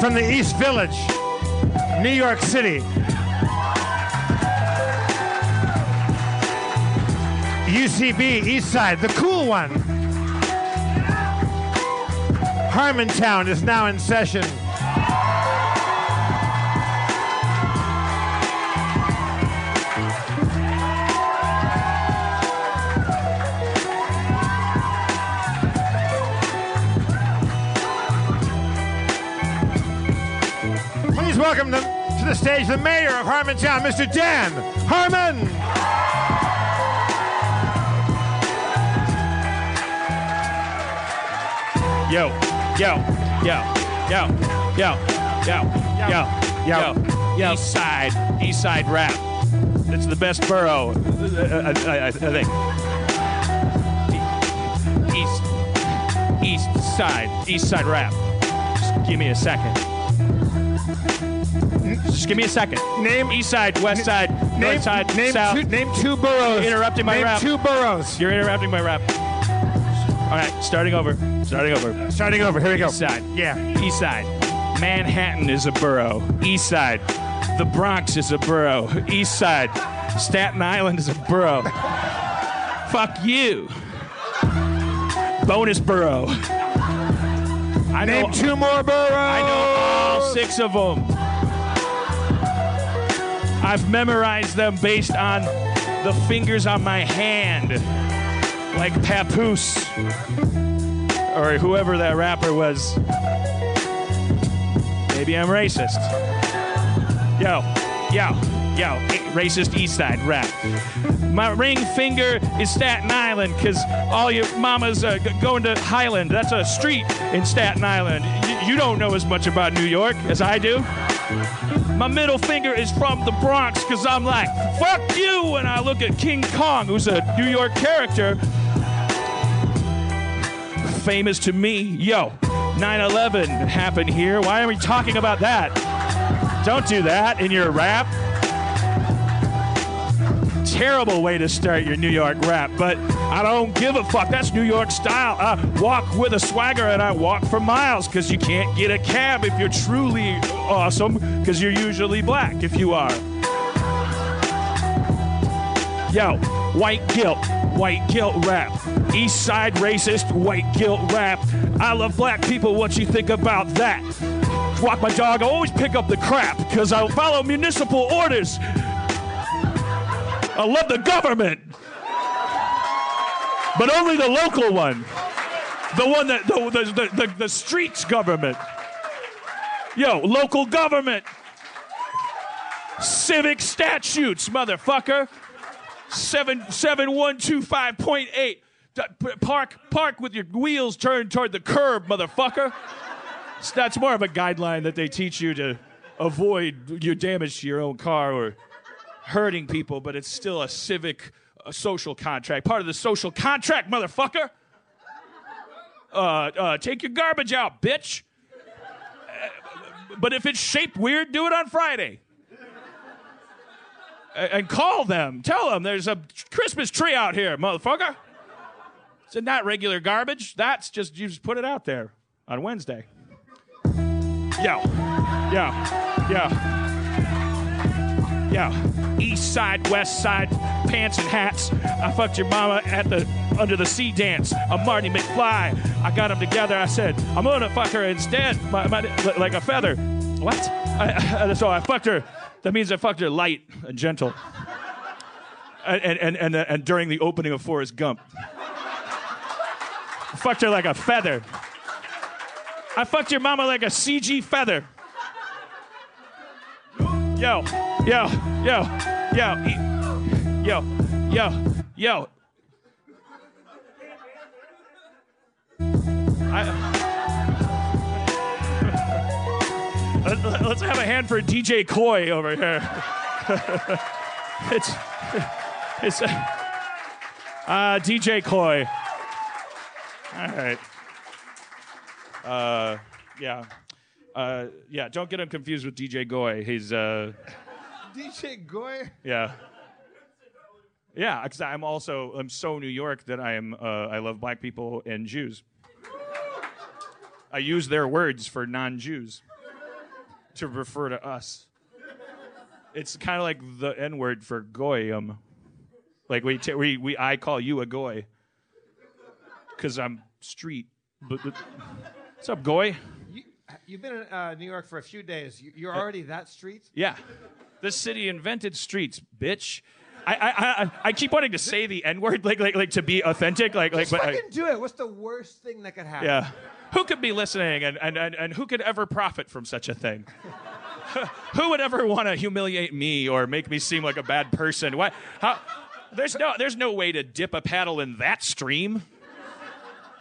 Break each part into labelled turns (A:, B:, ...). A: From the East Village, New York City. UCB East Side, the cool one. Harmontown is now in session. Please welcome them to the stage the mayor of Harmontown, Mr. Dan Harmon.
B: Yo, yo, yo, yo, yo, yo, yo, yo, yo. East side, east side rap. It's the best borough, uh, I, I, I think. East, east side, east side rap. Just give me a second. Just give me a second.
A: Name-
B: east side, west side, north side,
A: name,
B: south.
A: Two, name two boroughs.
B: You're interrupting my
A: name
B: rap.
A: two boroughs.
B: You're interrupting my rap. All right, starting over. Starting over.
A: Starting over. Here we go.
B: East side.
A: Yeah.
B: East side. Manhattan is a borough. East side. The Bronx is a borough. East side. Staten Island is a borough. Fuck you. Bonus borough. I know,
A: Name two more boroughs.
B: I know all six of them. I've memorized them based on the fingers on my hand, like Papoose or whoever that rapper was. Maybe I'm racist. Yo, yo, yo, eh, racist East Side rap. My ring finger is Staten Island because all your mamas are g- going to Highland. That's a street in Staten Island. Y- you don't know as much about New York as I do. My middle finger is from the Bronx because I'm like, fuck you when I look at King Kong, who's a New York character famous to me. Yo, 9 11 happened here. Why are we talking about that? Don't do that in your rap. Terrible way to start your New York rap, but I don't give a fuck. That's New York style. I walk with a swagger and I walk for miles because you can't get a cab if you're truly awesome because you're usually black if you are. Yo, white guilt, white guilt rap. East side racist, white guilt rap. I love black people, what you think about that? Walk my dog, I always pick up the crap, cause I follow municipal orders. I love the government. But only the local one. The one that the the, the, the, the streets government. Yo, local government. Civic statutes, motherfucker seven seven one two five point eight. D- p- Park park with your wheels turned toward the curb, motherfucker. S- That's more of a guideline that they teach you to avoid your damage to your own car or hurting people, but it's still a civic, a social contract, part of the social contract, motherfucker. Uh, uh, take your garbage out, bitch. Uh, But if it's shaped weird, do it on Friday and call them. Tell them there's a Christmas tree out here, motherfucker. It's not regular garbage. That's just you just put it out there on Wednesday. Yo, yo, yo, yo. East side, west side, pants and hats. I fucked your mama at the under the sea dance. I'm Marty McFly. I got them together. I said I'm gonna fuck her instead, my, my, like a feather. What? I, I, so I fucked her. That means I fucked her light and gentle. And and and and, and during the opening of Forrest Gump, fucked her like a feather. I fucked your mama like a CG feather. Yo, yo, yo, yo, e- yo, yo, yo. Let- let- Let's have a hand for DJ Coy over here. it's it's uh, DJ Coy. All right. Uh, yeah. Uh, yeah, don't get him confused with DJ Goy. He's uh,
A: DJ Goy.
B: yeah. Yeah, 'cause I'm also I'm so New York that I am uh, I love black people and Jews. I use their words for non-Jews to refer to us. It's kind of like the N-word for goyim. Like we t- we we I call you a goy because I'm street. But, but- what's up, goy?
A: You, you've been in uh, New York for a few days. You, you're already that street.
B: Yeah. This city invented streets, bitch. I I, I- I, I keep wanting to say the N word, like, like, like to be authentic, like, like, but I-
A: Fucking do it. What's the worst thing that could happen?
B: yeah. Who could be listening, and, and, and, and who could ever profit from such a thing? who would ever want to humiliate me or make me seem like a bad person? Why? How? There's no there's no way to dip a paddle in that stream.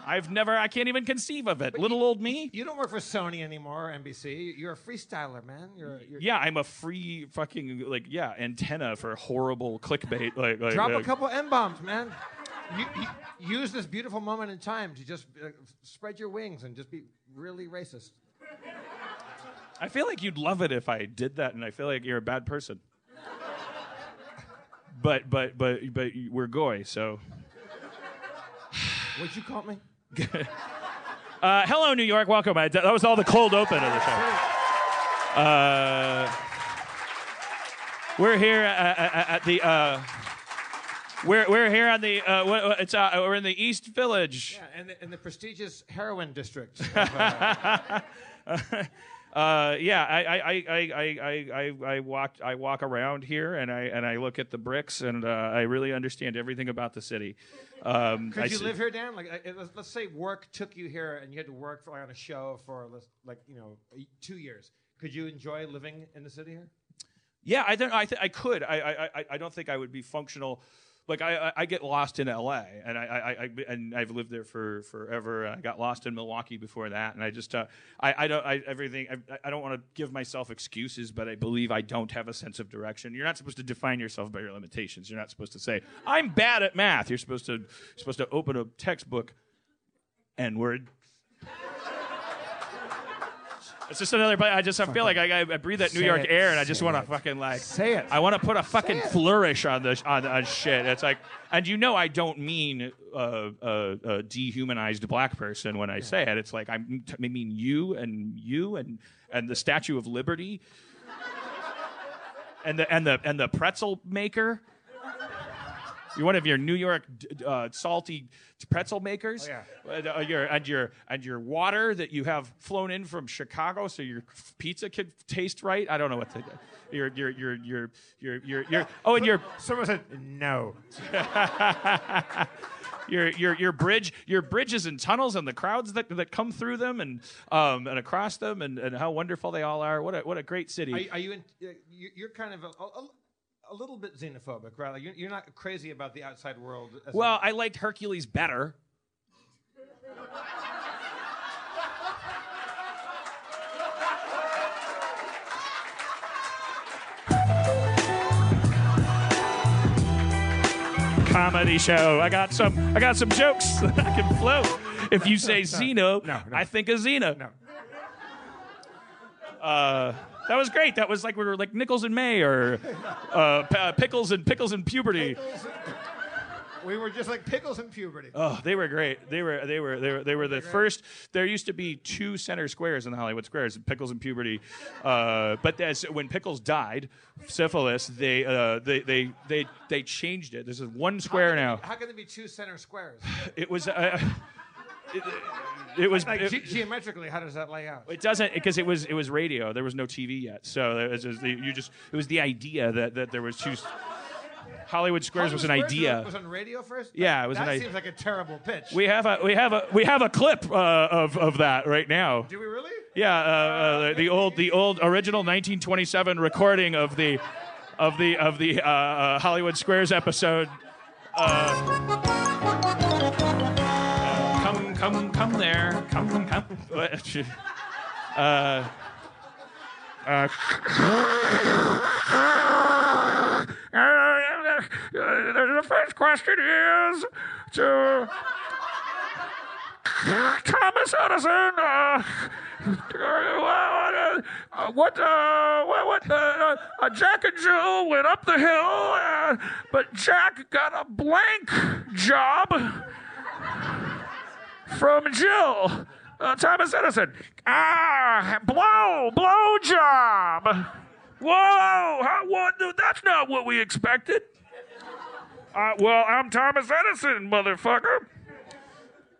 B: I've never I can't even conceive of it. Little old me.
A: You don't work for Sony anymore, NBC. You're a freestyler, man. You're, you're
B: Yeah, I'm a free fucking like yeah antenna for horrible clickbait. Like, like
A: drop a
B: like-
A: couple n bombs, man. You, you, use this beautiful moment in time to just uh, spread your wings and just be really racist.
B: I feel like you'd love it if I did that, and I feel like you're a bad person. But but but but we're goy, so.
A: Would you call me?
B: Uh, hello, New York. Welcome. I, that was all the cold open of the show. Uh, we're here at, at, at the. Uh, we're, we're here on the uh, what- what- it's uh, we're in the East Village.
A: Yeah, and the, and the prestigious heroin district.
B: Uh, yeah, I, I, I, I, I, I, I walk I walk around here and I and I look at the bricks and uh, I really understand everything about the city. Um, I
A: Could you
B: see-
A: live here, Dan? Like, I- let's, let's say work took you here, and you had to work for, like, on a show for let's- like you know e- two years. Could you enjoy living in the city here?
B: Yeah, I don't. I th- I could. I, I I- I I don't think I would be functional. Like I I- I get lost in L.A. and I I, I and I've lived there for forever. I got lost in Milwaukee before that, and I just uh, I I don't I everything I I don't want to give myself excuses, but I believe I don't have a sense of direction. You're not supposed to define yourself by your limitations. You're not supposed to say I'm bad at math. You're supposed to you're supposed to open a textbook, and word. It's just another. I just I feel like I, I breathe that New
A: Say
B: York
A: it,
B: air, and I just
A: say
B: want to
A: it.
B: fucking like
A: Say it.
B: I want to put a fucking
A: it.
B: flourish on the on, on shit. It's like, and you know, I don't mean uh, uh, uh, dehumanized black person when I say it. It's like I'm, I mean you and you and and the Statue of Liberty and the and the and the pretzel maker. You're one of your New York d- d- uh, salty pretzel makers.
A: Oh,
B: And, uh, your and your and your water that you have flown in from Chicago, so your f- pizza could taste right. I don't know what to. Your your your your your your your. Oh, and your
A: Someone said no.
B: your your your bridge your bridges and tunnels and the crowds that that come through them and um and across them and, and how wonderful they all are. What a what a great city.
A: Are, you- are you in? uh, you- You're kind of a, a, a little bit xenophobic, right? Like, you're, you're not crazy about the outside world. as a-
B: well, I liked Hercules better. comedy show. I got some. I got some jokes that I can float. If you say Xeno,
A: No, no.
B: I think of Xena.
A: No.
B: Uh, that was great. That was like we were like Nichols and May or uh, P- uh, Pickles and Pickles and Puberty.
A: we were just like pickles in puberty.
B: Oh, they were great. They were they were they were they were the first. There used to be two center squares in the Hollywood squares, Pickles and Puberty. Uh, but that's when Pickles died, syphilis. They uh, they they they they changed it. There's one square now.
A: How can there be two center squares?
B: It was. Uh, it, it was
A: Like
B: it-
A: ge- geometrically, how does that lay out?
B: It doesn't because it was it was radio. There was no TV yet, so it was just, you just it was the idea that that there was two. Hollywood Squares was an
A: Hollywood Squares
B: idea.
A: Was on radio first.
B: Yeah, it was
A: That
B: an i-
A: seems like a terrible pitch.
B: We have a we have a we have a clip uh, of of that right now.
A: Do we really?
B: Yeah, uh, uh, the old the old original 1927 recording of the of the of the uh, uh, Hollywood Squares episode. Uh, come come, come there, come, come, come. Uh, uh, the first question is to Thomas Edison. Uh, uh, what, uh, what, what, uh, uh, Jack and Jill went up the hill, uh, but Jack got a blank job from Jill. Uh, Thomas Edison. Ah, blow, blow job. Whoa, how, what, that's not what we expected. Uh, well, I'm Thomas Edison, motherfucker.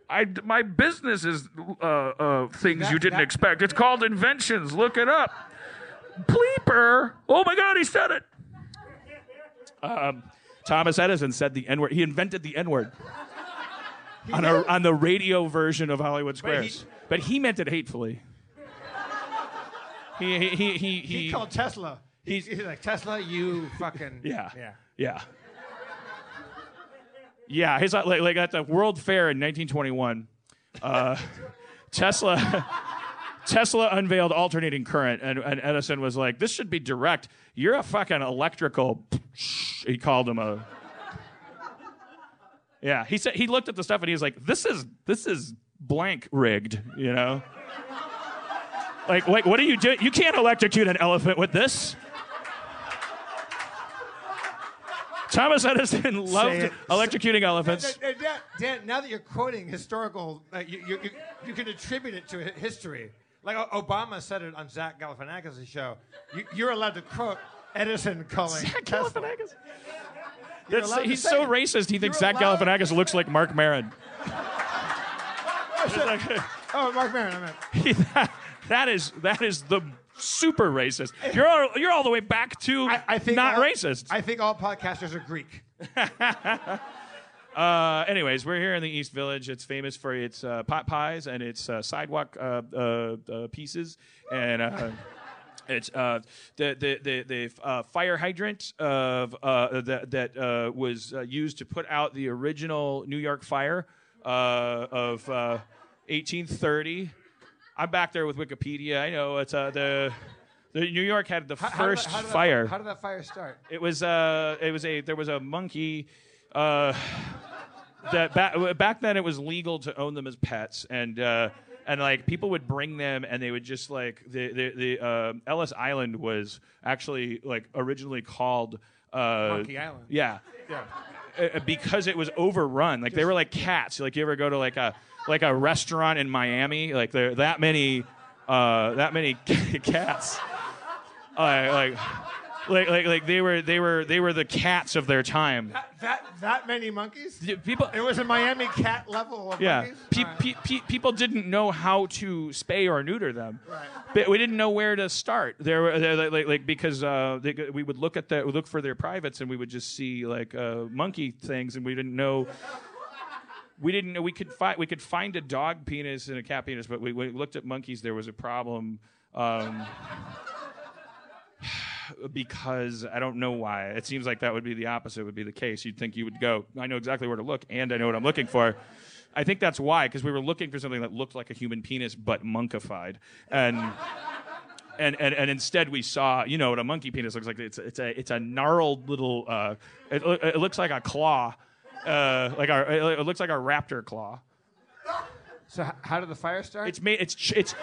B: I, my business is uh, uh, things you didn't
A: that-
B: expect. It's called inventions. Look it up. Bleeper. Oh my God, he said it. Um, Thomas Edison said the N word. He invented the N word on, a, on the radio version of Hollywood
A: he-
B: Squares. But he, meant it hatefully. He, he, he, he,
A: He,
B: he-
A: called Tesla. He's,
B: he's-
A: he's like Tesla, you fucking
B: yeah.
A: yeah.
B: Yeah. Yeah. He's like, like, like at the World Fair in 1921, uh, Tesla. Tesla unveiled alternating current, and, and Edison was like, "This should be direct. You're a fucking electrical." He called him a. Yeah, he said he looked at the stuff and he was like, "This is this is blank rigged," you know. like, like, what are you doing? You can't electrocute an elephant with this. Thomas Edison loved
C: it.
B: electrocuting elephants.
A: Dan, Dan- Dan, now that you're quoting historical, uh, you, you, you, you can attribute it to hi- history. Like O- Obama said it on Zach Galifianakis' show. You, you're allowed to quote Edison calling Tesla.
B: Galifianakis.
A: You're
B: That's-
A: allowed to
B: he's
A: say
B: so
A: it.
B: racist. He thinks
A: You're
B: Zach
A: allowed-
B: Galifianakis looks like Mark Maron.
A: Oh, Mark Maron, I meant.
B: He- that- that is that is the super racist. You're all, you're all the way back to
A: I, I think
B: not
A: all-
B: racist.
A: I think all podcasters are Greek.
B: uh, anyways, we're here in the East Village. It's famous for its uh, pot pies and its uh, sidewalk uh, uh, uh, pieces and. Uh, It's uh, the the the, the uh, fire hydrant of uh, that that uh, was uh, used to put out the original New York fire uh, of uh, 1830. I'm back there with Wikipedia. I know it's uh, the the New York had the
A: How- how did
B: first
A: that- how did that-
B: fire.
A: how did that fire start?
B: It was uh, it was a there was a monkey. Uh, that back back then it was legal to own them as pets, and uh, and like people would bring them, and they would just like the the, the um Ellis Island was actually like originally called uh,
A: Monkey Island.
B: Yeah,
A: Yeah.
B: uh, because it was overrun. Like they were like cats. Like you ever go to like a like a restaurant in Miami? Like there that many uh, that many cats. Uh, like like like like they were they were they were the cats of their time.
A: That that many monkeys?
B: Yeah, People.
A: It was a Miami cat level of
B: Yeah,
A: monkeys.
B: pe-
A: All right.
B: pe- pe- people didn't know how to spay or neuter them.
A: Right.
B: But we didn't know where to start. There, were- there like, like, like because uh, they, we would look at the look for their privates, and we would just see like uh, monkey things, and we didn't know. We didn't know we could find we could find a dog penis and a cat penis, but we, we looked at monkeys. There was a problem. Um, because I don't know why. It seems like that would be the opposite would be the case. You'd think you would go, I know exactly where to look and I know what I'm looking for. I think that's why because we were looking for something that looked like a human penis but monkified. And and, and, and instead we saw you know what a monkey penis looks like it's it's a it's a gnarled little uh, it, loo- it looks like a claw uh, like our it looks like a raptor claw
A: So h- how did the fire start?
B: it's made. It's ch- it's.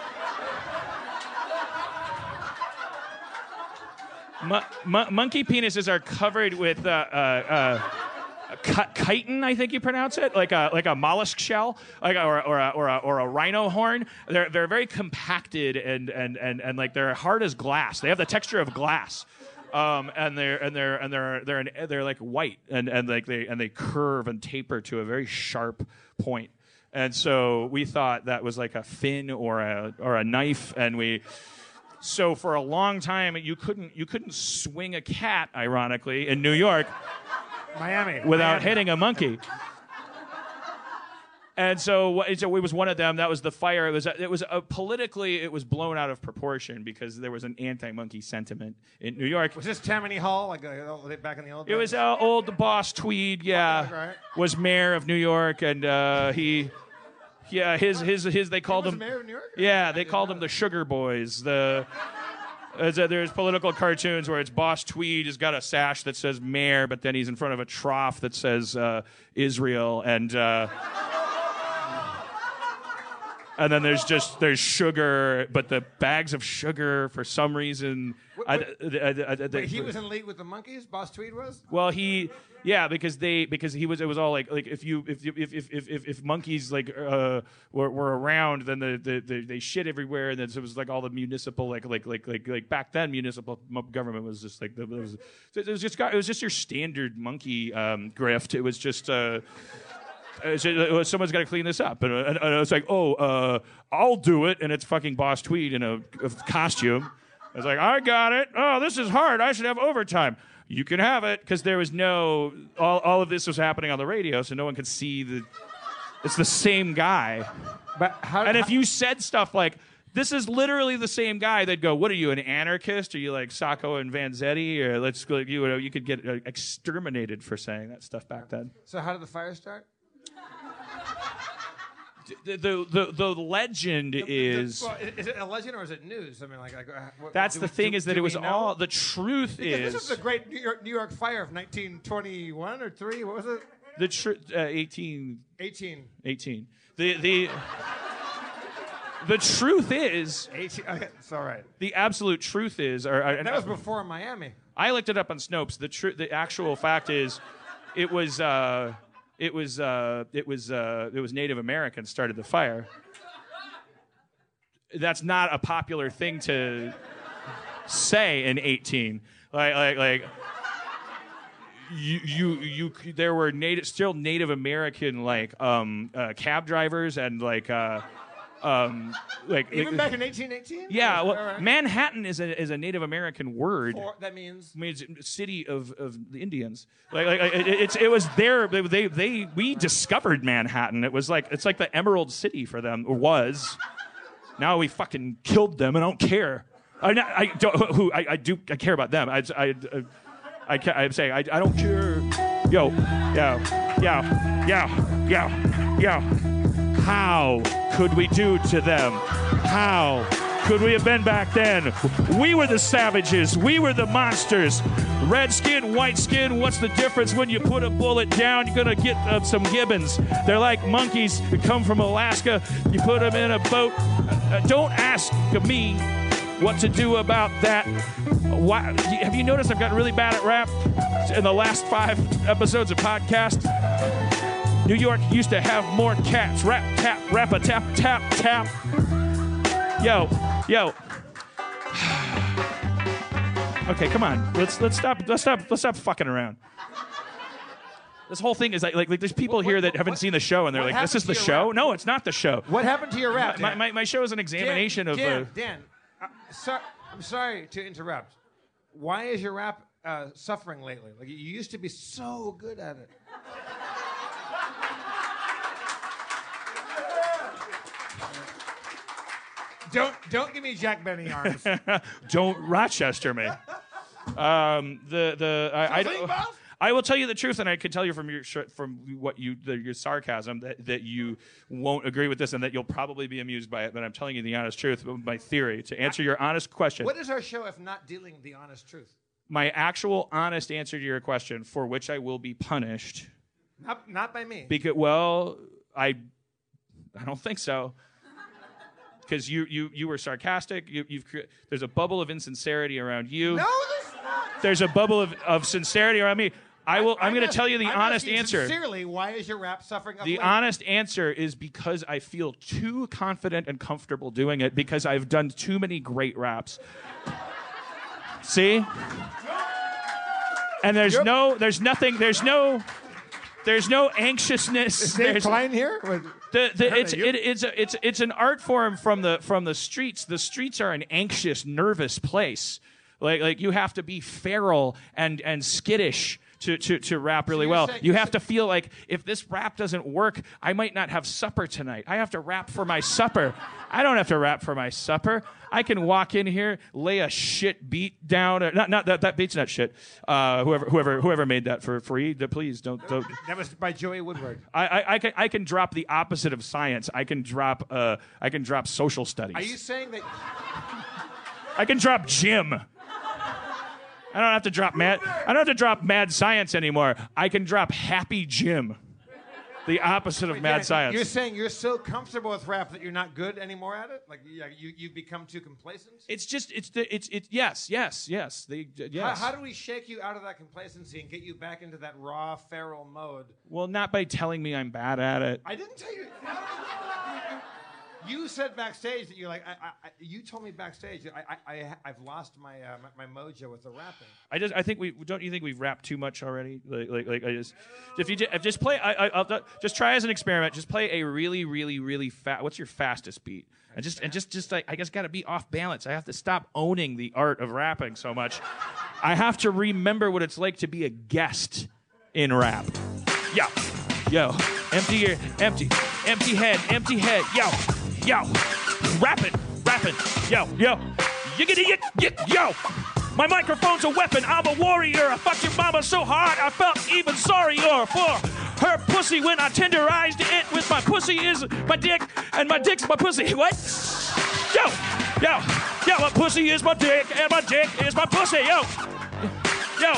B: Mon- mon- monkey penises are covered with uh, uh, uh, ki- chitin, I think you pronounce it, like a like a mollusk shell, like a, or a- or a, or a or a rhino horn. They're they're very compacted and and and and like they're hard as glass. They have the texture of glass. Um, and they're and they're and they're they're an, they're like white and, and like they and they curve and taper to a very sharp point and so we thought that was like a fin or a or a knife and we so for a long time you couldn't you couldn't swing a cat ironically in New York
A: Miami.
B: without
A: Miami.
B: hitting a monkey and so, wha- so it was one of them that was the fire it was it was uh politically it was blown out of proportion because there was an anti-monkey sentiment in New York
A: Was this Tammany Hall? Like uh, back in the old days?
B: it was uh, old boss Tweed, yeah,
A: Right.
B: was mayor of New York, and uh, he Yeah, his his his they called
A: was
B: him.
A: mayor of New York?
B: Yeah, they called him the Sugar Boys. The as, uh, there's political cartoons where it's Boss Tweed has got a sash that says mayor, but then he's in front of a trough that says uh, Israel, and uh, and then there's just there's sugar, but the bags of sugar for some reason. I- I- I- I- they-
A: He was in league with the monkeys. Boss Tweed was.
B: well, he, yeah, because they, because he was, it was all like, like if you, if you, if if if if, if monkeys like uh were, were around, then the, the, the they shit everywhere, and then so it was like all the municipal, like like like like like back then municipal m- government was just like there was, so it was just got, it was just your standard monkey um, grift. It was just. Uh, uh, so, uh, someone's got to clean this up, and, uh, and, and it's like, oh, uh, I'll do it, and it's fucking Boss Tweed in a, a costume. I was like, I got it. Oh, this is hard. I should have overtime. You can have it because there was no all, all of this was happening on the radio, so no one could see the. It's the same guy,
A: But how?
B: and if you said stuff like. This is literally the same guy. They'd go, "What are you, an anarchist? Are you like Sacco and Vanzetti? Or let's go, you know, you could get uh, exterminated for saying that stuff back then."
A: so how did the fire start?
B: The the the, the legend is
A: Well, i- is it a legend or is it news? I mean, like, like uh, what-
B: that's
A: do
B: the
A: we-
B: thing
A: do-
B: is that
A: do
B: it was
A: we know?
B: all the truth
A: Yeah, this
B: is
A: was the great New York, New York fire of 1921 or three. What was it?
B: the truth uh, 18
A: 18.
B: 18 the the the truth is
A: 18. Okay, it's all right.
B: the absolute truth is or, or-
A: That was before Miami.
B: I looked it up on Snopes. The tru- the actual fact is, it was uh, it was uh, it was uh, it was Native Americans started the fire. That's not a popular thing to say in 18. Like like like. You, you you c- there were native still Native American like um uh, cab drivers and like uh um like
A: Even
B: like-
A: back in 1818?
B: yeah
A: All
B: well
A: right.
B: Manhattan is a is a Native American word
A: Or- that means.
B: means city of, of the Indians. Like, like like, it, it's it was there. They, they they we discovered Manhattan. It was like it's like the Emerald City for them or was. Now we fucking killed them. and I don't care. I not- I don't who I, I do I care about them. I I I, I ca- I'm saying I, I don't care. Yo, yo, yo, yo, yo, yo. How could we do to them? How could we have been back then? We were the savages. We were the monsters. Red skin, white skin, what's the difference when you put a bullet down? You're going to get uh, some gibbons. They're like monkeys who come from Alaska. You put them in a boat. Uh, don't ask me what to do about that. Why, have you noticed I've gotten really bad at rap in the last five episodes of podcast? New York used to have more cats. Rap, tap, rap a tap, tap, tap. Yo, yo. okay, come on. Let's let's stop. Let's stop. Let's stop fucking around. This whole thing is like like, like there's people here that haven't seen the show and they're
A: what
B: like, this
A: happened
B: is
A: to
B: the
A: your
B: show.
A: rap?
B: No, it's not the show.
A: What happened to your rap?
B: My,
A: Dan?
B: my, my show is an examination
A: Dan,
B: of.
A: Dan,
B: uh,
A: Dan, uh, so, I'm sorry to interrupt. Why is your rap uh, suffering lately? Like you used to be so good at it. Don't don't give me Jack Benny arms.
B: don't Rochester me. Um, the the I, I don't.
A: Bob?
B: I will tell you the truth, and I can tell you from your sh- from what you the, your sarcasm that, that you won't agree with this, and that you'll probably be amused by it. But I'm telling you the honest truth, my theory to answer your honest question.
A: what is our show if not dealing the honest truth?
B: my actual honest answer to your question, for which I will be punished,
A: Not not by me.
B: because well, I I don't think so. Because you you you were sarcastic. You, you've cre- there's a bubble of insincerity around you.
A: no, there's not.
B: there's a bubble of, of sincerity around me. I will. I'm,
A: I'm
B: going to
A: ask-
B: tell you the
A: I'm
B: honest
A: asking you
B: answer.
A: Sincerely, why is your rap suffering? Of
B: The
A: late?
B: honest answer is because I feel too confident and comfortable doing it because I've done too many great raps. See? And there's
A: You're-
B: no, there's nothing, there's no, there's no anxiousness.
A: Dave
B: there's,
A: Klein here. With-
B: the, the, it's,
A: you-
B: it, it's, a, it's, it's an art form from the, from the streets. The streets are an anxious, nervous place. Like, like you have to be feral and, and skittish to, to, to rap really
A: you're
B: well.
A: saying-
B: you have to feel like if this rap doesn't work, I might not have supper tonight. I have to rap for my supper. I don't have to rap for my supper. I can walk in here, lay a shit beat down. Or, not not that that beat's not shit. Uh, whoever whoever whoever made that for free, th- please don't. don't
A: That was by Joey Woodward.
B: I, I, I can I can drop the opposite of science. I can drop uh I can drop social studies.
A: Are you saying that?
B: I can drop gym. I don't have to drop mad. I don't have to drop mad science anymore. I can drop happy Jim, the opposite of mad
A: Yeah, You're
B: science.
A: saying you're so comfortable with rap that you're not good anymore at it. Like yeah, you you've become too complacent.
B: It's just it's the it's it's yes yes yes the uh,
A: How-
B: yes.
A: How, do we shake you out of that complacency and get you back into that raw feral mode?
B: well, not by telling me I'm bad at it.
A: I didn't tell you. You said backstage that you're like I, I, I, you told me backstage that I, I, I I've lost my, uh, my my mojo with the rapping.
B: I just I think we don't you think we've rapped too much already? Like like, like I just if you ju- if just play I, I I'll, just try as an experiment. Just play a really really really fast. What's your fastest beat? And just and just just like I just got to be off balance. I have to stop owning the art of rapping so much. I have to remember what it's like to be a guest in rap. Yo, yo, empty ear, empty, empty head, empty head. Yo, yo, rapping, rapping. Yo, yo, yiggity yik, yik, yo. My microphone's a weapon. I'm a warrior. I fucked your mama so hard I felt even sorrier for her pussy when I tenderized it with my pussy is my dick and my dick's my pussy. What? Yo, yo, yo, my pussy is my dick and my dick is my pussy. Yo. Yo,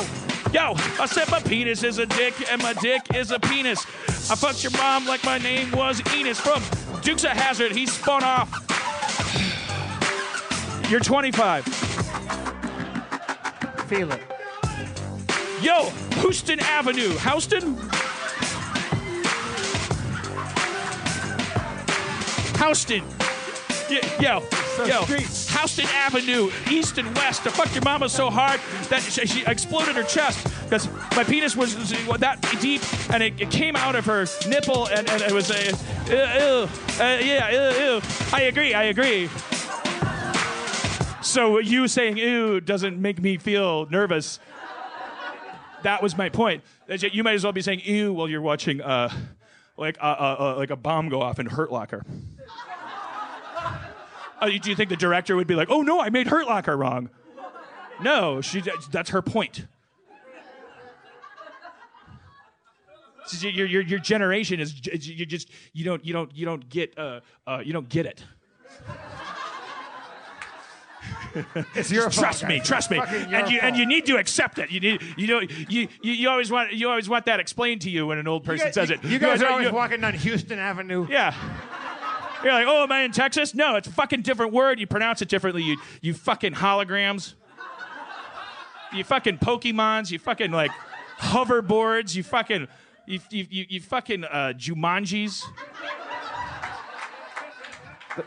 B: yo, I said my penis is a dick and my dick is a penis. I fucked your mom like my name was Enos from Dukes of Hazard. He spun off. You're 25.
C: Feel it.
B: Yo, Houston Avenue. Houston? Houston. Y- Yo, yo,
A: streets.
B: Houston Avenue, east and west. I fucked your mama so hard that she, she exploded her chest because my penis was, was that deep and it, it came out of her nipple and, and it was a, ew, ew, uh, yeah, ew, ew. I agree, I agree. So you saying ew doesn't make me feel nervous. That was my point. That You you might as well be saying ew while you're watching uh, like, uh, uh, uh, like a bomb go off in Hurt Locker. Oh, you- do you think the director would be like, "Oh no, I made Hurt Locker wrong"? No, she. That's her point. So Your, your, your generation is j- you just you don't you don't you don't get uh, uh, you don't get it.
A: It's your
B: Trust me, trust me,
A: Fucking your
B: and you and
A: fault.
B: you need to accept it. You need you don't you, you, you always want you always want that explained to you when an old person says it.
A: You guys are
B: want-
A: always
B: you-
A: walking down Houston Avenue.
B: Yeah. You're like, oh, am I in Texas? No, it's a fucking different word. You pronounce it differently. You, you fucking holograms. You fucking Pokemons. You fucking like hoverboards. You fucking you you you, you fucking uh, Jumanjis.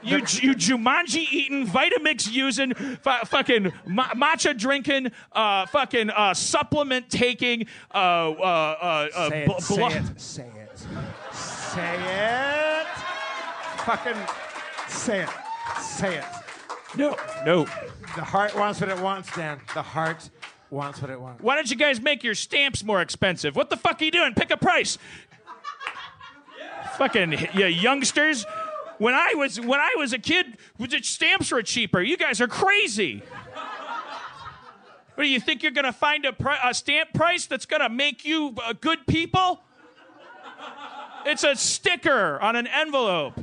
B: You, you Jumanji eating, Vitamix using, fu- fucking ma- matcha drinking, uh, fucking uh, supplement taking, uh, uh, uh, uh,
C: Say
B: bl-
C: it. Say
B: blah-
C: it. Say it.
A: Say it. Fucking say it. Say it.
B: No, no.
A: The heart wants what it wants, Dan. The heart wants what it wants.
B: Why don't you guys make your stamps more expensive? What the fuck are you doing? Pick a price. Fucking you youngsters. When I was when I was a kid, the stamps were cheaper. You guys are crazy. What do you think you're gonna find a, pri- a stamp price that's gonna make you uh, good people? It's a sticker on an envelope.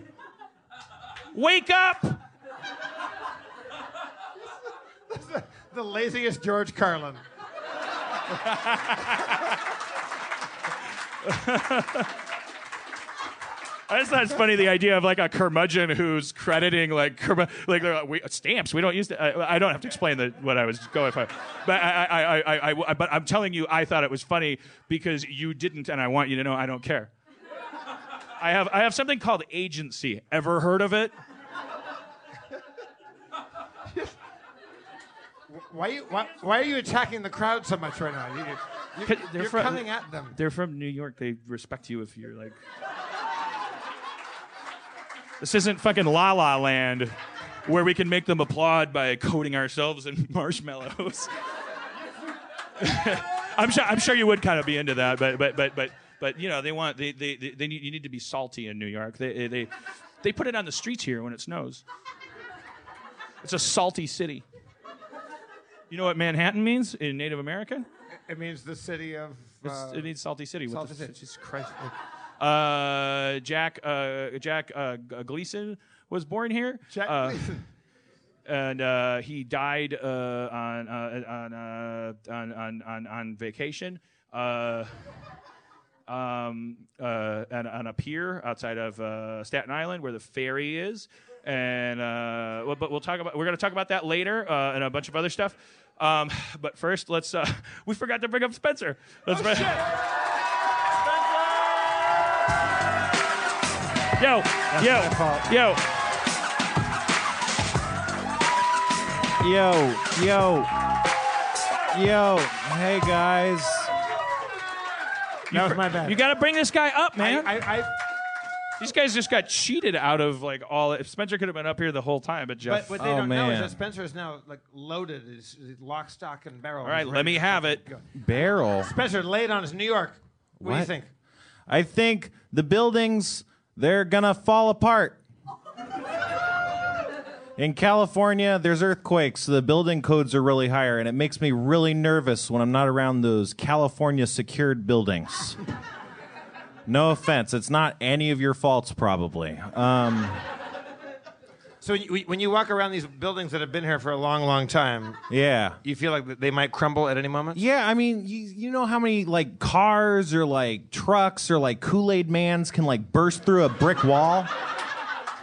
B: Wake up!
A: The laziest George Carlin.
B: I just thought it's funny the idea of like a curmudgeon who's crediting like curmu- like, they're like we, stamps. We don't use. The, I, I don't have to explain the, what I was going for, but I, I, I, I, I, but I'm telling you, I thought it was funny because you didn't, and I want you to know I don't care. I have I have something called agency. Ever heard of it?
A: Why you why, why are you attacking the crowd so much right now? You, you,
B: They're
A: you're
B: from-
A: coming at them.
B: They're from New York. They respect you if you're like. This isn't fucking La La Land, where we can make them applaud by coating ourselves in marshmallows. I'm sure. I'm sure you would kind of be into that, but but but but but you know they want they they, they, they need, you need to be salty in New York. They they they put it on the streets here when it snows. It's a salty city. You know what Manhattan means in Native American?
A: It means the city of.
B: It's,
A: Uh,
B: it means salty city. with
A: Salty
B: the-
A: City.
B: Jesus Christ. Uh, Jack uh, Jack uh, G- Gleason was born here.
A: Jack
B: Uh,
A: Gleason.
B: and uh, he died uh, on, uh, on, uh, on on on on vacation. Uh, um, uh, on, on a pier outside of uh, Staten Island, where the ferry is, and uh, well, but we'll talk about we're going to talk about that later uh, and a bunch of other stuff. Um, but first, let's uh, we forgot to bring up Spencer.
A: Oh,
B: Let's bring- Yo,
A: my fault.
B: yo, yo.
C: Yo, yo, yo. Hey guys.
A: that was my bad.
B: You got to bring this guy up,
A: I,
B: man.
A: I, I,
B: These guys just got cheated out of like all. If Spencer could have been up here the whole time, but Jeff.
A: But what they
C: Oh,
A: don't know is
C: man.
A: that Spencer is now like loaded, is is lock, stock, and barrel.
B: all right,
A: He's
B: let
A: ready
B: me
A: to
B: have it.
A: go.
C: Barrel.
A: Spencer laid on his New York. What, do you
C: What?
A: think?
C: I think the buildings they're gonna fall apart. In California, there's earthquakes, so the building codes are really higher, and it makes me really nervous when I'm not around those California secured buildings. No offense, it's not any of your faults, probably. Um,
A: So when you, when you walk around these buildings that have been here for a long, long time,
C: yeah.
A: you feel like that they might crumble at any moment.
C: Yeah, I mean, you, you know how many like cars or like trucks or like Kool Aid mans can like burst through a brick wall,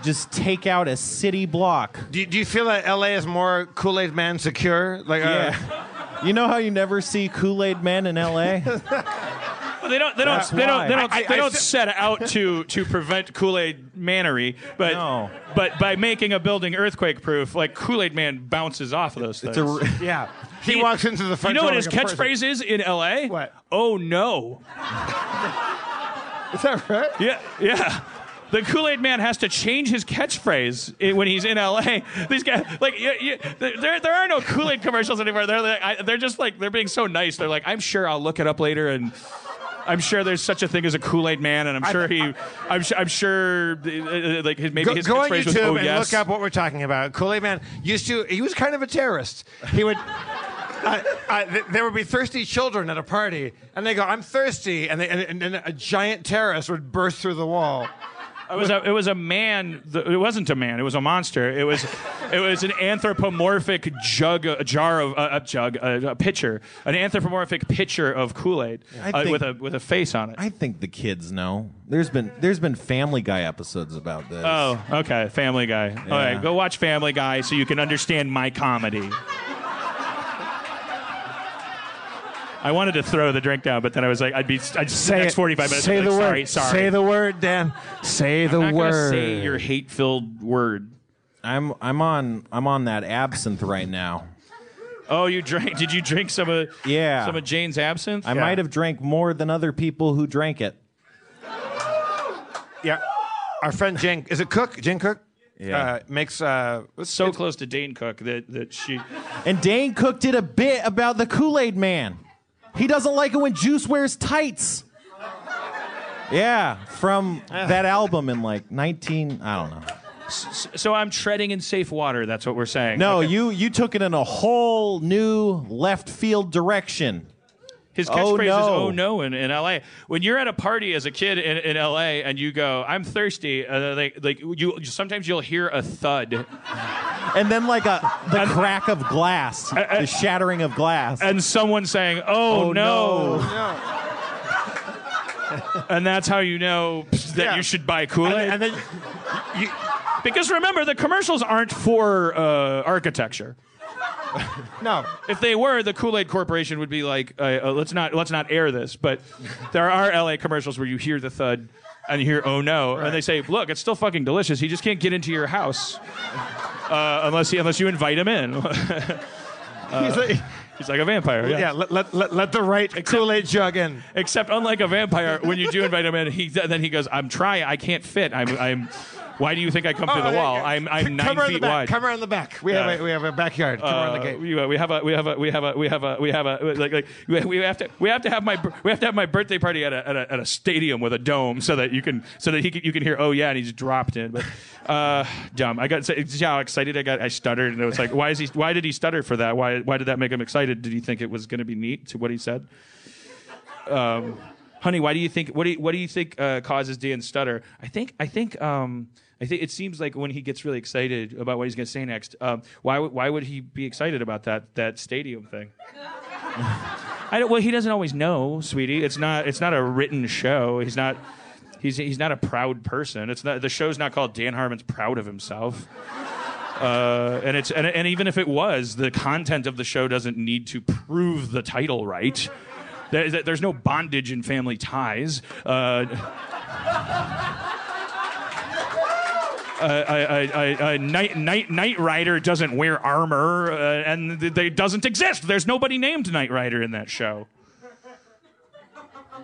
C: just take out a city block.
A: Do you, do you feel that L.A. is more Kool Aid Man secure? Like, uh,
C: Yeah. You know how you never see Kool Aid men in L.A.
B: Well, they don't. They don't.
C: That's
B: They don't. They
C: why.
B: don't.
A: I- I-
B: they
A: I
B: don't
A: s-
B: set out to to prevent Kool Aid Manery, but
C: No.
B: but by making a building earthquake proof, like Kool Aid Man bounces off of those things.
C: It's a,
A: yeah. He, walks into the
B: you
A: front.
B: know
A: door
B: what his
A: like a person.
B: catchphrase is in L.A.
A: What?
B: Oh no!
A: Is that right?
B: Yeah, yeah. The Kool Aid Man has to change his catchphrase i- when he's in LA. These guys, like, you, you, there, there are no Kool Aid commercials anymore. They're, like, I, they're just like, they're being so nice. They're like, I'm sure I'll look it up later and. I'm sure there's such a thing as a Kool-Aid man, and I'm sure he, I'm, su- I'm sure, uh, uh, like his, maybe
A: Go,
B: his
A: go on
B: catchphrase was,
A: YouTube
B: "Oh
A: and
B: yes."
A: look up what we're talking about. Kool Aid Man used to. He was kind of a terrorist. He would. Uh, uh, th- there would be thirsty children at a party, and they go, "I'm thirsty," and, they, and, and, and a giant terrorist would burst through the wall.
B: It was a, it was a man. th- It wasn't a man. It was a monster. It was, it was an anthropomorphic jug, a jar of a, a jug, a, a pitcher, an anthropomorphic pitcher of Kool Aid
C: I
B: uh,
C: think-
B: with a with a face on it.
C: I think the kids know. There's been there's been Family Guy episodes about this.
B: oh, okay. Family Guy. All
C: Yeah.
B: right, go watch Family Guy so you can understand my comedy. I wanted to throw the drink down, but then I was like, I'd be, I'd say next forty five minutes. I'd be like, sorry, sorry.
A: the word, Dan. Say the
B: I'm not gonna say your hate filled word.
C: I'm I'm on I'm on that absinthe right now.
B: Oh, you drank? Did you drink some of?
C: Yeah.
B: Some of Jane's absinthe.
C: I might have drank more than other people who drank it.
A: yeah, our friend Jen is it Cook? Jen Cook.
C: Yeah.
A: Uh, makes uh,
B: so close to Dane Cook that that she.
C: And Dane Cook did a bit about the Kool Aid Man. He doesn't like it when Juice wears tights. Yeah, from that album in like 19, I don't know.
B: So I'm treading in safe water. That's what we're saying.
C: No, you you took it in a whole new left field direction.
B: his
C: Oh,
B: catchphrase is
C: no.
B: "Oh no" in, in L.A. When you're at a party as a kid in, in L.A. and you go, "I'm thirsty," uh, like like you sometimes you'll hear a thud,
C: And then like a the crack of glass, the shattering of glass.
B: and someone saying, "Oh,
C: Oh,
B: no.
C: no.
B: and that's how you know that
A: Yeah.
B: you should buy Kool Aid.
A: and then you,
B: because remember, the commercials aren't for uh, architecture.
A: no.
B: if they were, the Kool Aid Corporation would be like, uh, uh, let's not let's not air this. But there are LA commercials where you hear the thud and you hear oh no, and they say, look, it's still fucking delicious. He just can't get into your house uh, unless he unless you invite him in. Uh,
A: He's like,
B: He's like a vampire. Yeah.
A: yeah, let, let, let, let the right Kool Aid jug in.
B: Except unlike a vampire, when you do invite him in, he then he goes, I'm trying, I can't fit. I'm I'm Why do you think I come through
A: Oh,
B: the
A: yeah,
B: wall?
A: yeah.
B: I'm I'm
A: Come
B: nine
A: around the
B: feet
A: back.
B: wide.
A: Come around the back. We
B: Yeah.
A: have a, we have a backyard. Come around
B: Uh,
A: the gate.
B: we, we have a we have a we have a we have a we have a like like we- we have to we have to have my bir- we have to have my birthday party at a at a, at a stadium with a dome so that you can so that he can, you can hear oh yeah and he's dropped in but uh dumb I got so- it's how excited I got I stuttered and it was like why is he why did he stutter for that why why did that make him excited did he think it was going to be neat to what he said honey, why do you think what do you, what do you think uh, causes Dan's stutter? I think I think um, I think it seems like when he gets really excited about what he's going to say next, um, why would- why would he be excited about that that stadium thing? I don't, well, he doesn't always know, sweetie. It's not it's not a written show. He's not. He's, he's not a proud person. It's not the show's not called Dan Harmon's proud of himself, uh, and it's and, and even if it was, the content of the show doesn't need to prove the title right. There- there- There's no bondage in family ties. Uh, I, I, I, I, Night, Night, Night Rider doesn't wear armor, uh, and th- they doesn't exist. There's nobody named Knight Rider in that show.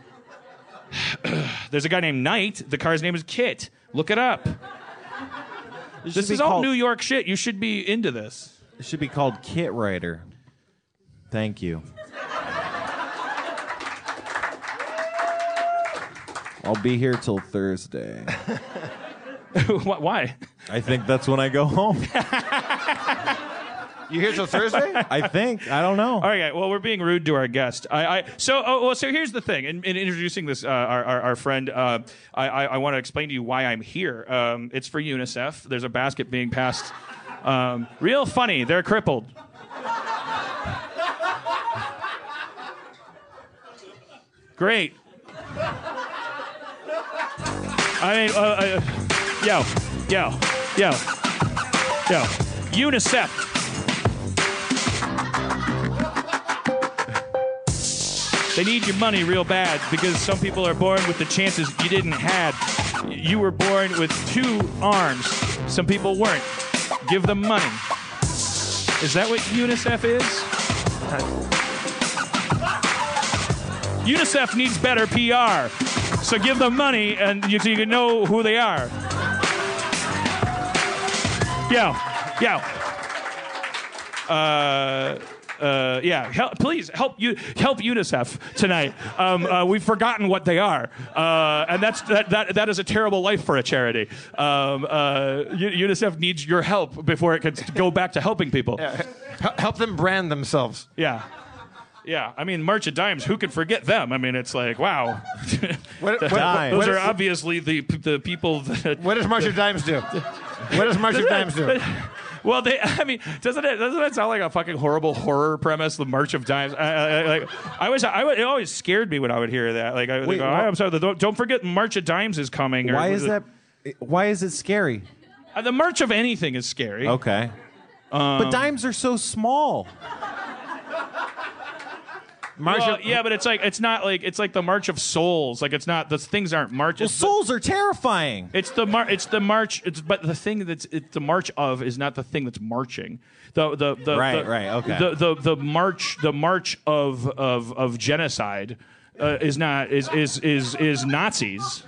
B: There's a guy named Knight. The car's name is Kit. Look it up.
C: It should
B: This
C: be
B: is all
C: called-
B: New York shit. You should be into this.
C: It should be called Kit Rider. Thank you. I'll be here till Thursday.
B: Wh- Why?
C: I think that's when I go home.
A: you here till Thursday?
C: I think. I don't know.
B: All right, well, we're being rude to our guest. I, I so oh, well, so here's the thing. In, in introducing this, uh, our, our our friend, uh, I I, I want to explain to you why I'm here. Um, it's for UNICEF. There's a basket being passed. Um, real funny. They're crippled. Great. I mean, uh, uh, yo, yo, yo, yo, UNICEF. They need your money real bad because some people are born with the chances you didn't have. You were born with two arms. Some people weren't. Give them money. Is that what UNICEF is? UNICEF needs better PR. So give them money and you, so you can know who they are. Yo, yo. Uh, uh, yeah, help, please help you help UNICEF tonight. Um, uh, we've forgotten what they are, uh, and that's that, that that is a terrible life for a charity. Um, uh, U- UNICEF needs your help before it can go back to helping people. Yeah,
A: Hel- Help them brand themselves.
B: yeah. I mean, March of Dimes. Who could forget them? I mean, it's like wow.
A: What, what,
C: Dimes.
B: Those
A: what,
B: are
A: what,
B: obviously the the people that
A: what does March of Dimes do? What does March of Dimes do?
B: Well, they. I mean, doesn't it doesn't it sound like a fucking horrible horror premise? The March of Dimes. I, I, I- like, I was. I would, it always scared me when I would hear that. Like, I would
C: Wait,
B: go,
C: wha-
B: I'm sorry. Don't, don't forget, March of Dimes is coming. or-
C: Why is that? Why is it scary?
B: Uh, The March of anything is scary.
C: Okay.
B: Um,
C: but dimes are so small.
A: March
B: Well,
A: of,
B: yeah, but it's like it's not like it's like the March of Souls. Like, it's not the things aren't March.
C: Well,
B: it's the-
C: souls are terrifying.
B: It's the mar- it's the march. It's but the thing that's it's the march of is not the thing that's marching. The the, the
C: Right,
B: the-
C: right, okay.
B: The, the the march the march of of of genocide uh, is not is is is is Nazis.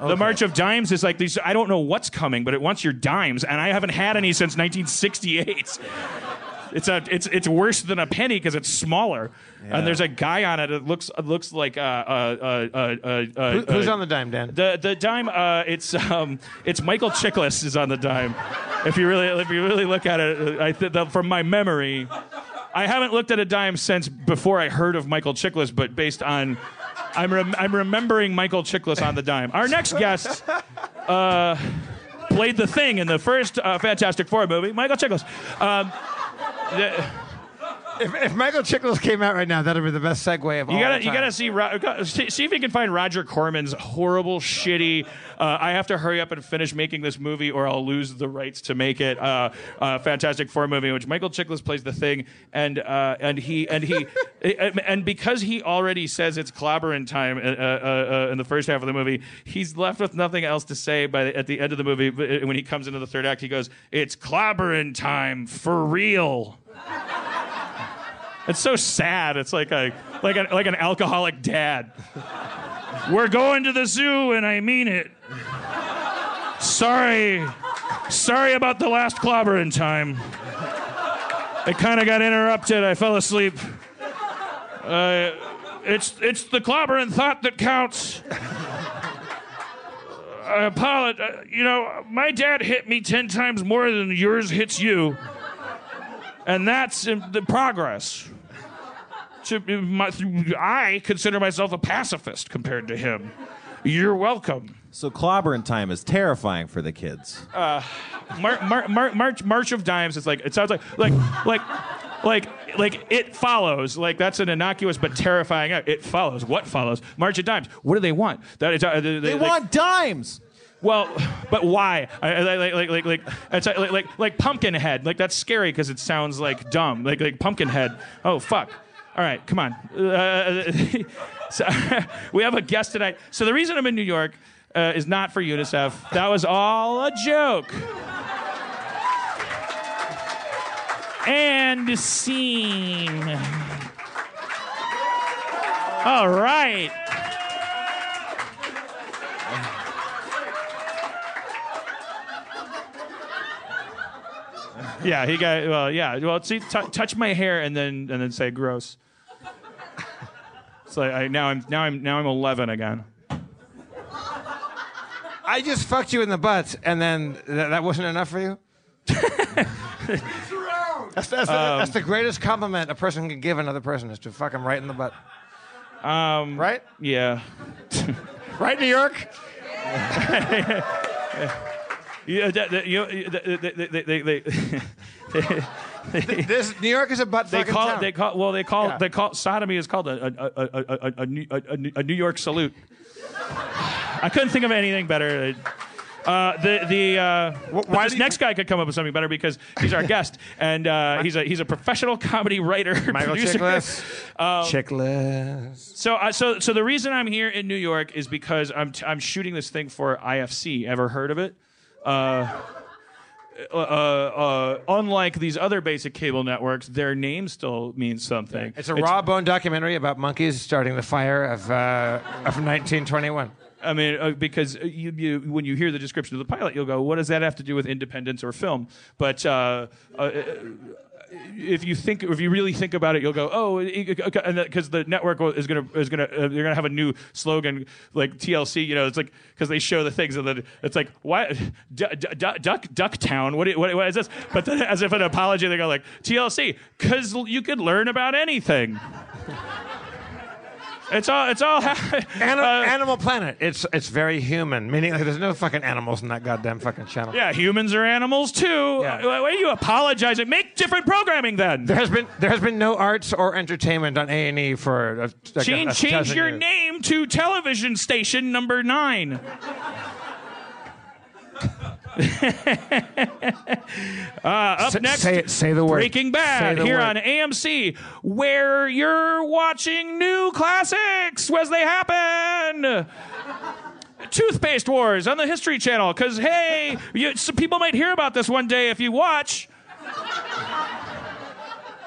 B: The March of Dimes is like these. I don't know what's coming, but it wants your dimes, and I haven't had any since 1968. It's a, it's, it's worse than a penny because it's smaller, and there's a guy on it. It looks, it looks like uh, uh, uh, uh, uh,
A: who- who's
B: uh,
A: on the dime, Dan?
B: the the dime, uh, it's um, it's Michael Chiklis is on the dime. If you really if you really look at it, uh, I th- the, from my memory, I haven't looked at a dime since before I heard of Michael Chiklis. But based on, I'm rem- I'm remembering Michael Chiklis on the dime. Our next guest. Uh, Played the thing in the first uh, Fantastic Four movie, Michael Chiklis. Um, the-
A: if, if Michael Chiklis came out right now, that'd be the best segue of all
B: you gotta,
A: time.
B: you gotta see, Ro- go- see see if you can find Roger Corman's horrible, shitty. Uh, I have to hurry up and finish making this movie, or I'll lose the rights to make it. Uh, uh, Fantastic Four movie, in which Michael Chiklis plays the thing, and uh, and he and he eh, and because he already says it's clobbering time uh, uh, uh, in the first half of the movie, he's left with nothing else to say. By the, at the end of the movie, but when he comes into the third act, he goes, "It's clobbering time for real." It's so sad. It's like a like an like an alcoholic dad. We're going to the zoo, and I mean it. Sorry. Sorry about the last clobber in time. It kind of got interrupted. I fell asleep. Uh, it's, it's the clobber in thought that counts. I apologize. You know, my dad hit me 10 times more than yours hits you. And that's in- the progress. To, my, I consider myself a pacifist compared to him. You're welcome.
C: So clobbering time is terrifying for the kids.
B: Mar- Mar- Mar- March March of Dimes is like it sounds like like like like like it follows like that's an innocuous but terrifying act. it follows what follows March of Dimes what do they want that is, uh, they,
C: they want dimes.
B: well but why I, I, like like like like, it's like like like Pumpkinhead like that's scary because it sounds like dumb like like Pumpkinhead oh fuck. All right, come on. Uh, so, we have a guest tonight. So the reason I'm in New York uh, is not for UNICEF. That was all a joke. and scene. All right. yeah, he got well. Yeah, well, see, tou touch my hair and then and then say gross. So I, now I'm now I'm now I'm 11 again.
A: I just fucked you in the butt, and then th- that wasn't enough for you? that's, that's, the, that's
B: Um,
A: the greatest compliment a person can give another person is to fuck him right in the butt. Um, right?
B: Yeah.
A: Right, New York?
B: Yeah, that- that- you know, that- that- they- they- they-
A: This New York is a butt
B: they
A: fucking
B: call it
A: town.
B: they call well they call
A: Yeah.
B: they call sodomy is called a a, a, a, a, a, New- a, a- a New York salute. I couldn't think of anything better. Uh, the the uh, but
A: why
B: this
A: do you-
B: next guy could come up with something better because he's our guest and uh, he's a he's a professional comedy writer
A: Michael
B: producer. Um,
A: Chiklis. Chiklis.
B: So, I so, so the reason I'm here in New York is because I'm, t- I'm shooting this thing for IFC. Ever heard of it? Uh, uh, uh, unlike these other basic cable networks, their name still means something.
A: It's a raw bone documentary about monkeys starting the fire of, uh, of 1921.
B: I mean, uh, because you, you, when you hear the description of the pilot, you'll go, "What does that have to do with independence or film?" But uh, uh, if you think, if you really think about it, you'll go, "Oh, because the network will- is gonna is gonna uh, they're gonna have a new slogan like TLC. You know, it's like because they show the things and then it's like, "Why du- du- du- Duck Duck Town? What, do you- what what is this?" But then, as if an apology, they go like TLC because you could learn about anything. It's all. It's all.
A: Ani-
B: uh,
A: Animal Planet. It's it's very human. Meaning, like, there's no fucking animals in that goddamn fucking channel.
B: Yeah, humans are animals too. Uh,
A: Yeah.
B: Why are you apologizing? Make different programming then.
A: There has been there has been no arts or entertainment on A and E for a, like a- a
B: Change, change
A: dozen
B: your
A: years.
B: name to television station number nine.
A: S-
B: Uh, next-
A: say it. Say the word.
B: Breaking Bad
A: Say the
B: here on
A: word.
B: AMC, where you're watching new classics as they happen. Toothpaste Wars on the History Channel, because hey, you, some people might hear about this one day if you watch.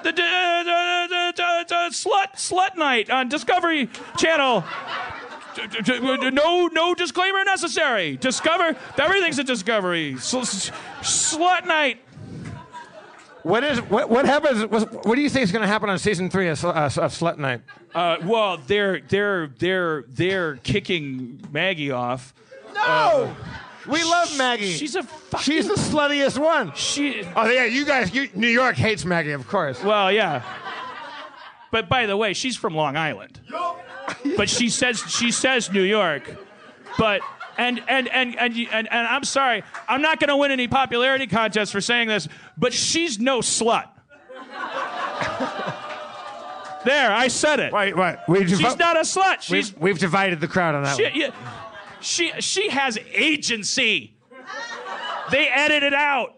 B: The, d- uh, d- uh, d- uh, d- uh, slut slut night on Discovery Channel. D- d- d- No no disclaimer necessary. Discover everything's a discovery. Sl- s- Slut night.
A: What is what? What happens? What, what do you think is going to happen on season three of, Sl- uh, of Slut Night?
B: Uh, well, they're they're they're they're kicking Maggie off.
A: No, we love Maggie.
B: She's a fucking.
A: she's the sluttiest one.
B: she.
A: Oh yeah, you guys. You, New York hates Maggie, of course.
B: Well, yeah. But by the way, she's from Long Island. But she says she says New York. But and and and and and, and, I'm sorry, I'm not going to win any popularity contests for saying this, but she's no slut. there, I said it.
A: Wait, wait. We divi-
B: She's not a slut. She's
A: we've, we've divided the crowd on that.
B: She,
A: one.
B: yeah, she, she has agency. They edit it out.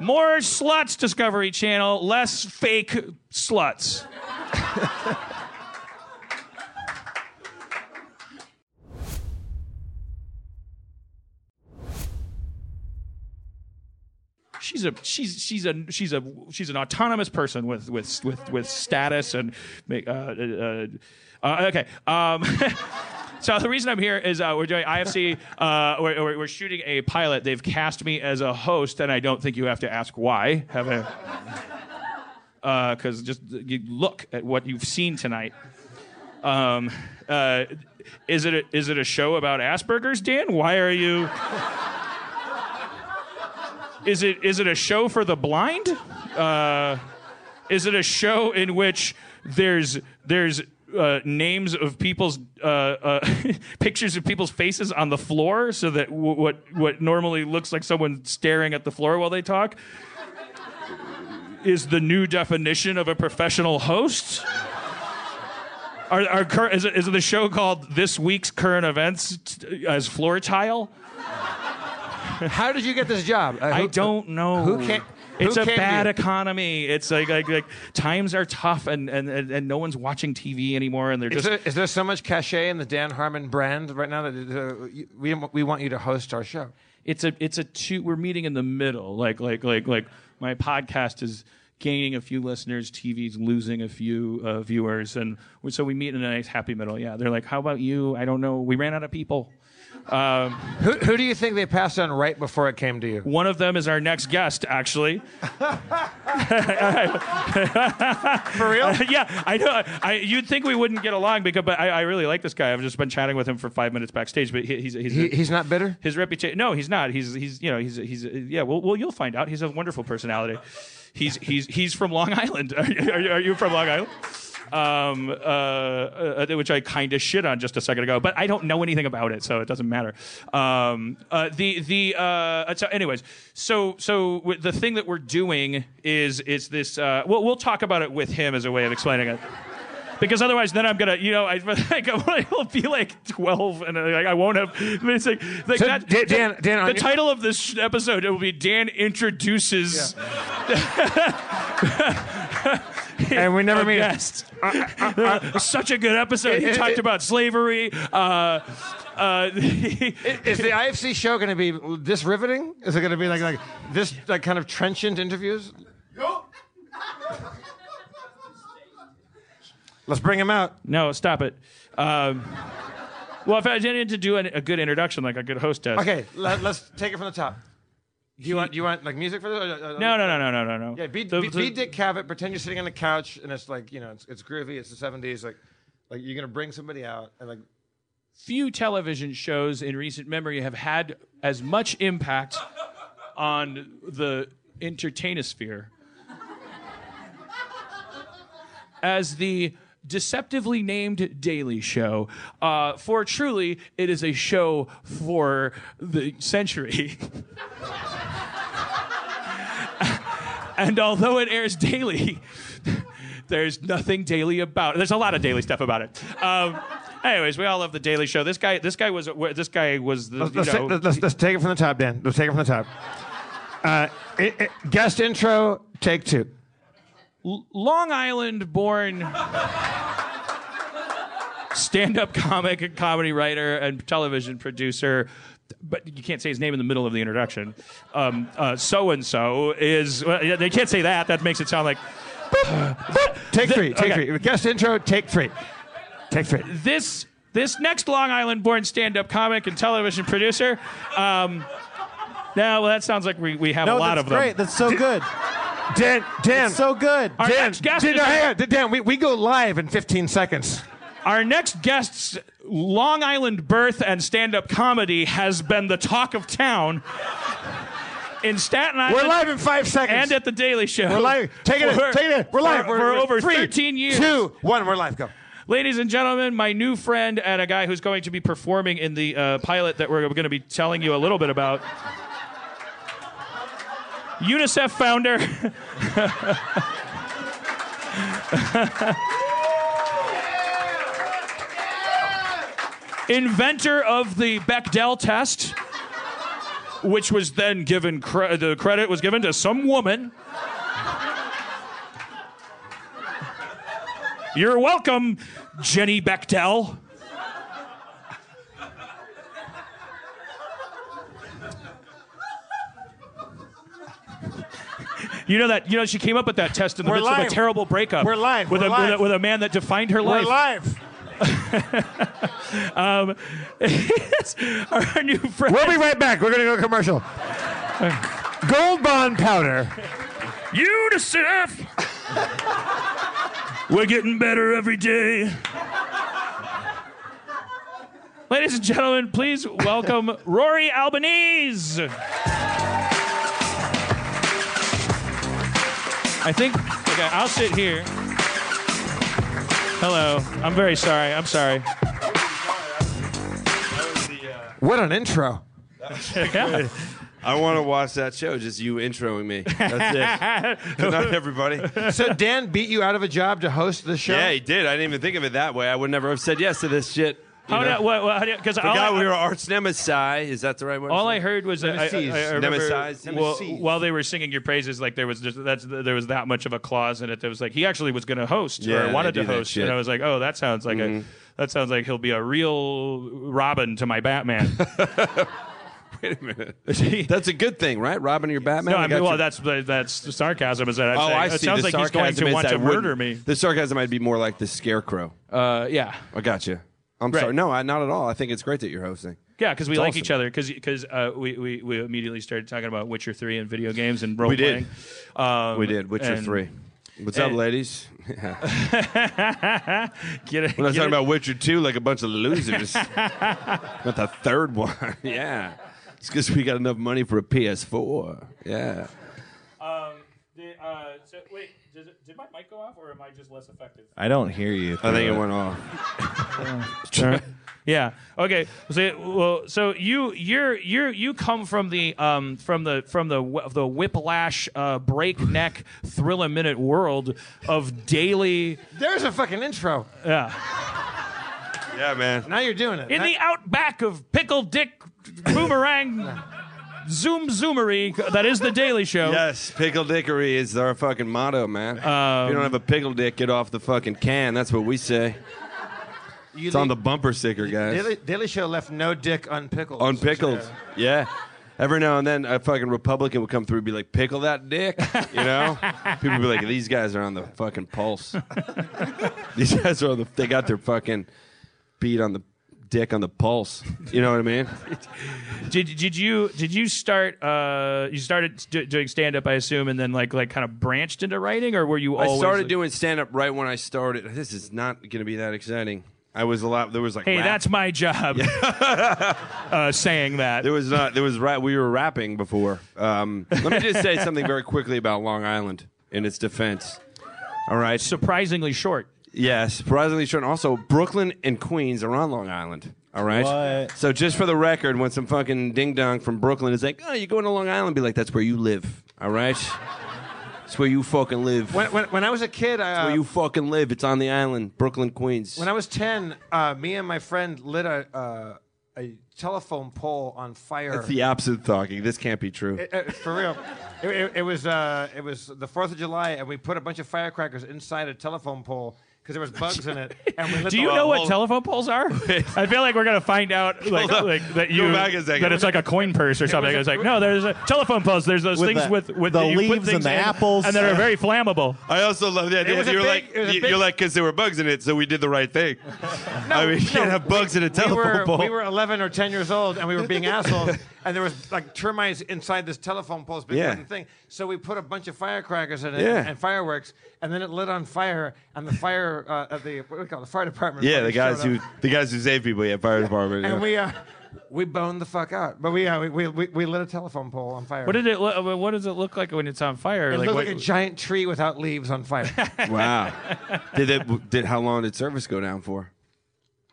B: More sluts, Discovery Channel, less fake sluts. she's a she's she's a she's a she's an autonomous person with with with with status and make uh, uh, uh, uh, okay um So the reason I'm here is uh, we're doing IFC. Uh, we're, we're- we're shooting a pilot. They've cast me as a host, and I don't think you have to ask why. Have a because just you look at what you've seen tonight. Um, uh, is it a, is it a show about Asperger's, Dan? Why are you? Is it is it a show for the blind? Uh, is it a show in which there's there's uh, names of people's uh, uh, pictures of people's faces on the floor, so that w- what what normally looks like someone staring at the floor while they talk is the new definition of a professional host? Are, are cur- is, it, is it the show called This Week's Current Events t- as Floor Tile?
A: How did you get this job? Uh, who-
B: I don't know.
A: who can- who
B: It's a
A: can
B: bad
A: you?
B: economy. It's like, like like times are tough, and and, and and no one's watching TV anymore, and they're
A: Is
B: just
A: there, is there so much cachet in the Dan Harmon brand right now that uh, you- we, we want you to host our show?
B: it's a it's a two. We're meeting in the middle. Like like like like my podcast is gaining a few listeners, TV's losing a few uh, viewers, and we- so we meet in a nice happy middle. Yeah, they're like, how about you? I don't know. We ran out of people. Um,
A: Who, who do you think they passed on right before it came to you?
B: One of them is our next guest, actually.
A: For real?
B: yeah, I know. I, you'd think we wouldn't get along because, but I, I really like this guy. I've just been chatting with him for five minutes backstage, but he, he's he's,
A: He, he's not bitter?
B: his reputation. No, he's not. He's he's you know he's he's yeah. Well, well, you'll find out. He's a wonderful personality. He's he's he's from Long Island. Are you, are you, are you from Long Island? Um, uh, uh, which I kind of shit on just a second ago, but I don't know anything about it, so it doesn't matter. Um, uh, the the uh, so anyways, so so w- the thing that we're doing is is this. Uh, we'll we'll talk about it with him as a way of explaining it because otherwise then I'm gonna you know I like it'll be like twelve and I, like, I won't have I mean, it's like like
A: So,
B: that
A: Dan- Dan- Dan, on
B: the
A: your-
B: title of this episode it will be Dan introduces
A: And we never
B: a
A: meet.
B: guest.
A: uh,
B: It was such a good episode. He
A: it-
B: talked
A: it-
B: about slavery. Uh, uh,
A: Is the IFC show going to be this riveting? Is it going to be like like this like kind of trenchant interviews? Let's bring him out.
B: no, stop it. Um, well, if I didn't to do an, a good introduction like a good host does.
A: Okay, let, us take it from the top. Do you want do you want like music for this? Or- or- or-
B: No, no, no, no, no, no, no.
A: Yeah, be,
B: The-
A: be,
B: the-
A: be Dick Cavett. Pretend you're sitting on the couch and it's like you know it's, it's groovy. It's the '70s. Like like you're gonna bring somebody out and like
B: few television shows in recent memory have had as much impact on the entertainosphere as the deceptively named Daily Show. Uh, for truly, it is a show for the century. and although it airs daily, there's nothing daily about it. There's a lot of daily stuff about it. Um, anyways, we all love the Daily Show. This guy, this guy was, this guy was the,
A: let's,
B: you
A: let's,
B: know,
A: take, let's, let's take it from the top, Dan. Let's take it from the top. Uh, it, it, guest intro, take two.
B: Long Island born stand up comic and comedy writer and television producer. But you can't say his name in the middle of the introduction. So and so is. Well, yeah, they can't say that. That makes it sound like.
A: Take
B: The-
A: three. Take
B: okay.
A: three. Guest intro. Take three. Take three.
B: This this next Long Island born stand up comic and television producer. Um, now, well, that sounds like we, we have
C: No,
B: a lot
C: that's
B: of
C: great.
B: them.
C: That's so good.
A: Dan. Dan.
C: So good.
B: Our
A: Dan.
B: next guest
A: Dan,
B: is-
A: no, hang on. Dan. We, we go live in 15 seconds.
B: Our next guest's Long Island birth and stand up comedy has been the talk of town in Staten Island.
A: We're live in five seconds.
B: and at the Daily Show.
A: we're live. Take it.
B: For-
A: in. Take it. In. We're live.
B: For,
A: we're,
B: for
A: we're
B: over
A: three,
B: 13 years.
A: Two. One. We're live. Go.
B: Ladies and gentlemen, my new friend and a guy who's going to be performing in the uh, pilot that we're going to be telling you a little bit about. UNICEF founder. Inventor of the Bechdel test, which was then given cre- the credit was given to some woman. You're welcome, Jenny Bechtel. You know that you know she came up with that test in the
A: We're
B: midst of
A: live.
B: a terrible breakup.
A: We're live.
B: With,
A: We're
B: a,
A: live.
B: with a with a man that defined her
A: We're
B: life.
A: live.
B: um, our new friend.
A: We'll be right back. We're going to go commercial. Gold Bond powder.
B: UNICEF! We're getting better every day. Ladies and gentlemen, please welcome Rory Albanese. I think, okay, I'll sit here. Hello. I'm very sorry. I'm sorry.
A: What an intro.
B: Yeah.
D: I want to watch that show. Just you introing me. That's it. Good night, everybody.
A: So Dan beat you out of a job to host the show?
D: Yeah, he did. I didn't even think of it that way. I would never have said yes to this shit. you
B: How
D: know?
B: do, what, what, how do, because
D: The guy we were arch nemesis. Is that the right word?
B: All I heard was that I,
A: Nemesis.
B: I- I remember
D: Nemesis.
B: well,
D: Nemesis.
B: while they were singing your praises, like there was just, that's there was that much of a clause in it that was like he actually was going to host
D: Yeah,
B: or
D: they
B: wanted
D: do
B: to
D: that
B: host,
D: shit. Mm-hmm.
B: and I was like, oh, that sounds like a that sounds like he'll be a real Robin to my Batman.
D: Wait a minute. That's a good thing, right? Robbing your Batman.
B: no,
D: I
B: I
D: got
B: mean, well,
D: you.
B: that's that's sarcasm. Is that I'm
D: Oh,
B: saying,
D: I see.
B: It sounds
D: the
B: like he's going
D: sarcasm
B: to
D: is
B: want
D: I
B: to
D: wouldn't-
B: murder me.
D: The sarcasm might be more like the scarecrow.
B: Uh, yeah,
D: I got you. I'm
B: Right.
D: sorry. No, I, not at all. I think it's great that you're hosting.
B: yeah, because we
D: It's
B: like
D: awesome.
B: each other because because uh, we, we we immediately started talking about Witcher three and video games and role
D: We
B: playing.
D: did.
B: Um,
D: We did. Witcher
B: and-
D: three. What's up,
B: and-
D: ladies?
B: Get it?
D: We're not
B: get it-
D: talking about Witcher 2 like a bunch of losers. not the third one. yeah. It's because we got enough money for a PS4. Yeah.
B: Um, the, uh, so wait, does it, did my mic go off, or am I just less effective?
C: I don't hear you.
D: I think it went off.
B: Yeah. Okay. So, well, so you you're you are you come from the um from the from the wh- the whiplash uh, breakneck thrill a minute world of daily
A: There's a fucking intro.
D: Yeah, man.
A: Now you're doing it.
B: in
A: Now-
B: the outback of pickle dick boomerang zoom zoomery that is the Daily Show.
D: Yes, pickle dickery is our fucking motto, man. if you don't have a pickle dick, get off the fucking can. That's what we say.
A: you
D: It's on the
A: leave-
D: bumper sticker, guys.
A: Daily, Daily Show left no dick unpickled.
D: Unpickled. Yeah. Every now and then, a fucking Republican would come through and be like, pickle that dick. You know? People would be like, these guys are on the fucking pulse. these guys are on the, they got their fucking beat on the dick on the pulse. You know what I mean?
B: Did did you did you start uh you started do, doing stand up I assume and then like like kind of branched into writing or were you always
D: I started
B: like-
D: doing stand up right when I started. This is not going to be that exciting. I was a lot, there was like,
B: Hey,
D: rap-
B: that's my job. uh, saying that.
D: There was not. There was right. We were rapping before. Um, let me just say something very quickly about Long Island in its defense. All right.
B: Surprisingly short.
D: Yeah, surprisingly short. And also, Brooklyn and Queens are on Long Island. All right.
C: What?
D: So just for the record, when some fucking ding dong from Brooklyn is like, "Oh, you're going to Long Island," be like, "That's where you live." All right. It's where you fucking live.
A: When, when, when I was a kid, I, uh,
D: where you fucking live. It's on the island, Brooklyn, Queens.
A: when I was 10, uh, me and my friend lit a, uh, a telephone pole on fire.
D: That's the opposite talking. This can't be true.
A: Uh, for real. It, it- it was uh, it was the Fourth of July, and we put a bunch of firecrackers inside a telephone pole because there was bugs in it. And we lit
B: Do
A: the-
B: you know what
D: hold-
B: telephone poles are? I feel like we're gonna find out like,
D: up.
B: like that
D: Go
B: you
D: back a second.
B: that it's like a coin purse or something. It's like no, there's a telephone poles. There's those
C: With
B: things
C: the-
B: with with
C: the
B: that you put
C: leaves
B: things
C: and the
B: in
C: apples.
B: and that are very flammable.
D: I also love the idea.
A: was a
D: You're
A: big-
D: like,
A: it was a
D: you-
A: big-
D: you're like, because there were bugs in it, so we did the right thing.
A: No,
D: I mean, you can't
A: no,
D: have bugs in a
A: we
D: telephone
A: were,
D: pole.
A: We were 11 or 10 years old, and we were being assholes. And there was like termites inside this telephone pole's big
D: Yeah.
A: wooden thing. So we put a bunch of firecrackers in it
D: Yeah.
A: and fireworks, and then it lit on fire. And the fire uh, at the what do we call it, the fire department?
D: yeah, the
A: fucking
D: guys
A: showed
D: who
A: up.
D: the guys who save people, yeah, fire department. yeah.
A: and we uh, we boned the fuck out. But we, uh, we, we we lit a telephone pole on fire.
B: What did it? Lo- what does it look like when it's on fire?
A: it
B: like,
A: looked
B: what-
A: like a giant tree without leaves on fire.
D: Wow. did it, did how long did service go down for?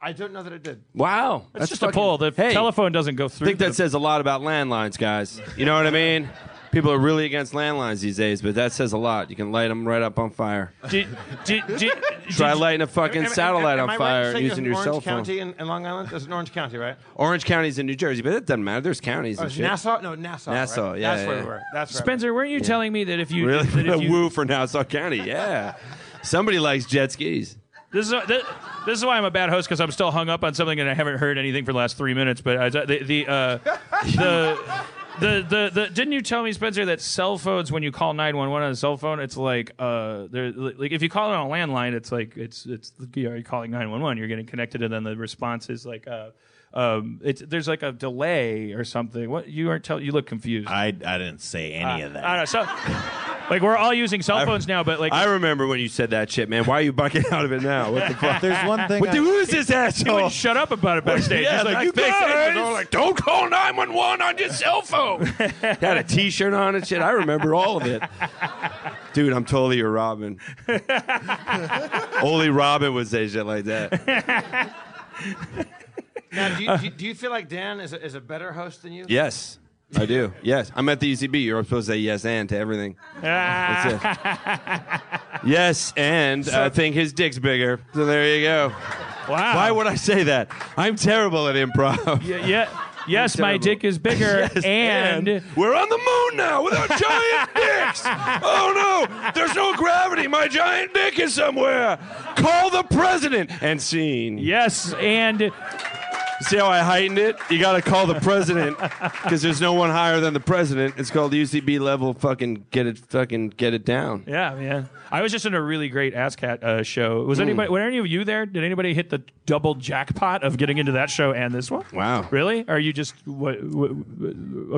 A: I don't know that it did.
D: Wow.
B: it's just a pole. The
D: hey,
B: telephone doesn't go through.
D: I think
B: the-
D: that says a lot about landlines, guys. You know what I mean? People are really against landlines these days, but that says a lot. You can light them right up on fire.
B: Did, did, did,
D: Try
B: did-
D: lighting a
A: Am- am-
D: fucking
A: am-
D: satellite
A: am I right to
D: on fire
A: say
D: using
A: there's
D: your
A: an
D: cell
A: Orange
D: phone.
A: County in, in Long Island. There's an Orange County, right?
D: Orange County's in New Jersey, but it doesn't matter. There's counties
A: Oh,
D: and
A: it's
D: shit.
A: Nassau? No, Nassau. right?
D: Nassau, yeah,
A: That's where
D: yeah.
A: we were. That's right.
B: Spencer, weren't you telling me that if you that if
D: Really?
B: you-
D: Woo for Nassau County. Yeah. Somebody likes jet skis.
B: This is this, this is why I'm a bad host because I'm still hung up on something and I haven't heard anything for uh, the last three minutes. But I, the the uh, the the, the the didn't you tell me Spencer that cell phones when you call 911 on a cell phone it's like uh they're like if you call it on a landline it's like it's it's you know, you're calling 911 you're getting connected and then the response is like uh um it's there's like a delay or something what you aren't tell you look confused
C: I, I didn't say any of that.
B: I don't know so like we're all using cell phones now but like
D: I remember when you said that shit, man. Why are you bucking out of it now? What the fuck?
C: There's one thing.
D: What the,
C: I-
D: who is this asshole?
B: wouldn't shut up about it backstage
D: Yeah,
B: He's like,
D: like,
B: you
D: they said-
B: guys
D: they're all like, don't call 911 on your cell phone. Had a T-shirt on and shit. I remember all of it. Dude, I'm totally your Robin. Only Robin would say shit like that.
A: Now, do you, do, you- do you feel like Dan is a, is a better host than you?
D: Yes, I do. Yes, I'm at the ECB. You're supposed to say yes and to everything. That's it. Yes, and I think his dick's bigger. So there you go.
B: wow
D: Why would I say that? I'm terrible at improv.
B: yeah, yeah. yes my
D: terrible.
B: dick is bigger and
D: we're on the moon now with our giant dicks. Oh no, there's no gravity. My giant dick is somewhere. Call the president and scene.
B: yes and
D: See how I heightened it? You got to call the president because there's no one higher than the president. It's called UCB level. Fucking get it. Fucking get it down.
B: Yeah, man. I was just in a really great Ass Cat uh, show. Was anybody? Were any of you there? Did anybody hit the double jackpot of getting into that show and this one?
D: Wow.
B: Really? Are you just what, what,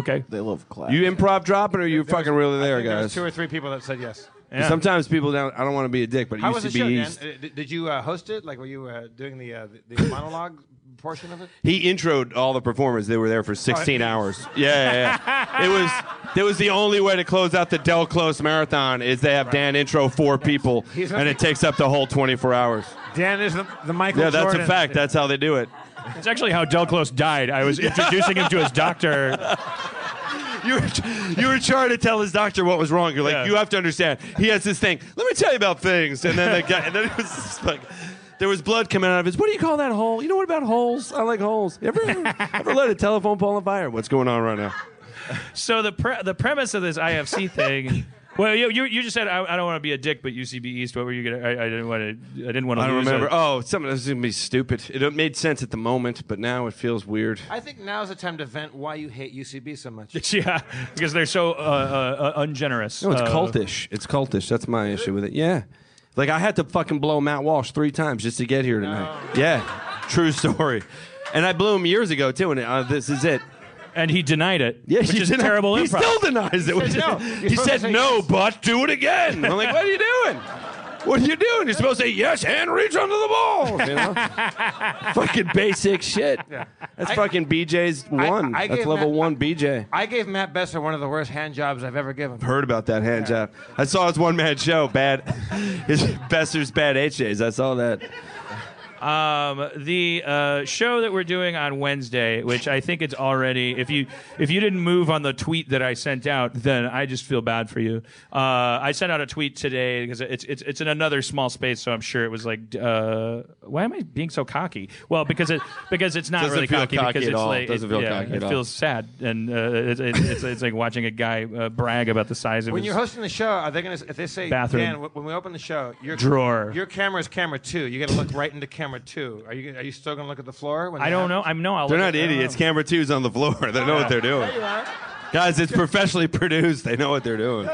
B: okay?
C: They love class.
D: You improv dropping or you fucking really there,
A: There's
D: guys?
A: two or three people that said yes.
B: Yeah.
D: Sometimes people don't. I don't want to be a dick, but
A: How
D: UCB
A: was the show, Dan?
D: East-
A: Uh, Did, did you uh, host it? Like, were you uh, doing the, uh, the, the monologue portion of it?
D: He introed all the performers. They were there for 16 hours. Yeah, yeah, yeah. it was that was the only way to close out the Del Close Marathon is they have Dan intro four people,
A: He's not-
D: and it takes up the whole 24 hours.
A: Dan is the, the Michael
D: Yeah, that's a fact. That's how they do it.
B: It's actually how Del Close died. I was introducing him to his doctor.
D: You were, you were trying to tell his doctor what was wrong. You're like,
B: Yeah.
D: you have to understand. He has this thing. Let me tell you about things. And then the guy, and then it was just like, there was blood coming out of his. What do you call that hole? You know what about holes? I like holes. You Ever ever let a telephone pole on fire? What's going on right now?
B: So the pre- the premise of this IFC thing. Well, you, you you just said I, I don't want to be a dick, but UCB East. What were you gonna? I, I didn't want to. I didn't want to.
D: I don't remember. Oh, something that's gonna be stupid. It, it made sense at the moment, but now it feels weird.
A: I think now's the time to vent why you hate UCB so much.
B: Yeah, because they're so uh, uh, ungenerous.
D: No, it's
B: Uh,
D: cultish. It's cultish. That's my issue with it. Yeah, like I had to fucking blow Matt Walsh three times just to get here tonight. Yeah, true story. And I blew him years ago too. And uh, this is it.
B: And he denied it.
D: Yeah,
B: which
D: he
B: is
D: denied-
B: terrible
D: He
B: improv.
D: still denies it. He
A: said no. You're
D: He
A: supposed
D: said
A: to say
D: no,
A: yes.
D: but do it again. I'm like, what are you doing? What are you doing? You're supposed to say yes and reach under the ball. You know? fucking basic shit. That's
A: I-
D: fucking BJ's
A: I-
D: one.
A: I
D: That's
A: gave
D: level
A: Matt-
D: one BJ.
A: I gave Matt Besser one of the worst hand jobs I've ever given.
D: Heard about that hand job. I saw his one man show, bad his Besser's bad H days. I saw that.
B: Um, the uh, show that we're doing on Wednesday, which I think it's already. If you if you didn't move on the tweet that I sent out, then I just feel bad for you. Uh, I sent out a tweet today because it's it's it's in another small space, so I'm sure it was like, uh, why am I being so cocky? Well, because it because it's not
D: Doesn't
B: really
D: feel
B: cocky,
D: cocky
B: because
D: at
B: it's
D: all.
B: like
D: Doesn't
B: it,
D: feel
B: yeah,
D: cocky
B: it
D: at all.
B: feels sad and uh, it's it's it's, it's like watching a guy uh, brag about the size of
A: When
B: his
A: you're hosting the show, are they going to? If they say,
B: Bathroom.
A: Dan, wh- when we open the show, your
B: Drawer.
A: your camera is camera two. You got to look right into camera two. Are you are you still going to look at the floor? When
B: I
A: they
B: don't
A: have-
B: know. I'm no. I'll
D: They're
B: look at-
D: not
B: I don't
D: idiots.
B: know.
D: Camera two's on the floor. They know what they're doing.
A: You are.
D: Guys, it's professionally produced. They know what they're doing.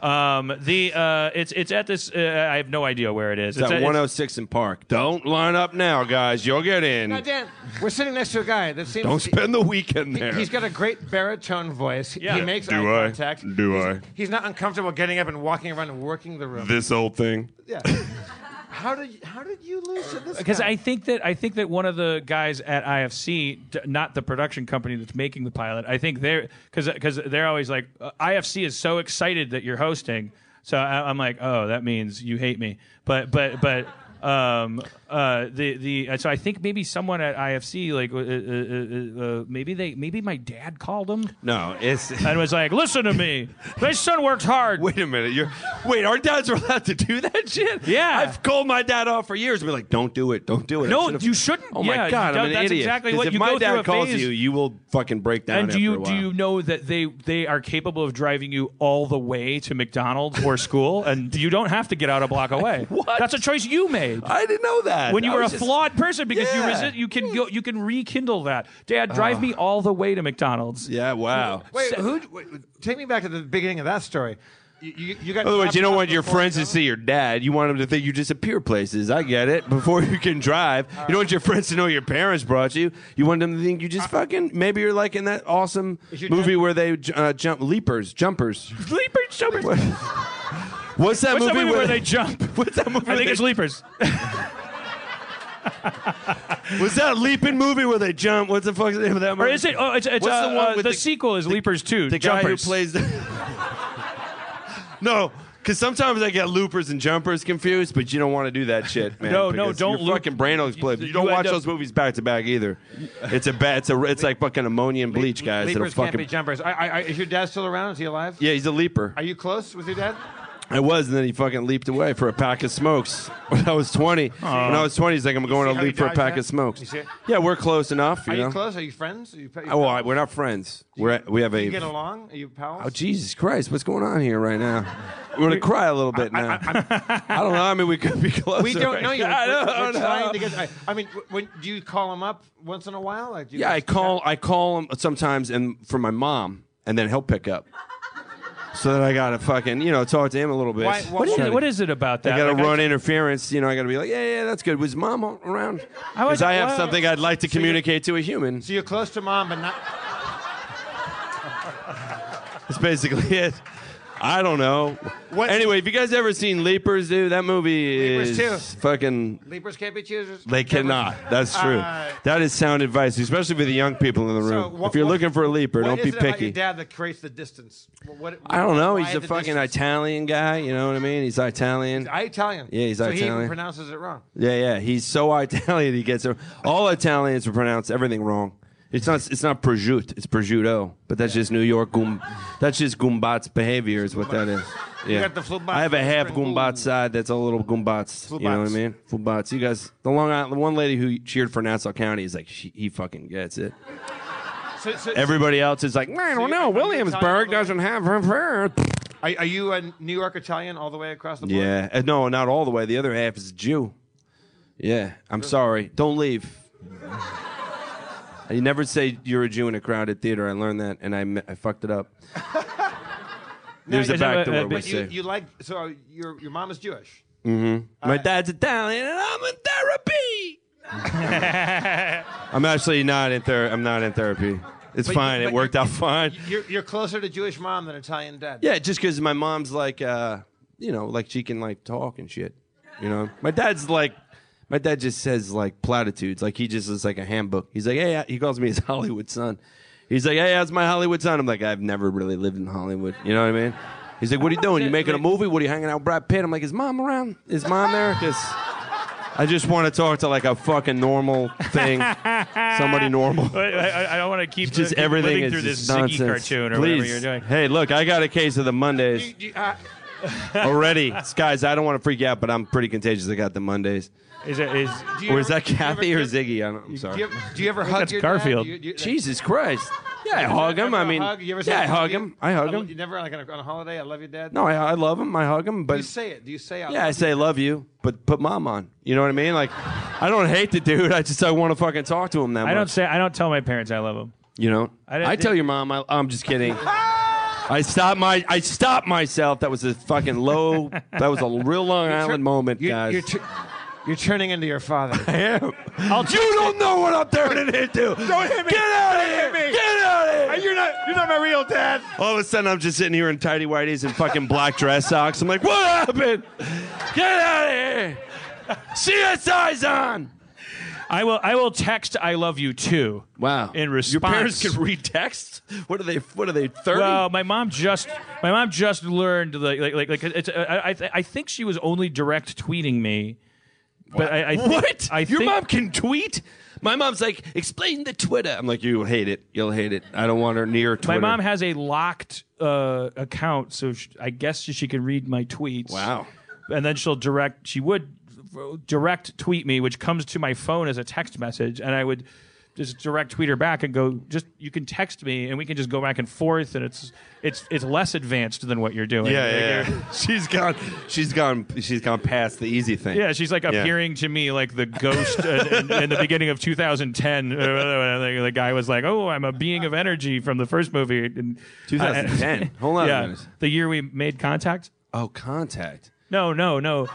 B: Um, the uh, it's it's at this. Uh, I have no idea where it is.
D: It's
B: at-
D: at 106 in Park. Don't line up now, guys. You'll get
A: Now,
D: in.
A: Dan, we're sitting next to a guy that seems
D: Don't spend the weekend
A: He,
D: there.
A: he's got a great baritone voice.
B: Yeah.
A: He makes
D: Do
A: eye
D: I?
A: contact.
D: Do
A: he's,
D: I?
A: He's not uncomfortable getting up and walking around and working the room.
D: this old thing.
A: yeah. How did you, how did you lose to this?
B: Because
A: guy?
B: I think that I think that one of the guys at IFC, d- not the production company that's making the pilot, I think they're because because they're always like uh, IFC is so excited that you're hosting. So I, I'm like, oh, that means you hate me. But but but um uh the the uh, so I think maybe someone at IFC like uh, uh, uh, uh, maybe they maybe my dad called him
D: No, it's.
B: and was like, listen to me, my son worked hard.
D: Wait a minute. You're wait. Our dads are allowed to do that shit.
B: Yeah.
D: I've called my dad off for years. and Be like, don't do it. Don't do it. I
B: No,
D: should've-
B: you shouldn't.
D: Oh my
B: Yeah,
D: god,
B: that-
D: I'm an
B: that's
D: idiot.
B: exactly
D: 'Cause
B: what-
D: if
B: you
D: my
B: go
D: dad
B: through a
D: calls
B: phase-
D: you, you will fucking break down.
B: And do
D: after a
B: you
D: while.
B: do you know that they they are capable of driving you all the way to McDonald's or school, and you don't have to get out a block away.
D: What?
B: That's a choice you made. age.
D: I didn't know that.
B: when you
D: I
B: were a
D: was just-
B: flawed person because you
D: Yeah. Ah.
B: resist, you can go, you can rekindle that. Dad, drive me all the way to McDonald's.
D: Yeah, wow.
A: Wait,
B: So-
A: who? Wait, take me back to the beginning of that story. You, you, you got.
D: Otherwise, you don't
A: chopped
D: want
A: up
D: your
A: before
D: friends
A: you
D: to see your dad. You want them to think you disappear places. I get it. Before you can drive, you don't want your friends to know your parents brought you. You want them to think you just fucking. Maybe you're like in that awesome
A: Is your
D: movie
A: dad-
D: where they j- uh, jump leapers, jumpers.
B: Leapers, jumpers.
D: What- What's that
B: What's
D: movie,
B: that movie where they jump?
D: What's that movie?
B: I
D: where
B: think
D: they-
B: it's Leapers.
D: Was that a leaping movie where they jump? What's the fuck's the name of that
B: Or
D: movie?
B: is it? Oh, it's, it's
D: What's
B: uh,
D: the
B: the,
D: one with
B: the,
D: the-
B: sequel is Leapers Two.
D: the guy
B: Jumpers.
D: who plays the no because sometimes i get loopers and jumpers confused but you don't want to do that shit man
B: No, no,
D: because
B: don't
D: your
B: loop-
D: fucking brain will explode
B: you-
D: you don't
B: you
D: watch
B: end up-
D: those movies back to back either it's a bad it's a it's like fucking ammonia and bleach guys it'll
A: Leapers can't be
D: fucking
A: jumpers. I, I, I, is your dad still around? Is he alive?
D: yeah he's a leaper
A: Are you close with your dad?
D: i was and then he fucking leaped away for a pack of smokes when i was 20 when i was 20 he's like i'm going
A: See
D: to
A: how he
D: leap for a
A: dodged
D: pack
A: that?
D: of smokes
A: You see it?
D: yeah we're close enough you
A: Are
D: know
A: you close? Are you friends? Are you, are you
D: Oh, well, I- we're not friends we're at, we have
A: Do
D: a
A: you get along? Are you pals?
D: Oh Jesus Christ! What's going on here right now? We're gonna cry a little bit now. I, don't know. I mean, we could be closer.
A: we don't know you.
D: I
A: We're-
D: don't
A: we're
D: know.
A: trying to get- I, I mean, w- when, do you call him up once in a while? Like, do you
D: Yeah, I
A: guys
D: call.
A: chat?
D: I call him sometimes, and for my mom, and then he'll pick up. So then I gotta fucking you know talk to him a little bit.
A: Why- why-
B: What is,
A: Sorry.
B: it, what is it about that?
D: I gotta
B: Like,
D: run interference. You know, I gotta be like, yeah, yeah, that's good. Was mom a- around?
B: I was-
D: Because I have
B: well-
D: something I'd like to
A: you-
D: communicate to a human.
A: So you're close to mom, but not.
D: That's basically it. I don't know.
A: What-
D: Anyway, if you guys ever seen Leapers, dude, that movie
A: Leapers
D: is
A: too.
D: fucking
A: Leapers can't be choosers.
D: They cannot. That's true.
A: Uh,
D: that is sound advice, especially for the young people in
A: So
D: the room.
A: what-
D: if you're
A: what-
D: looking for a leaper,
A: what
D: don't
A: is
D: be
A: it About your
D: picky.
A: dad that creates the distance. What, what,
D: I don't know.
A: why
D: He's a
A: the
D: fucking
A: distance?
D: Italian guy. You know what I mean? He's Italian.
A: I Italian.
D: Yeah, he's
A: so he
D: Italian.
A: even pronounces it wrong.
D: yeah, yeah. He's so Italian. He gets it. all Italians pronounce everything wrong. It's not. It's not prosciutto. It's prosciutto. But that's just New York. Gum, that's just Gumbat's behavier. Is what that is. Yeah.
A: got the Flubats
D: I have a half
A: whispering,
D: Gumbat
A: "Ooh."
D: side that's a little Gumbats. You know what I
A: Flubats.
D: mean? Flubats. You guys. The Long Island. The one lady who cheered for Nassau County is like she, he fucking gets it.
A: So, so,
D: Everybody else is like, I
A: you're-
D: don't know.
A: are you
D: Williamsburg
A: Italian all the
D: doesn't have her first.
A: Are, are you a New York Italian all the way across the board?
D: Yeah, Uh, no, not all the way. The other half is Jew. Yeah, I'm sorry. Don't leave. You never say you're a Jew in a crowded theater. I learned that, and I, me- I fucked it up. There's a
B: is that
D: back
B: what-
D: door
B: uh,
D: we
B: but
A: You,
D: say.
A: you like so your your mom is Jewish.
D: My
A: uh,
D: dad's Italian, and I'm in therapy. I'm actually not in therapy. I'm not in therapy. It's
A: But-
D: fine.
A: but
D: it worked out fine.
A: You're you're closer to Jewish mom than Italian dad.
D: Yeah, just because my mom's like, uh, you know, like she can like talk and shit. You know, my dad's like, my dad just says like platitudes. Like he just is like a handbook. He's like, hey, he calls me his Hollywood son. He's like, hey, how's my Hollywood son? I'm like, I've never really lived in Hollywood. You know what I mean? He's like, what are you doing? You making a movie? What are you hanging out with Brad Pitt? I'm like, is mom around? Is mom there? 'Cause I just want to talk to like a fucking normal thing, somebody normal.
B: I, I, I don't want to keep
D: Just
B: keep
D: everything
B: living
D: is
B: through
D: just
B: this
D: nonsense.
B: Ziggy cartoon or
D: Please.
B: whatever you're doing.
D: Hey, look, I got a case of the Mondays
A: You- you- uh,
D: already. Guys, I don't want to freak you out, but I'm pretty contagious. I got the Mondays.
B: Is it is?
A: do you
D: Or is
A: ever-
D: that
A: do
D: Kathy or
A: you ever-
D: Ziggy? I don't, I'm
A: Do you
D: sorry.
A: ever, do you ever hug
B: that's
A: your dad?
B: Garfield.
A: Do you- do you-
D: Jesus Christ. Yeah, I
A: You
D: hug him.
A: ever
D: I mean,
A: hug? You ever say,
D: yeah, I hug
A: you-
D: him. I hug
A: lo-
D: him.
A: You never like on a, on a holiday. I love you, dad.
D: No, I, I love him. I hug him.
A: Do you
D: But
A: say it? Do you say? I
D: yeah, I
A: love
D: say love you, but put mom on. You know what I mean? Like, I don't hate the dude. I just I want to fucking talk to him that
B: I don't
D: much.
B: say. I don't tell my parents I love them.
D: you know?
B: I
D: I,
B: don't-
D: tell your mom. I, I'm just kidding. I stopped my. I stopped myself. That was a fucking low. that was a real Long Island moment,
A: you,
D: guys.
A: You're, tu- you're turning into your father.
D: I am. you don't know what I'm turning into. Don't hit me. Get out of here. Get out of here. you're not. You're not my real dad. All of a sudden, I'm just sitting here in tidy whities and fucking black dress socks. I'm like, what happened? Get out of here. CSI's on.
B: I will. I will text I love you too.
D: Wow.
B: In response,
D: your parents can read text. What are they? What are they? Thirty.
B: Well, my mom just my mom just learned like like like, like it's, uh, I I th- I think she was only direct tweeting me, but I, I think,
D: what?
B: I
D: your
B: think-
D: mom can tweet. My mom's like, explain the Twitter. I'm like, you'll hate it. You'll hate it. I don't want her near
B: My
D: Twitter.
B: mom has a locked uh, account, so sh I guess she can read my tweets.
D: Wow.
B: And then she'll direct. She would direct tweet me, which comes to my phone as a text message, and I would just direct tweet her back and go, just you can text me and we can just go back and forth and it's it's it's less advanced than what you're doing.
D: Yeah,
B: Like,
D: yeah,
B: you're-
D: yeah. She's gone. She's gone. She's gone past the easy thing.
B: Yeah, she's like
D: Yeah.
B: appearing to me like the ghost uh, in, in the beginning of 2010. Uh, the the guy was like, "Oh, I'm a being of energy from the first movie." And,
D: 2010. Hold on a
B: yeah,
D: minute.
B: the year we made contact.
D: Oh, contact.
B: No, no, no.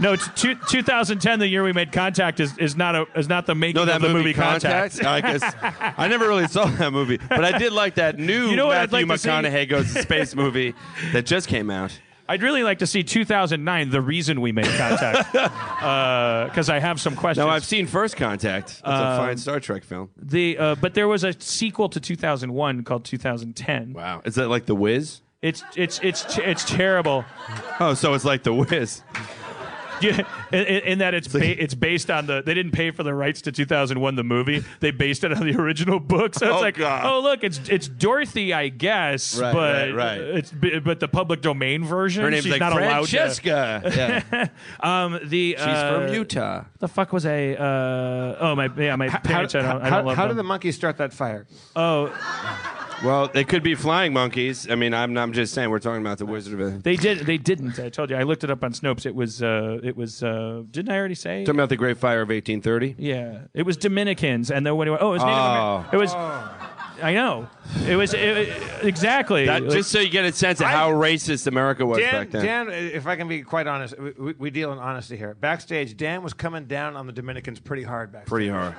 B: No, t- two- 2010, the year we made contact, is, is not a is not the making
D: No, that
B: of the
D: movie,
B: movie,
D: Contact. I guess I never really saw that movie, but I did like that new
B: You know what I'd
D: Matthew
B: like to see?
D: McConaughey goes to space movie that just came out.
B: I'd really like to see 2009, the reason we made contact, because I have some questions.
D: No, I've seen First Contact. It's
B: Um,
D: a fine Star Trek film.
B: the uh, but there was a sequel to 2001 called 2010.
D: Wow, is that like The Wiz?
B: It's it's it's it's terrible.
D: Oh, so it's like The Wiz.
B: Yeah, in, in in that it's ba- it's based on the they didn't pay for the rights to 2001 the movie. They based it on the original book. So it's
D: Oh,
B: like,
D: God.
B: oh look, it's it's Dorothy, I guess,
D: Right,
B: but
D: right, right.
B: it's b- but the public domain version.
D: Her name's
B: she's
D: like
B: not
D: Francesca. Yeah, she's
B: allowed. To, um, the uh,
D: from Utah.
B: The fuck was I? Uh, oh my, yeah, my parents. I don't, I don't
A: how,
B: love them.
A: how
B: Oh,
A: did the monkeys start that fire?
D: Well, they could be flying monkeys. I mean, I'm, I'm just saying we're talking about the Wizard of Oz.
B: they did. They didn't. I told you. I looked it up on Snopes. It was. Uh, it was. Uh, didn't I already say?
D: Talking about the Great Fire of 1830.
B: Yeah, it was Dominicans, and then when it was, oh, it was Native
D: Oh.
B: American. It was, I know, it was it, it- exactly.
D: That,
B: Like,
D: just so you get a sense of how racist America was
A: Dan,
D: back then.
A: Dan, if I can be quite honest, we, we, we deal in honesty here. Backstage, Dan was coming down on the Dominicans pretty hard backstage.
D: Pretty hard.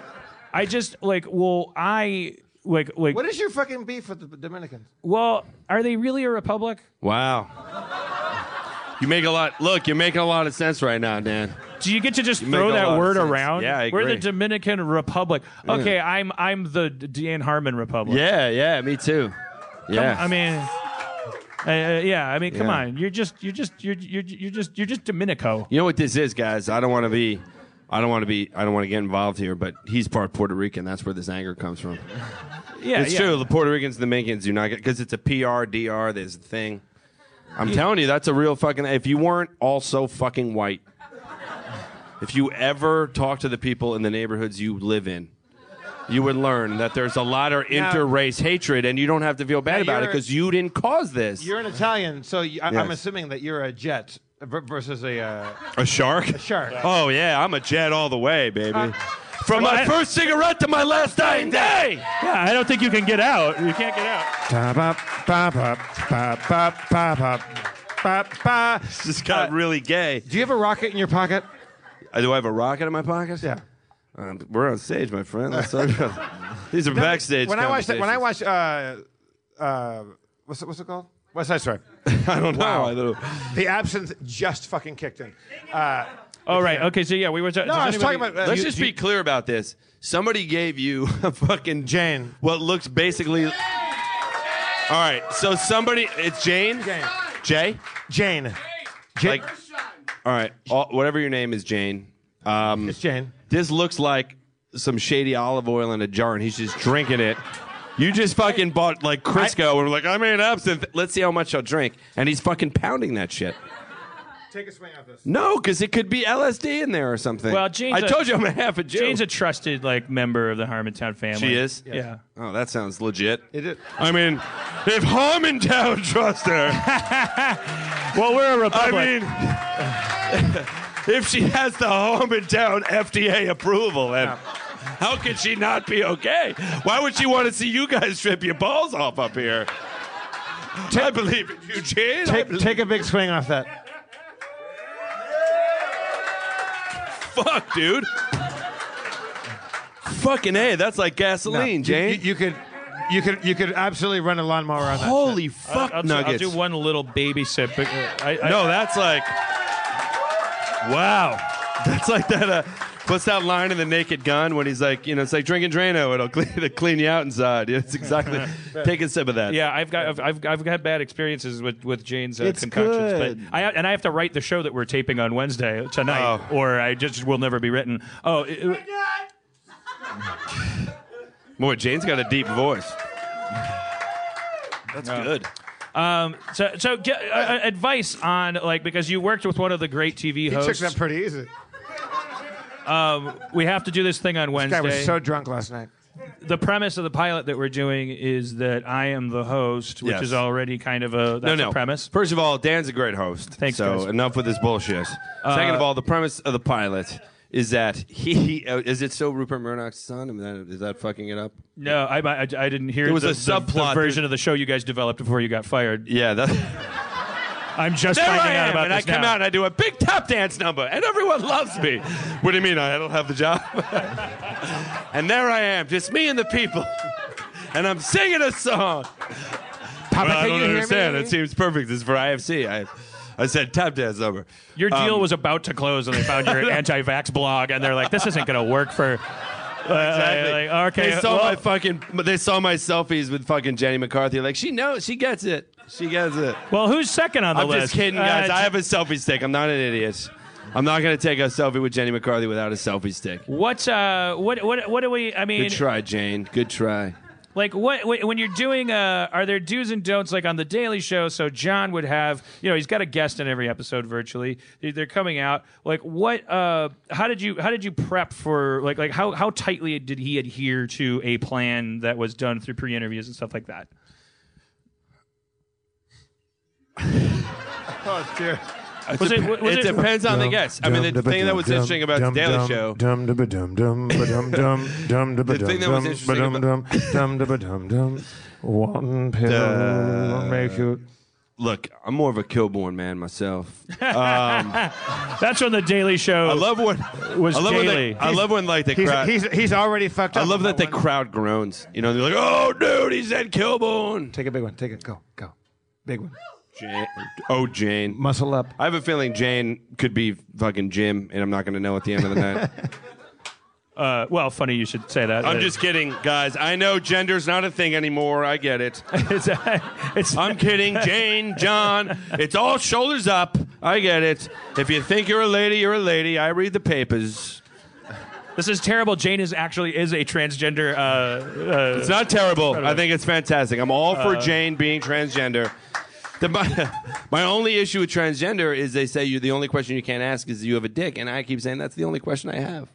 B: I just like, well, I like like.
A: What is your fucking beef with the Dominicans?
B: well, are they really a republic?
D: Wow. You make a lot. Look, you're making a lot of sense right now, Dan.
B: Do you get to just
D: make
B: throw
D: a lot
B: that
D: of
B: word
D: sense.
B: around?
D: Yeah, I
B: we're the
D: agree.
B: Dominican Republic. Okay, I'm I'm the Dan Harmon Republic.
D: Yeah, yeah, me too.
B: Come-
D: Yeah.
B: I mean. Uh, uh, yeah, I mean, come
D: Yeah.
B: on. You're just, you're just, you're, you're, you're just, you're just Dominico.
D: you know what this is, guys? I don't want to be. I don't want to be. I don't want to get involved here, but he's part Puerto Rican. That's where this anger comes from.
B: Yeah,
D: It's
B: yeah.
D: true. The Puerto Ricans and the Dominicans do not get because it's a PR DR. There's a thing. I'm telling you, that's a real fucking. If you weren't also fucking white, if you ever talk to the people in the neighborhoods you live in, you would learn that there's a lot of
A: Now-
D: inter-race hatred, and you don't have to feel bad
A: Now
D: about it
A: you're-
D: because you didn't cause this.
A: You're an Italian, so you, I, I'm
D: Yes.
A: assuming that you're a jet ver- versus a uh,
D: a shark.
A: shark.
D: Oh yeah, I'm a jet all the way, baby. From my
B: What?
D: first cigarette to my last dying day.
B: Yeah, I don't think you can get out. You can't get out.
D: This got
A: Uh,
D: really gay.
A: Do you have a rocket in your pocket?
D: Uh, Do I have a rocket in my pocket?
A: Yeah.
D: Um, we're on stage, my friend. Let's talk about- These are backstage.
A: When I watch that, when I
D: conversations.
A: watch uh, uh, what's it, what's it called? What's that story?
D: I don't know.
A: Wow.
D: I don't-
A: The absinthe just fucking kicked in. Uh,
B: Oh, right. Okay, so yeah, we were. No,
A: I was talking about, uh,
D: Let's
A: You-
D: just
A: you-
D: be clear about this. Somebody gave you a fucking
A: Jane.
D: What looks basically. All right, so somebody, it's Jane.
A: Jane.
D: Jay.
A: Jane.
D: Like, all right, all, whatever your name is, Jane. Um,
A: It's Jane.
D: this looks like some shady olive oil in a jar, and he's just drinking it. You just fucking bought like Crisco, and we're like, I made absinthe. Let's see how much I'll drink, and he's fucking pounding that shit.
A: Take a swing at this.
D: No, because it could be LSD in there or something.
B: Well, Jane's
D: I
B: a-
D: told you I'm a half a Jew.
B: Jane's a trusted like member of the Harmontown family.
D: She is?
B: Yeah.
D: oh, that sounds legit.
A: It is.
D: I mean, if Harmontown trusts her,
B: Well, we're a
D: I
B: republic.
D: mean, if she has the Harmontown FDA approval, then how could she not be okay? Why would she want to see you guys strip your balls off up here? I believe in you, Jane. I
A: Take,
D: believe-
A: take a big swing off that.
D: Fuck, dude. Fucking A, that's like gasoline, Jane.
A: You, you, you could, you could, you could absolutely run a lawnmower on that. shit.
D: Holy fuck
B: I'll,
D: nuggets.
B: do one little baby sip. but, uh, I, I,
D: No, that's like, wow, that's like that. Uh, what's that line in the Naked Gun when he's like, you know, it's like drinking Drano, it'll clean, it'll clean you out inside. Yeah, It's exactly. take a sip of that.
B: Yeah, I've got I've, I've I've had bad experiences with with Jane's uh,
C: It's
B: concoctions,
C: good.
B: but I and I have to write the show that we're taping on Wednesday tonight,
D: Oh.
B: or I just will never be written. Oh, it- it-
D: Boy, Jane's got a deep voice. That's good.
B: um, so so get, uh, uh, advice on like because you worked with one of the great TV
A: He took
B: hosts.
A: that pretty easy.
B: Um, we have to do this thing on
A: This guy
B: Wednesday.
A: was so drunk last night.
B: the premise of the pilot that we're doing is that I am the host, which
D: Yes.
B: is already kind of a that's
D: no, no.
B: a premise.
D: First of all, Dan's a great host.
B: Thanks,
D: So
B: guys.
D: enough with this bullshit. Second of all, the premise of the pilot is that he uh, is it still Rupert Murdoch's son? Is that, is that fucking it up?
B: No, I, I, I didn't hear.
D: There was
B: the,
D: a
B: the- the
D: subplot.
B: version of the show you guys developed before you got fired.
D: Yeah, that,
B: I'm just
D: there I
B: finding out
D: am,
B: about
D: and I
B: this
D: come
B: now.
D: out and I do a big tap dance number, and everyone loves me. what do you mean I don't have the job? and there I am, just me and the people, and I'm singing a song.
A: Papa,
D: Well, I
A: can
D: don't
A: you hear
D: understand.
A: me?
D: It seems perfect. It's for IFC. I, I said tap dance number.
B: Your
D: Um,
B: deal was about to close, and they found your anti-vax blog, and they're like, "This isn't going to work for."
D: Exactly.
B: Like, like, okay,
D: They saw
B: well-
D: my fucking. They saw my selfies with fucking Jenny McCarthy. Like she knows. She gets it. She gets it.
B: Well, who's second on the
D: I'm
B: list?
D: just kidding,
B: Uh,
D: guys.
B: J-
D: I have a selfie stick. I'm not an idiot. I'm not gonna take a selfie with Jenny McCarthy without a selfie stick.
B: What uh, what what what do we? I mean,
D: Good try, Jane. Good try.
B: like what wh- when you're doing? Uh, are there do's and don'ts like on the Daily Show? So John would have, you know, he's got a guest in every episode virtually. They- They're coming out. Like what? Uh, how did you how did you prep for like like how how tightly did he adhere to a plan that was done through pre-interviews and stuff like that?
A: Oh, dear.
B: Was it, was
D: it,
B: it,
D: depends on the guest. I mean, the thing that was interesting about the Daily Show.
E: Dum dum dum dum dum dum dum dum.
D: The thing that was interesting
E: dum dum dum dum dum dum. One pill will make you.
D: Look, I'm more of a Kilborn man myself.
B: That's on the Daily Show.
D: I love when
B: Was
D: I love
B: daily.
D: When the, I love when like the
A: He's,
D: crowd.
A: he's, he's already fucked
D: I
A: up.
D: love that the
A: That one.
D: crowd groans. You know, they're like, "Oh, dude, he said Kilborn."
A: Take a big one. Take it. Go. Go. Big one.
D: Jane. Oh, Jane.
A: Muscle up.
D: I have a feeling Jane could be fucking Jim, and I'm not going to know at the end of the night.
B: Uh, well, funny you should say that.
D: I'm just kidding, guys. I know gender's not a thing anymore. I get it.
B: it's, it's
D: I'm kidding. Jane, John, it's all shoulders up. I get it. If you think you're a lady, you're a lady. I read the papers.
B: This is terrible. Jane is actually is a transgender. Uh, uh,
D: It's not terrible. I think it's fantastic. I'm all for Jane being transgender. The, my, my only issue with transgender is they say you the only question you can't ask is do you have a dick, and I keep saying that's the only question I have.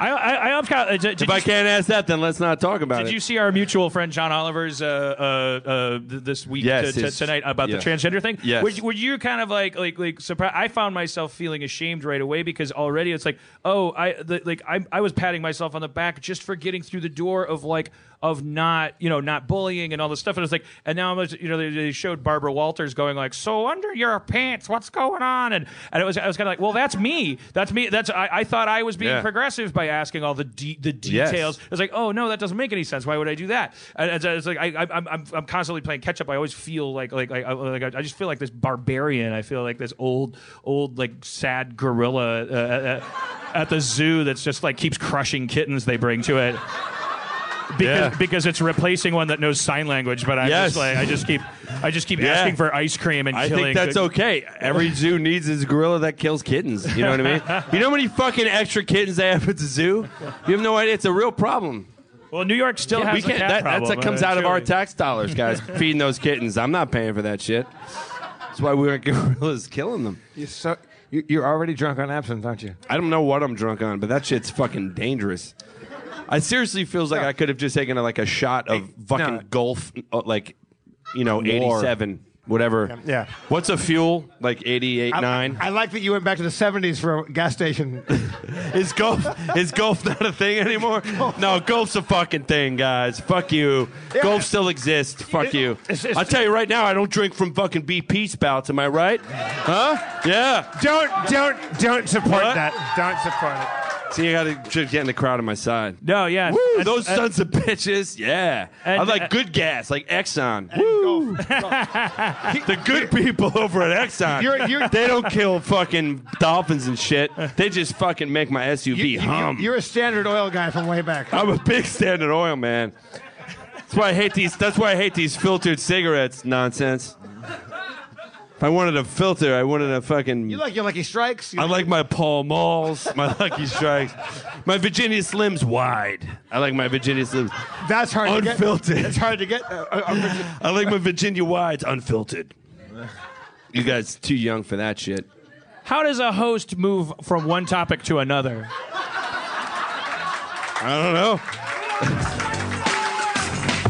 B: I I, I am kind of- uh, did, did
D: If I
B: you,
D: can't ask that, then let's not talk about
B: did
D: it.
B: you see our mutual friend John Oliver's uh, uh, uh, th- this week
D: Yes,
B: t- t-
D: his-
B: tonight about
D: yeah.
B: the transgender thing?
D: Yes.
B: Were, you- were you kind of like like like surprised? I found myself feeling ashamed right away because already it's like oh I the, like I I was patting myself on the back just for getting through the door of like of not you know not bullying and all this stuff and it's like and now I'm like, you know they, they showed Barbara Walters going like so under your pants what's going on and and it was I was kind of like well that's me that's me that's I, I thought I was being
D: Yeah.
B: progressive by asking all the de- the
D: Yes.
B: details it's like, oh no, that doesn't make any sense. Why would I do that? And it's, it's like I, I, I'm, I'm I'm constantly playing catch up. I always feel like like, like, I, like I just feel like this barbarian. I feel like this old old like sad gorilla uh, uh, at the zoo that's just like keeps crushing kittens they bring to it. Because,
D: Yeah.
B: because it's replacing one that knows sign language, but I
D: Yes.
B: just like I just keep I just keep
D: Yeah.
B: asking for ice cream and
D: I
B: killing.
D: think that's
B: the-
D: okay. Every zoo needs his gorilla that kills kittens. You know what I mean? You know how many fucking extra kittens they have at the zoo? You have no idea. It's a real problem.
B: Well, New York still has
D: we
B: a
D: can't.
B: cat
D: That,
B: problem. uh,
D: that's that comes out of our
B: Surely.
D: tax dollars, guys. feeding those kittens. I'm not paying for that shit. That's why we were gorillas killing them.
A: You're, so, you, you're already drunk on absinthe, aren't you?
D: I don't know what I'm drunk on, but that shit's fucking dangerous. I seriously feels like I could have just taken a, like a shot of fucking
A: no.
D: Gulf, uh, like you know,
A: War.
D: 87, whatever.
A: Yeah.
D: What's a fuel like 88,
A: I-
D: nine?
A: I, like that you went back to the 70s for a gas station.
D: Is golf is golf not a thing anymore? No, golf's a fucking thing, guys. Fuck you. Golf still exists. Fuck you.
A: It's- it's-
D: I'll tell you right now, I don't drink from fucking BP spouts. Am I right? Huh? Yeah.
A: don't, don't, don't support
D: What?
A: that. Don't support it.
D: See, I gotta just get in the crowd on my side.
B: No, yeah,
D: Woo,
B: And-
D: those
A: uh,
B: and-
D: sons of bitches. Yeah. I
B: and-
D: like good gas, like Exxon. Woo. the good people over at Exxon.
A: You're- you're-
D: they don't kill fucking dolphins and shit. They just fucking make my SUV
A: You, you,
D: hum.
A: are a standard oil guy from way back.
D: I'm a big Standard Oil man. That's why I hate these. That's why I hate these filtered cigarettes nonsense. If I wanted a filter, I wanted a fucking.
A: You like your Lucky Strikes? You
D: I like my Paul Malls, my Lucky Strikes, my Virginia Slims wide. I like my Virginia Slims.
A: that's hard to
D: Unfiltered.
A: get. It's hard to get. Uh, uh, uh,
D: I like my Virginia wides unfiltered. You guys too young for that shit.
B: How does a host move from one topic to another?
D: I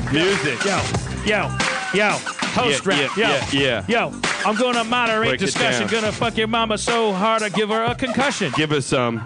D: don't know. Music.
B: Yo, yo, yo, host
D: Yeah,
B: rap.
D: yeah,
B: yo,
D: yeah,
B: yo, I'm gonna moderate
D: Break it
B: discussion.
D: down.
B: Gonna fuck your mama so hard I give her a concussion.
D: Give us some.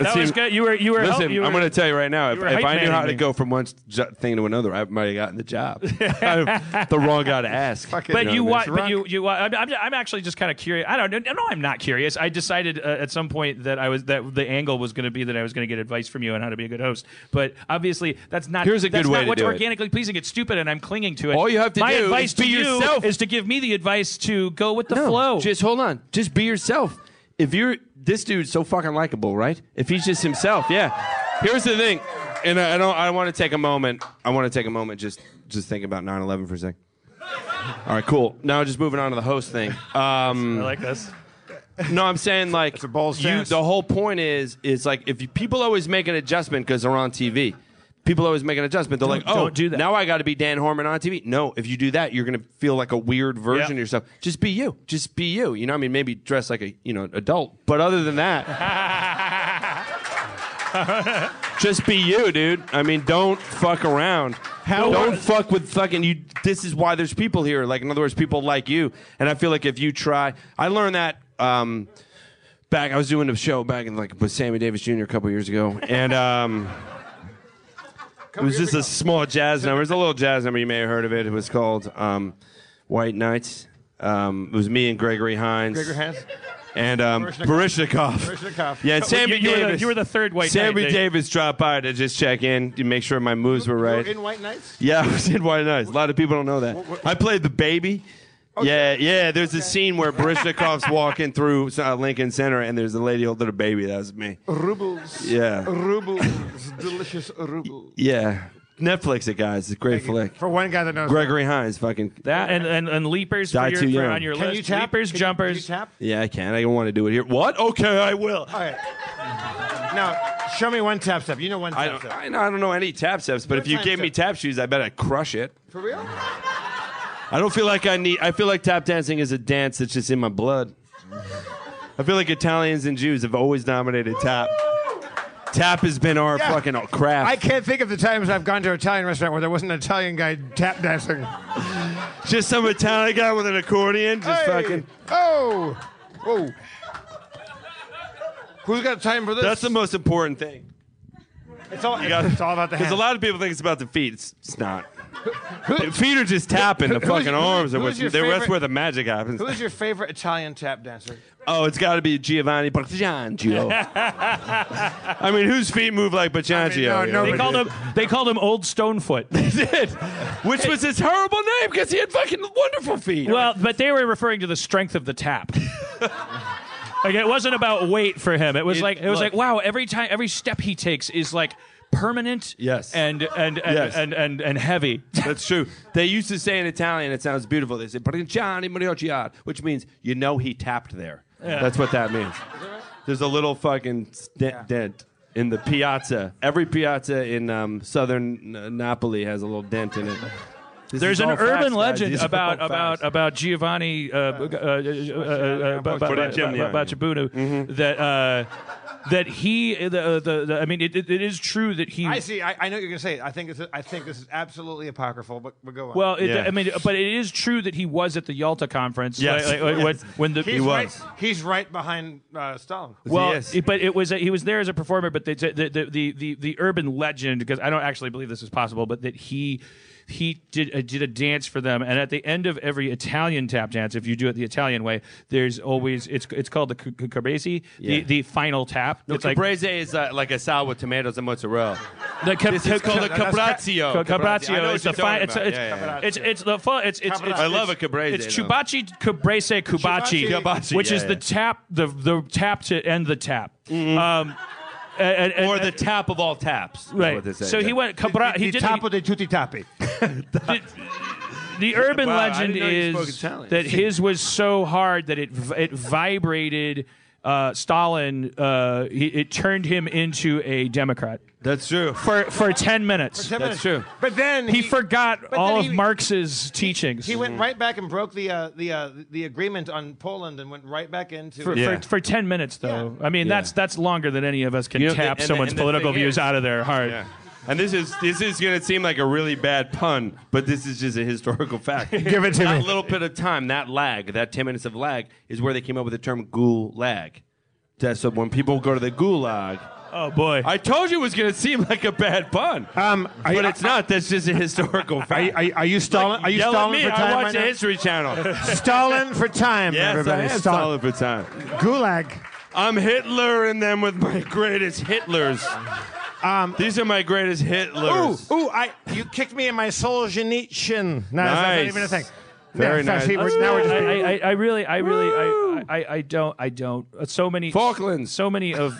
B: that was good. You were, you were.
D: Listen,
B: help- you were
D: I'm going to tell you right now. If,
B: you were
D: if
B: hype
D: I knew how
B: manning
D: to
B: me.
D: go from one jo- thing to another, I might have gotten the job. I'm the wrong guy to ask.
B: But you,
D: know
B: wa-
D: what I mean?
B: but you, you, wa- I'm, I'm, I'm actually just kind of curious. I don't know. No, I'm not curious. I decided uh, at some point that I was that the angle was going to be that I was going to get advice from you on how to be a good host. But obviously, that's not.
D: Here's a good
B: that's
D: way
B: not
D: to
B: what's
D: do it.
B: organically pleasing. It's stupid, and I'm clinging to it.
D: All you have to
B: My
D: do
B: advice
D: is be
B: to you
D: yourself.
B: is to give me the advice to go with the
D: No,
B: flow.
D: Just hold on. Just be yourself. If you're this dude's so fucking likable, right? If he's just himself, yeah. Here's the thing, and I I don't. I want to take a moment. I want to take a moment. Just just think about 9/11 for a second. All right, cool. Now just moving on to the host thing. Um,
B: I like this.
D: no, I'm saying like
A: That's a bold
D: you-
A: stance.
D: The whole point is is like if you, people always make an adjustment because they're on TV. People always make an adjustment. They're like,
B: Don't-
D: oh,
B: don't do that.
D: now I got to be Dan Harmon on TV. No, if you do that, you're gonna feel like a weird version
B: Yeah.
D: of yourself. Just be you. Just be you. You know, I mean, maybe dress like a you know adult, but other than that, just be you, dude. I mean, don't fuck around.
C: How-
D: don't fuck with fucking you. This is why there's people here. Like, in other words, people like you. And I feel like if you try, I learned that. Um, back. I was doing a show back in like with Sammy Davis Jr. a couple years ago, and um, it was just a small jazz number. It was a little jazz number. You may have heard of it. It was called um, White Nights. Um, it was me and Gregory Hines.
A: Gregory Hines?
D: And um, Barishnikov.
A: Barishnikov.
D: Yeah, and
B: So, wait,
D: Sammy
B: you- you were the-
D: Davis.
B: you were the third white
D: Sammy
B: knight.
D: Davis dropped by to just check in to make sure my moves were right.
A: In White Knights?
D: Yeah, I was in White Nights. A lot of people don't know that. I played the baby. Yeah, yeah. There's a scene where Barishnikov's walking through uh, Lincoln Center, and there's a lady holding a baby. That was me.
A: Rubles.
D: Yeah.
A: Rubles. Delicious rubles.
D: Yeah, Netflix it, guys. It's a great flick.
A: For one guy that knows.
D: Gregory Hines, fucking.
B: That and and, and leapers for
D: Die
B: your,
D: too
B: for
D: young.
B: on your
A: Can
B: list.
A: you tap?
B: Leapers,
A: Can you-
B: jumpers.
A: Can you tap?
D: Yeah, I can. I don't want to do it here. What? Okay, I will.
A: All right. Now, show me one tap step. You know one
D: I
A: tap
D: don't,
A: step.
D: I know- I don't know any tap steps, but
A: What
D: if you
A: time
D: gave me
A: step?
D: tap shoes, I bet I'd crush it.
A: For real?
D: I don't feel like I need. I feel like tap dancing is a dance that's just in my blood. I feel like Italians and Jews have always dominated tap. Tap has been our
A: Yeah.
D: fucking craft.
A: I can't think of the times I've gone to an Italian restaurant where there wasn't an Italian guy tap dancing.
D: just some Italian guy with an accordion, just
A: Hey!
D: fucking.
A: Oh! Whoa. Who's got time for this?
D: That's the most important thing.
A: It's all,
D: got it.
A: it's all about the
D: Because
A: hands.
D: a lot of people think it's about the feet. It's, it's not. The feet are just tapping. The
A: who's-
D: fucking
A: who's-
D: arms are
A: who's
D: what's,
A: your
D: they're- that's
A: favorite-
D: where the magic happens.
A: Who's your favorite Italian tap dancer?
D: Oh, it's got to be Giovanni Bacciangio. I mean, whose feet move like Bacciangio?
A: no,
D: you know?
A: nobody
B: They called him. They called him Old Stonefoot.
D: He did. Which was his horrible name because he had fucking wonderful feet.
B: Well, but they were referring to the strength of the tap. like it wasn't about weight for him. It was
D: It-
B: like it was
D: look.
B: like wow, every time every step he takes is like permanent
D: Yes.
B: and and and
D: Yes.
B: and, and, and heavy.
D: That's true. They used to say in Italian, it sounds beautiful. They say Bacciani Mariocciad, which means you know he tapped there. That's what that means. There's a little fucking dent, dent in the piazza. Every piazza in um, southern uh, Napoli has a little dent in it. This
B: There's
D: is
B: an
D: all facts,
B: urban
D: guys.
B: legend
D: These are
B: about
D: all
B: about
D: facts.
B: about Giovanni uh, uh, uh, uh, uh,
D: Boccioni. Mm-hmm.
B: Bacciabunu that uh, that he the, uh, the, the I mean it, it it is true that he
A: I see. I, I know what you're gonna say. it. I think this. Is, I think this is absolutely apocryphal. But, but go on.
B: Well, it,
D: Yeah.
B: I mean, but it is true that he was at the Yalta conference.
D: Yes.
B: like- like- like When, when the
A: he's
D: he
A: right,
D: was.
A: He's right behind uh, Stalin.
B: Well,
D: Yes.
B: it- but it was he was there as a performer, but the the the the, the, the urban legend because I don't actually believe this is possible, but that he he did uh, did a dance for them, and at the end of every Italian tap dance, if you do it the Italian way, there's always it's it's called the c- c- cabrese,
D: Yeah.
B: the, the final tap.
D: No,
B: it's like
D: caprese is uh, like a salad with tomatoes and mozzarella.
B: the ca-
D: This
B: ca-
D: is called a
B: ca-
D: cabrazio.
B: ca-
D: I know
B: Cabrazio
D: what
B: is
D: you're
B: the final.
D: talking
B: It's
D: about.
B: it's,
D: Yeah, yeah, yeah.
B: it's it's the fun. It's it's, it's
D: I love a cabrese,
B: It's
D: though.
B: chubachi cabrese cubachi,
A: Chubachi.
D: Chubachi,
B: which
D: yeah,
B: is
D: yeah. Mm-hmm.
B: the tap the the tap to end the tap. Um, and- and-
D: Or
B: and-
D: the tap of all taps. is
B: Right.
D: what they say,
B: so
D: yeah.
B: he went Cabra. He
A: the
B: did.
A: Tapo de tutti tapi.
B: the, the urban
D: Wow, I
B: legend
D: didn't know you spoke
B: is
D: Italian.
B: that his was so hard that it v- it vibrated uh, Stalin, uh, he, it turned him into a Democrat
D: That's true.
B: for for ten minutes.
D: That's true.
A: But then
B: he, forgot
A: but
B: all
A: then
B: of
A: he-
B: Marx's teachings
A: He went right back and broke the uh, the uh, the agreement on Poland and went right back into.
B: for,
D: Yeah.
B: for, for ten minutes, though. I mean, that's that's longer than any of us can
D: You know,
B: tap
D: and the-
B: someone's
D: and the
B: political
D: thing
B: views
D: is-
B: out of their heart.
D: Yeah. And this is this is going to seem like a really bad pun, but this is just a historical fact.
A: Give it to
D: that
A: me.
D: little bit of time, that lag, that ten minutes of lag, is where they came up with the term gulag. That's so when people go to the gulag.
B: Oh boy.
D: I told you it was going to seem like a bad pun,
E: Um, are,
D: but
E: you-
D: it's not. That's just a historical
E: Are,
D: fact.
E: are, are you Stalin? Are you
D: Yell at
E: Stalin
D: me!
E: for time?
D: I watch
E: right
D: the
E: now?
D: History Channel.
E: Stalin for time,
D: yes, I
E: everybody.
D: am
E: Stalin.
D: stalling for time.
E: Gulag.
D: I'm Hitler and them with my greatest Hitlers. These are my greatest
E: Um, Ooh,
D: Hitlers.
E: ooh! I you kicked me in my Solzhenitsyn. No, that's not
D: Nice.
E: even a thing.
D: Very
E: no,
D: nice.
E: See, we're, now we're just
B: I, I, I- I really, I really, I, I, I don't, I don't. uh, So many
D: Falklands.
B: So many of,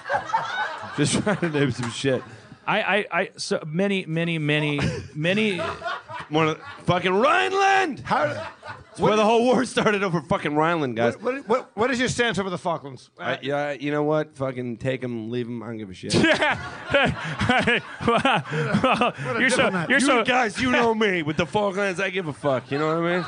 D: Just trying to name some shit.
B: I, I, I, so many, many, many, many.
D: One of fucking Rhineland.
A: How,
D: It's where the whole war started over fucking Rhineland, guys.
A: what, what, what, what is your stance over the Falklands?
D: I- yeah, you know what? Fucking take them, leave them. I don't give a shit.
B: you're so,
E: diplomat.
B: you're
D: you
B: so.
D: guys, you know me. With the Falklands, I give a fuck. You know what I mean?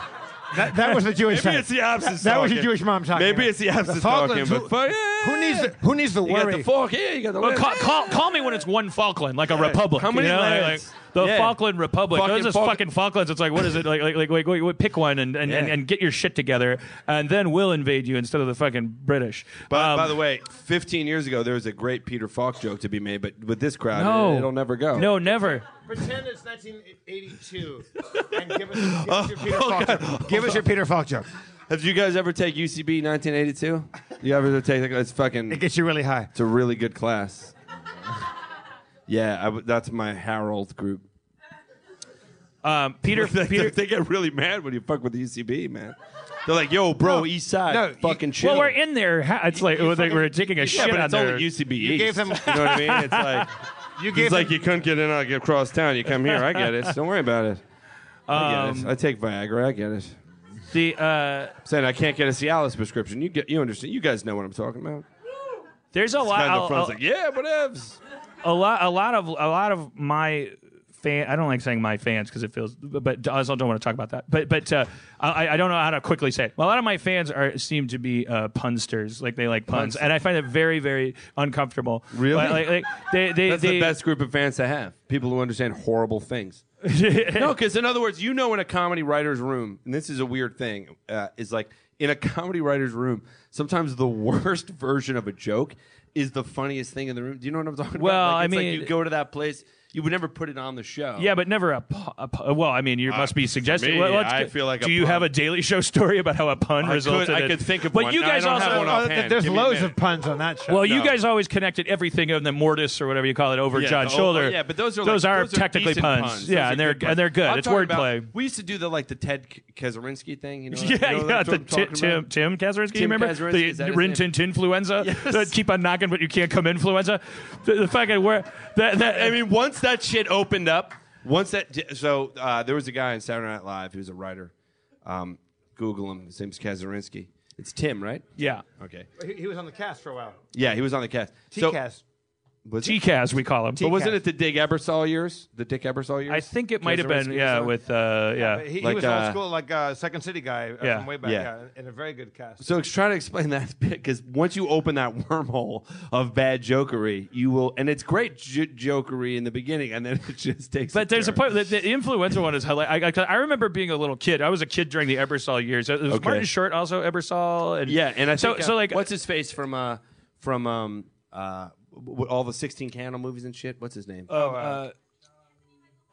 A: that, that was the Jewish
D: Maybe
A: side.
D: it's the opposite.
A: That was
D: talking.
A: your Jewish mom talking.
D: Maybe it's the opposite talking.
A: Falklands,
D: But
A: who-
D: fuck, yeah,
A: Who needs the, who needs the
D: You got the
A: worry?
D: fork here. You got the.
B: Well,
D: lid.
B: call, call, call me when it's one Falkland, like a republic.
D: How many
B: you know, like-
D: lands?
B: like the
D: Yeah.
B: Falkland Republic.
D: Fucking
B: Those are
D: Falk-
B: fucking Falklands. It's like, what is it? Like, like, like, wait, wait, wait, pick one and, and, and,
D: Yeah.
B: and get your shit together, and then we'll invade you instead of the fucking British.
D: By,
B: Um,
D: by the way, 15 years ago, there was a great Peter Falk joke to be made, but with this crowd,
B: no,
D: it, will never go.
B: No, never.
A: Pretend it's 1982 and give us, give
D: Oh,
A: us your Peter Falk joke. Give us your Peter Falk joke.
D: Have you guys ever take UCB 1982? You ever take that? It's fucking.
A: It gets you really high.
D: It's a really good class. Yeah, I w that's my Harold group.
B: Um, Peter,
D: They,
B: Peter,
D: they get really mad when you fuck with the UCB, man. They're like, "Yo, bro, East Side,
A: no, you-
D: fucking chill."
B: Well, we're in there. Ha- It's like they
A: fucking-
B: we're taking a
D: yeah,
B: shit
D: but
B: on
D: it's
B: there.
D: only UCB.
A: You gave them-
D: You know what I mean? It's like
A: You
D: it's
A: gave
D: like
A: him,
D: you couldn't get in. I get across town. You come here. I get it. Don't worry about it. I get
B: Um,
D: it. I take Viagra. I get it.
B: The uh,
D: I'm saying I can't get a Cialis prescription. You get. You understand? You guys know what I'm talking about.
B: there's a lot.
D: Guy in the
B: I'll-
D: front's
B: I'll-
D: like, "Yeah, whatevs."
B: a lot a lot of a lot of my fan I don't like saying my fans because it feels but I also don't want to talk about that but but uh, I, I don't know how to quickly say it. a lot of my fans are seem to be uh, punsters like they like puns and I find it very very uncomfortable
D: Really?
B: But, like, like, they, they,
D: That's
B: they,
D: the best group of fans to have. People who understand horrible things. no, because in other words, you know, in a comedy writer's room, and this is a weird thing, uh, is like in a comedy writer's room, sometimes the worst version of a joke is the funniest thing in the room. Do you know what I'm talking
B: Well,
D: about?
B: I
D: Like, it's
B: mean-
D: like you go to that place, you would never put it on the show.
B: yeah, but never a, pu- a pu- well. I mean, you must be suggesting.
D: Uh, me,
B: well, let's
D: I
B: get-
D: feel like a
B: Do you
D: pun.
B: have a Daily Show story about how a pun
D: I
B: resulted?
D: could, I
B: in-
D: could think of
B: But
D: one.
B: you
D: No,
B: guys
D: I don't
B: also
D: have one
A: Oh,
D: offhand.
A: there's
D: Give me a
A: loads
D: minute.
A: of puns on that show.
B: Well, you
D: Uh, No.
B: guys always connected everything of the mortis or whatever you call it over
D: Yeah,
B: John's
D: the- oh,
B: shoulder.
D: Yeah, but those are
B: those
D: like,
B: are
D: those
B: technically
D: decent
B: puns.
D: Those
B: Yeah,
D: are
B: and they're
D: good puns.
B: and they're good.
D: I'm
B: it's
D: talking about-
B: wordplay.
D: we used to do the like the Ted K- Kaczynski thing. You know,
B: Yeah,
D: you know,
B: yeah.
D: that's
B: The
D: what I'm
B: Ti-
D: talking
B: Tim
D: about.
B: Tim Kazurinsky,
D: Tim
B: remember
D: Kazurinsky, is
B: the
D: that his
B: Rin
D: name?
B: Tin Tinfluenza?
D: Yes.
B: That keep on knocking, but you can't come influenza. The, the fucking word. That, that
D: I mean, once that shit opened up, once that so uh, there was a guy on Saturday Night Live who was a writer. Um, Google him. His name's Kazurinsky. It's Tim, right?
B: yeah.
D: Okay.
A: he, he was on the cast for a while.
D: Yeah, he was on the cast. So-
A: T-cast.
D: was it-
B: T-Kaz, we call him.
D: but wasn't it the Dick Ebersol years? The Dick Ebersol years?
B: I think it might have
D: Kazurinsky
B: been.
D: was
B: Yeah,
D: on?
B: with uh, yeah.
A: He, he
D: Like,
A: was
D: uh,
A: old school, like uh, Second City guy uh,
B: Yeah.
A: from way back,
D: Yeah.
A: yeah, and a very good cast.
D: So it's trying to explain that bit because once you open that wormhole of bad jokery, you will, and it's great j- jokery in the beginning, and then it just takes.
B: But there's a
D: turn.
B: point. The, the influencer one is hilarious. I, I, I remember being a little kid. I was a kid during the Ebersol years. It was
D: Okay.
B: Martin Short also Ebersol. And
D: Yeah, and I
B: so
D: think, uh,
B: so like
D: what's his face from uh from um uh w- all the sixteen candle movies and shit? What's his name?
B: uh, uh,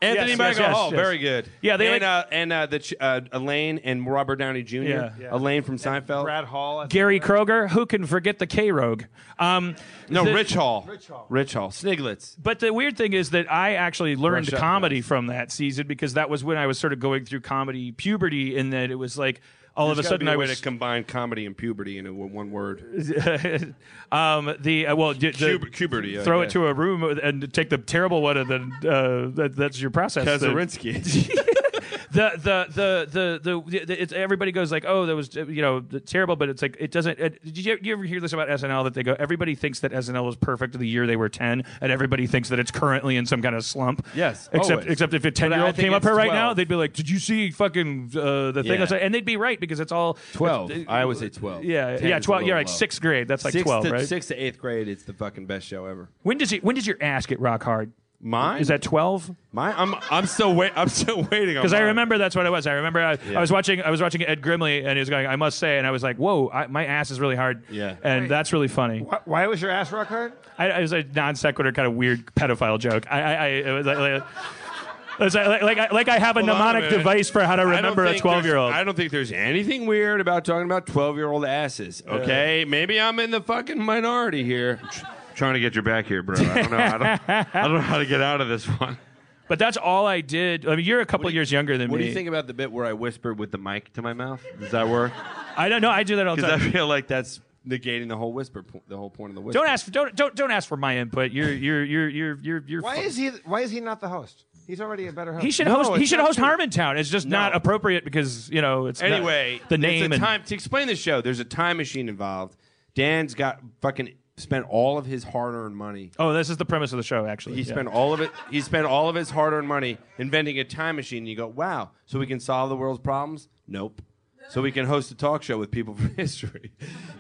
D: Anthony
B: yes,
D: Michael
B: yes,
D: Hall,
B: yes.
D: very good.
B: Yeah, they
D: and
B: like-
D: uh, and uh, the ch- uh, Elaine and Robert Downey Jr.
B: Yeah. Yeah.
D: Elaine from Seinfeld.
A: Brad Hall, I think.
B: Gary Kroger. Who can forget the K Rogue? Um,
D: no,
B: the-
D: Rich Hall.
A: Rich Hall.
D: Rich Hall. Sniglets.
B: But the weird thing is that I actually learned
D: Brush up,
B: comedy
D: guys.
B: from that season because that was when I was sort of going through comedy puberty, and that it was like all of a
D: There's gotta be
B: sudden I
D: way
B: was
D: to combine comedy and puberty into one one word.
B: um, the uh, well d- the,
D: Cub- puberty, yeah,
B: throw
D: yeah.
B: it to a room and take the terrible one, and then uh, that, that's your process. The-
D: Kazurinsky.
B: the the the the the, the it's, everybody goes like, oh, that was uh, you know terrible, but it's like it doesn't. It, did you, you ever hear this about SNL that they go, everybody thinks that SNL was perfect the year they were ten, and everybody thinks that it's currently in some kind of slump.
D: Yes,
B: except
D: always.
B: except if a ten
D: I
B: year old
D: think
B: came up
D: it's
B: here right
D: 12.
B: now, they'd be like, did you see fucking uh, the thing?
D: Yeah.
B: outside?" And they'd be right because it's all
D: 12.
B: it's-
D: I always say 12.
B: Yeah,
D: 10
B: yeah,
D: is a
B: twelve.
D: little
B: You're like
D: low.
B: sixth grade. That's like
D: Sixth
B: twelve,
D: to,
B: right?
D: Sixth to eighth grade, it's the fucking best show ever.
B: When does it, when does your ass get rock hard?
D: Mine
B: Is that twelve?
D: Mine. I'm I'm still wait. I'm still waiting.
B: Because I remember that's what it was. I remember I, I was watching I was watching Ed Grimley and he was going, I must say, and I was like, whoa, I, my ass is really hard.
D: Yeah.
B: And that's really funny.
A: Why, why was your ass rock hard?
B: I, I was a non sequitur kind of weird pedophile joke. I, I, I it was like, like, it was like, like, I, like I have a
D: Hold on a
B: mnemonic
D: minute.
B: device for how to
D: I don't
B: remember a
D: think
B: 12 year old.
D: there's- I don't think there's anything weird about talking about 12 year old asses. Okay, maybe I'm in the fucking minority here. I'm Uh. tr- trying to get your back here, bro. I don't know. I don't, I don't know how to get out of this one.
B: But that's all I did. I mean, you're a couple years younger than
D: What
B: me.
D: do you think about the bit where I whisper with the mic to my mouth? Does that work?
B: I don't know. I do that all the
D: Because I
B: time.
D: feel like that's negating the whole whisper, po- the whole point of the whisper.
B: Don't ask. Don't don't don't ask for my input. You're you're you're you're you're. you're
A: Why is he? Why is he not the host? He's already a better host.
B: He should
D: No,
B: host. He
D: it's
B: should
D: not
B: host
D: true.
B: Harmontown. It's just not
D: No.
B: appropriate because you know it's not-
D: Anyway,
B: the name
D: It's a
B: and
D: time to explain the show. There's a time machine involved. Dan's got fucking spent all of his hard-earned money.
B: Oh, this is the premise of the show. Actually,
D: He
B: Yeah.
D: spent all of it. He spent all of his hard-earned money inventing a time machine. You go, wow. So we can solve the world's problems? Nope. So we can host a talk show with people from history.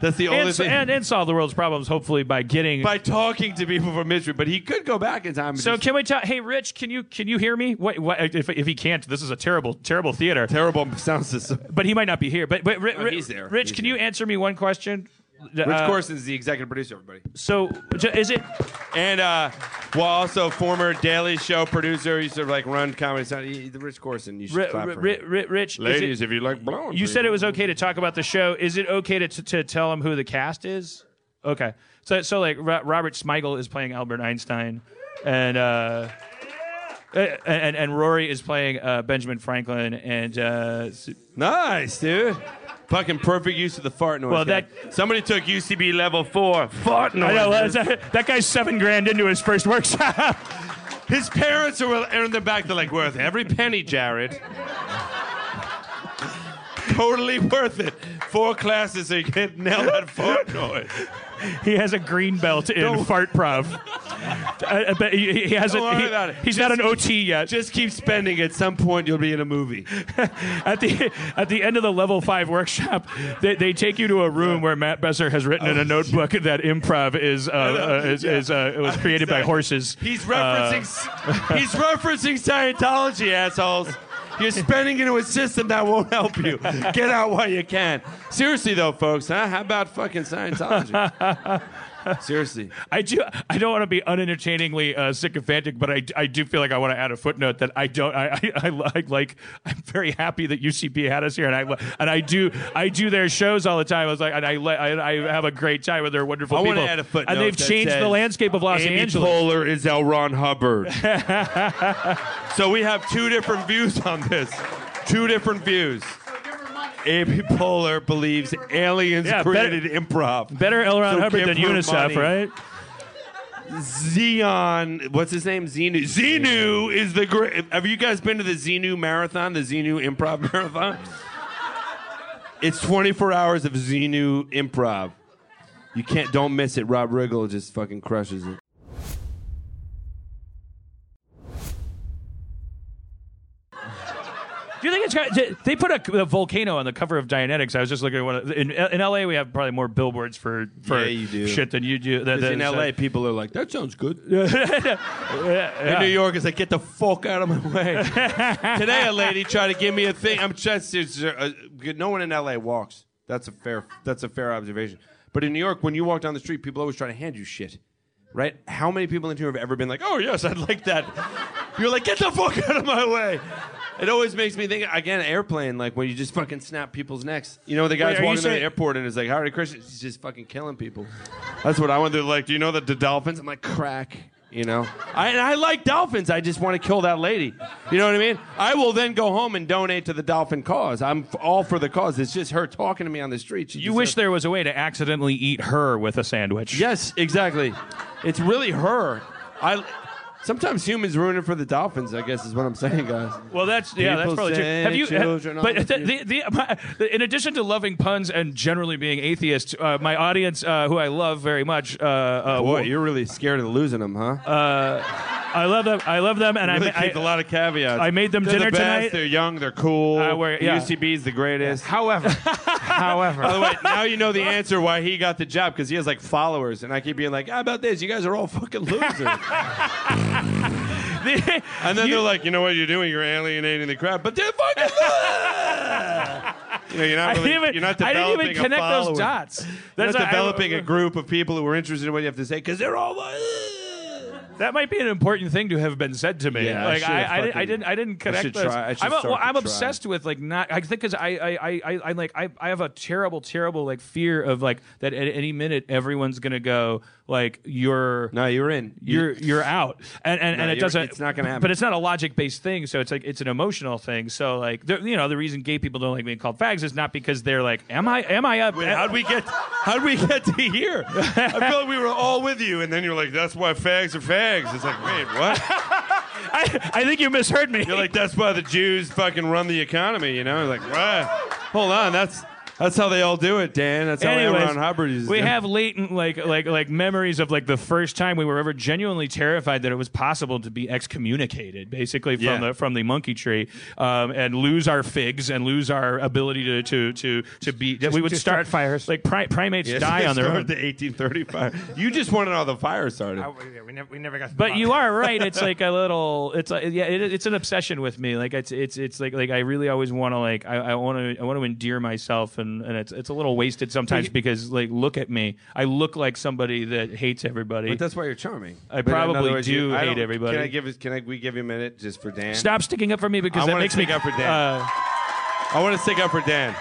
D: That's the only
B: and, so-
D: thing.
B: and, and solve the world's problems hopefully by getting.
D: by talking to people from history, but he could go back in time. And
B: so
D: just-
B: can we tell? Hey, Rich, can you can you hear me? What, what if if he can't? This is a terrible terrible theater.
D: terrible sound system.
B: but he might not be here. But but Ri-
D: Oh,
B: Ri-
D: he's there.
B: Rich,
D: He's
B: can
D: there.
B: you answer me one question? Rich
D: Rich Corson's the executive producer. Everybody.
B: So j- is it?
D: And uh, well, also former Daily Show producer, he used to like run comedy. Sound. He, he- Rich Corson, you should
B: Ri-
D: clap
B: Ri-
D: for
B: Ri-
D: him.
B: Ri- Rich, is
D: Ladies,
B: it-
D: if you like blonde,
B: You said it was okay to talk about the show. Is it okay to, to, to tell him who the cast is? Okay. So, so like Ro- Robert Smigel is playing Albert Einstein, and uh, and, and and Rory is playing uh, Benjamin Franklin, and uh, s-
D: nice, dude. Fucking perfect use of the fart noise.
B: Well,
D: guy.
B: that-
D: somebody took UCB level four fart noise.
B: I know well, that, that guy's seven grand into his first workshop.
D: His parents are are in the back. They're like, worth every penny, Jared. totally worth it. Four classes so you can nail that fart noise.
B: he has a green belt in
D: Don't-
B: fart prov. Uh, but he, he hasn't.
D: Don't worry
B: he-
D: about it.
B: He's not an OT yet.
D: Just keep spending. At some point, you'll be in a movie.
B: at the at the end of the level five workshop, they, they take you to a room where Matt Besser has written in
D: Oh.
B: a notebook that improv is uh, uh, is, is uh, it was created by horses.
D: He's
B: Uh,
D: referencing he's referencing Scientology, assholes. You're spending into a system that won't help you. Get out while you can. Seriously though, folks, huh? How about fucking Scientology? Seriously.
B: I do. I don't want to be unentertainingly uh, sycophantic, but I, I do feel like I want to add a footnote that I don't. I, I, I like like. I'm very happy that UCP had us here, and I li- and I do I do their shows all the time. I was like, and I li- I, I have a great time with their wonderful
D: I
B: people.
D: want to add a footnote.
B: and they've
D: that
B: changed
D: says,
B: the landscape of Los
D: Amy
B: Angeles.
D: Poehler is L. Ron Hubbard. so we have two different views on this. Two different views. Amy Poehler believes aliens
B: Yeah, better-
D: created improv.
B: Better L. Ron
D: So
B: Hubbard
D: give
B: than
D: her
B: UNICEF,
D: money.
B: right?
D: Xeon, what's his name? Xenu. Xenu is the great. Have you guys been to the Xenu Marathon, the Xenu Improv Marathon? It's 24 hours of Xenu Improv. You can't, don't miss it. Rob Riggle just fucking crushes it.
B: Do you think it's kind of, they put a, a volcano on the cover of Dianetics? I was just looking at one of, in, in LA. We have probably more billboards for for
D: Yeah, you do.
B: shit than you do. Than,
D: Because in
B: than-
D: LA, people are like, that sounds good. In New York, it's like, get the fuck out of my way. Today, a lady tried to give me a thing. I'm just, it's, uh, no one in LA walks. That's a fair, that's a fair observation. But in New York, when you walk down the street, people always try to hand you shit, right? How many people in New York have ever been like, oh yes, I'd like that? You're like, get the fuck out of my way. It always makes me think again, airplane, like when you just fucking snap people's necks. You know, the guy's
B: are you
D: walking to the
B: saying-
D: airport and it's like, Howdy Christian, he's just fucking killing people. That's what I want to do. Like, do you know that the dolphins? I'm like, crack. You know, I, and I like dolphins. I just want to kill that lady. You know what I mean? I will then go home and donate to the dolphin cause. I'm f- all for the cause. It's just her talking to me on the street. She
B: You
D: just-
B: wish there was a way to accidentally eat her with a sandwich.
D: Yes, exactly. It's really her. I Sometimes humans ruin it for the dolphins. I guess is what I'm saying, guys.
B: Well, that's yeah, that's
D: People
B: probably true.
D: say
B: Have you? have-
D: children are
B: but the,
D: cute.
B: the, the, my, in addition to loving puns and generally being atheist, uh, my audience, uh, who I love very much, uh, uh,
D: Boy, you're really scared of losing them, huh?
B: I love them. I love them, and
D: really
B: I,
D: keep
B: I
D: a lot of caveats.
B: I made them
D: They're
B: dinner
D: the best,
B: tonight.
D: They're young. They're cool.
B: I wear- yeah.
D: The UCB's the greatest.
A: However,
B: Oh.
D: By the
A: however,
D: way, now you know the answer why he got the job because he has like followers, and I keep being like, "How about this? You guys are all fucking losers."
B: the-
D: and then they're like, "You know what you're doing? You're alienating the crowd." But they're fucking. you know, you're
B: I
D: not really.
B: didn't even,
D: you're not
B: I
D: developing
B: didn't even
D: a
B: connect
D: follower.
B: those dots.
D: You're not
B: That's I-
D: developing a group of people who are interested in what you have to say because they're all. Like,
B: That might be an important thing to have been said to me.
D: Yeah, I
B: like
D: should've
B: I, I,
D: fucking-
B: I didn't, I didn't connect
D: should
B: those.
D: try- I should
B: I'm, a-
D: start
B: well,
D: to
B: I'm
D: try.
B: obsessed with like not. I think because I, I, I, I, I like I, I have a terrible, terrible like fear of like that at any minute everyone's gonna go like you're
D: no, you're in.
B: you're you're out and and,
D: No,
B: and it
D: you're-
B: doesn't
D: it's not gonna happen.
B: but it's not a logic based thing so it's like it's an emotional thing so like there- you know the reason gay people don't like being called fags is not because they're like am i am i up
D: How'd we get? How'd we get to here? I feel like we were all with you, and then you're like, "That's why fags are fags." It's like, wait, what?
B: I, I think you misheard me
D: You're like, "That's why the Jews fucking run the economy," you know? Like, what? Hold on, that's that's how they all do it, Dan. That's how
B: Anyways,
D: Ron Hubbard used to
B: we
D: do it.
B: have latent like like like memories of like the first time we were ever genuinely terrified that it was possible to be excommunicated, basically from
D: Yeah.
B: the from the monkey tree, um, and lose our figs and lose our ability to to to to be. that we would
A: just
B: start,
A: start fires.
B: Like pri- primates
D: Yes,
B: die
D: they
B: on their
D: started
B: own.
D: The 1835. You just wanted all the fire started.
A: I- Oh, we- we never, we never got. to the
B: But
A: bottom.
B: you are right. It's like a little. It's like yeah. It, it's an obsession with me. Like it's it's it's like like I really always want to like I, I want to I want to endear myself and and it's it's a little wasted sometimes because like look at me. I look like somebody that hates everybody.
D: But that's why you're charming.
B: I
D: But in
B: probably
D: other words,
B: do
D: I
B: hate
D: don't-
B: everybody.
D: Can I give? Can I? We give you a minute just for Dan.
B: Stop sticking up for me because
D: I
B: that
D: wanna
B: makes me
D: stick up for Dan.
B: Uh,
D: I want to stick up for Dan.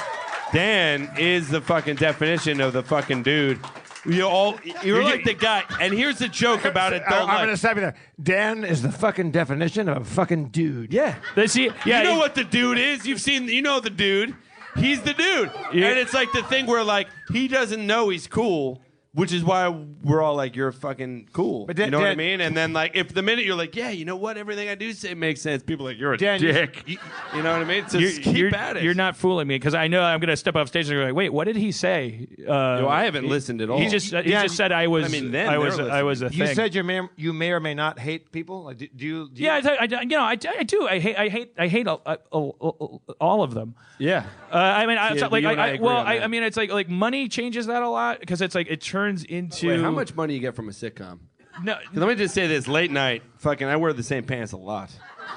D: Dan is the fucking definition of the fucking dude. You all, you're like the guy. And here's the joke about it.
A: I, am going to stop you there. Dan is the fucking definition of a fucking dude.
D: yeah.
B: they see, yeah,
D: you know
B: he-
D: what the dude is. You've seen. You know the dude. He's the dude.
B: Yeah.
D: And it's like the thing where like he doesn't know he's cool. Which is why we're all like, you're fucking cool.
A: Dan-
D: you know what I
A: Dan-
D: mean? And then, like, if the minute you're like, yeah, you know what? Everything I do say makes sense, people are like, you're a
A: Dan, you-
D: dick. You, know what I mean? So just keep
B: you're,
D: at it.
B: you're not fooling me because I know I'm going to step off stage and go like, wait, what did he say? Uh,
D: Yo, I haven't listened at all.
B: he just he
A: Yeah,
B: just said I was
D: I
B: I,
D: mean, then they're
B: was I
D: listening.
B: was a
A: You
B: thing.
A: said you may, you may or may not hate people. Like, do, do you? Do
B: yeah, I,
A: You,
B: th- I, you know, I, I do. I hate, I hate, I hate all, all, all of them.
D: yeah.
B: Uh, I mean, I,
D: Yeah,
B: like,
D: you
B: I,
D: and I
B: I,
D: agree
B: well,
D: on
B: I,
D: that.
B: I mean, it's like, like money changes that a lot because it's like it turns into
D: Wait, how much money you get from a sitcom?
B: No,
D: Let me just say this: late night, fucking, I wear the same pants a lot.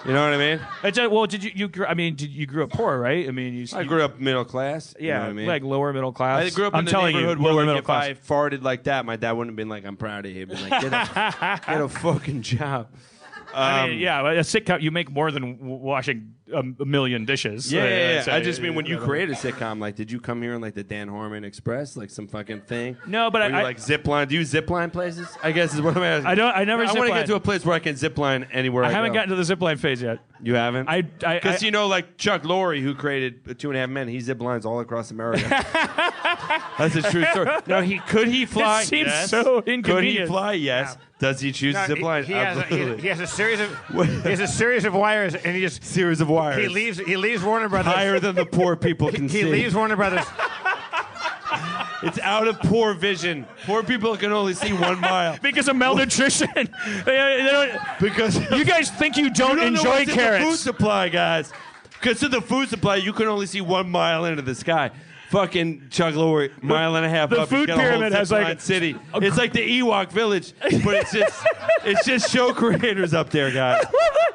D: You know what I mean?
B: it's like, well, did you, you? gr- I mean, did you grew up poor, right? I mean, you,
D: I grew up middle class. you
B: yeah,
D: know what I mean?
B: like lower middle class.
D: I grew up
B: I'm
D: in the
B: telling
D: neighborhood
B: you,
D: where
B: lower
D: like,
B: middle
D: if
B: class.
D: I farted like that, my dad wouldn't have been like, "I'm proud of you." He'd been like, "Get a, get a fucking job."
B: I
D: um,
B: mean, yeah, a sitcom you make more than w- washing a, a million dishes.
D: Yeah,
B: Uh,
D: yeah, yeah.
B: so-
D: I just mean when you create a sitcom, like, did you come here in like the Dan Harmon Express, like some fucking thing?
B: No, but
D: Were
B: I-
D: you,
B: I-
D: like zip line. Do you zip line places? I guess is what I'm asking.
B: I don't- I never
D: I want to
B: zip-line.
D: get to a place where I can zip line anywhere. I,
B: I haven't
D: go.
B: gotten to the zipline phase yet.
D: You haven't?
B: I- I-
D: because
B: I-
D: you know, like Chuck Lorre, who created Two and a Half Men, he zip lines all across America. That's a true story. No, he could he fly?
B: It seems
D: yes.
B: so
D: Could he
B: inconvenient.
D: fly? Yes. Does he choose
A: No, Uh,
D: zip
A: he-
D: line?
A: He, has a, he,
D: Absolutely.
A: he has a series of he has a series of wires, and he just
D: Series of wires.
A: he leaves he leaves Warner Brothers.
D: higher than the poor people
A: he
D: can see.
A: leaves Warner Brothers.
D: It's out of poor vision. Poor people can only see one mile
B: Because of malnutrition, They- they don't-
D: because
B: you guys think you
D: You
B: don't,
D: don't know
B: enjoy
D: what's in the food
B: carrots.
D: supply, guys. Because of the food supply, you can only see one mile into the sky. Fucking Chuck Lorre, mile and a half
B: the
D: up. he's
B: food
D: got a whole
B: pyramid has, like,
D: zip-line city. It's like the Ewok village, but it's just it's just show creators up there, guys.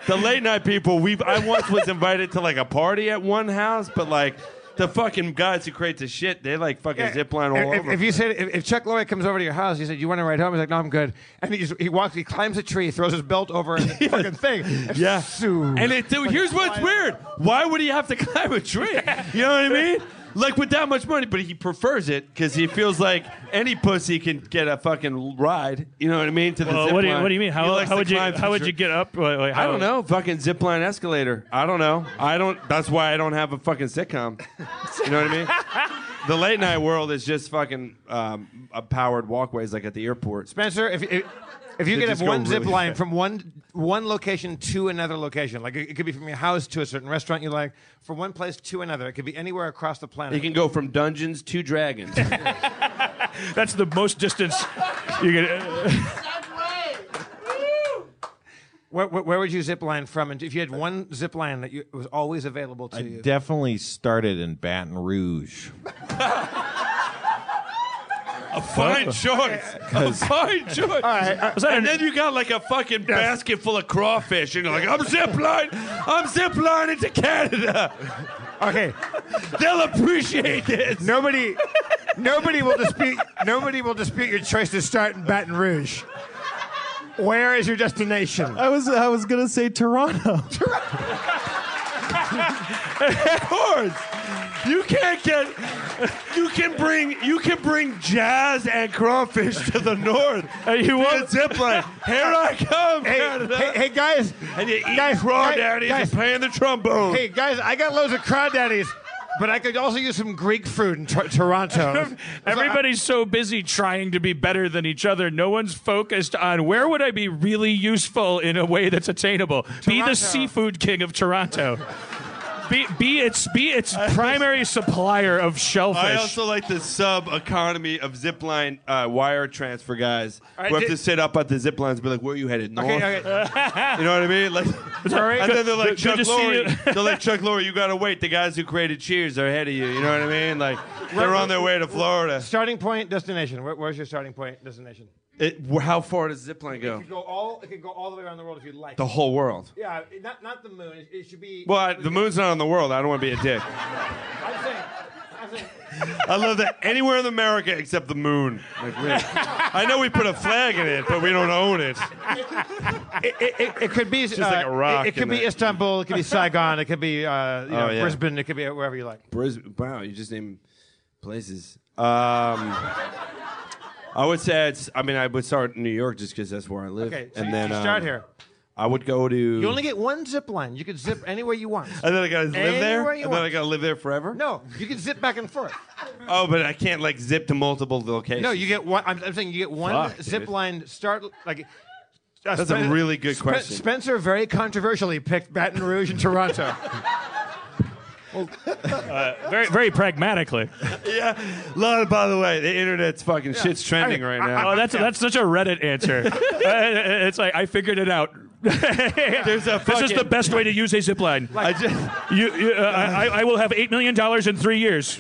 D: The late night people. We I once was invited to like a party at one house, but like the fucking guys who create the shit, they like fucking zip line all
A: if,
D: over.
A: if you said if, if Chuck Lorre comes over to your house, you said you want to ride home. He's like, no, I'm good. And he, just, he walks, he climbs a tree, throws his belt over and the fucking thing.
D: Yeah.
A: Zoom.
D: And it, here's what's weird. Why would he have to climb a tree? You know what I mean? Like with that much money, but he prefers it because he feels like any pussy can get a fucking ride. You know what I mean? To the
B: Well,
D: zip
B: Uh, what, do you,
D: line.
B: what do you mean?
D: He
B: How,
D: likes
B: how
D: to
B: would you
D: climb
B: how would you get up? Like, like,
D: I
B: how-
D: don't know. Fucking zip line escalator. I don't know. I don't. That's why I don't have a fucking sitcom. You know what I mean? The late night world is just fucking um, uh, powered walkways like at the airport.
A: Spencer, if if, if you
D: They
A: could
D: just
A: have
D: go
A: one zip
D: really
A: line
D: fast.
A: from one one location to another location. Like it, it could be from your house to a certain restaurant you like, from one place to another. It could be anywhere across the planet.
D: You can go from dungeons to dragons.
B: That's the most distance you can.
A: where, where, where would you zip line from? And if you had one zip line that you, was always available to you,
C: Definitely started in Baton Rouge.
D: a fine choice.
B: Fine, George. Was
A: Uh,
B: that
D: And
B: an-
D: then you got like a fucking basket full of crawfish, and you're like, I'm zipline, I'm ziplining to Canada.
A: okay,
D: They'll appreciate this.
A: nobody, nobody will dispute. Nobody will dispute your choice to start in Baton Rouge. Where is your destination?
C: I was I was gonna say Toronto.
D: course. You can't get. You can bring. You can bring jazz and crawfish to the north.
B: Hey, you
D: Be a
B: want-
D: zipline? Here I come,
A: Hey,
D: Canada.
A: hey, hey, guys,
D: and you eat
A: guys,
D: crawdaddies
A: guys,
D: and playing the trombone.
A: Hey guys, I got loads of crawdaddies, but I could also use some Greek food in Tor- Toronto.
B: Everybody's so busy trying to be better than each other. No one's focused on where would I be really useful in a way that's attainable. Be
A: Toronto.
B: the seafood king of Toronto. be, be its be its primary supplier of shellfish.
D: I also like the sub economy of zipline uh, wire transfer guys
A: right,
D: who have
A: did-
D: to sit up at the ziplines and be like, "Where are you headed?" North.
A: okay, okay.
D: You know what I mean? Like,
B: Sorry.
D: and then they're like
B: Good-
D: Chuck
B: good to see
D: Lorre.
B: you.
D: They're like Chuck Lorre. You gotta wait. The guys who created Cheers are ahead of you. You know what I mean? Like they're on their way to Florida.
A: starting point, destination. Where, where's your starting point, destination?
D: It, wh- how far does zipline
A: It
D: go?
A: could go all. It could go all the way around the world if you like.
D: The whole world.
A: yeah, not not the moon. It, it should be.
D: Well, I, the moon's not on the world. I don't want to be a dick.
A: I'm saying. I'm saying
D: I love that anywhere in America except the moon. Like, really. I know we put a flag in it, but we don't own it.
A: it, it, it, it could be just
D: like a rock
A: It,
D: in
A: could be
D: there.
A: Istanbul. It could be Saigon. It could be uh, you know,
D: Oh, yeah.
A: Brisbane. It could be wherever you like.
D: Brisbane. Wow, you just named places. Um, I would say it's. I mean, I would start in New York just because that's where I live.
A: Okay, so
D: and
A: you-
D: then
A: you start
D: um,
A: here.
D: I would go to.
A: You only get one zip line. You could zip anywhere you want.
D: and then I gotta live there.
A: Anywhere you
D: And then I
A: want.
D: gotta live there forever.
A: No, you can zip back and forth.
D: Oh, but I can't like zip to multiple locations.
A: No, you get one. I'm, I'm saying you get one
D: Fuck,
A: zip
D: dude.
A: line start. Like uh,
D: That's a
A: Spen-
D: really good
A: Spen-
D: question.
A: Spencer very controversially picked Baton Rouge and Toronto.
B: very very pragmatically.
D: Yeah. Lord, by the way, the internet's fucking shit's trending
A: I-
D: right
A: I-
D: now.
B: Oh, that's that's such a Reddit answer. Uh, it's like I figured it out.
D: There's a
B: this is the
D: fucking-
B: best way to use a zipline.
D: I just.
B: You, you, uh, I, I- I will have eight million dollars in three years.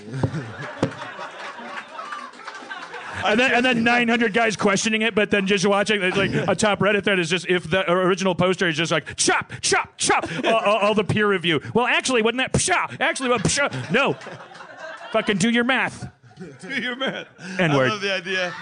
B: And then, and then 900 guys questioning it, but then just watching it's like a top Reddit thread is just if the original poster is just like chop, chop, chop, all, all- all the peer review. Well, actually, wasn't that pshaw? Actually, well, pshaw. No, fucking do your math.
D: Do your math.
B: N-word.
D: I love the idea.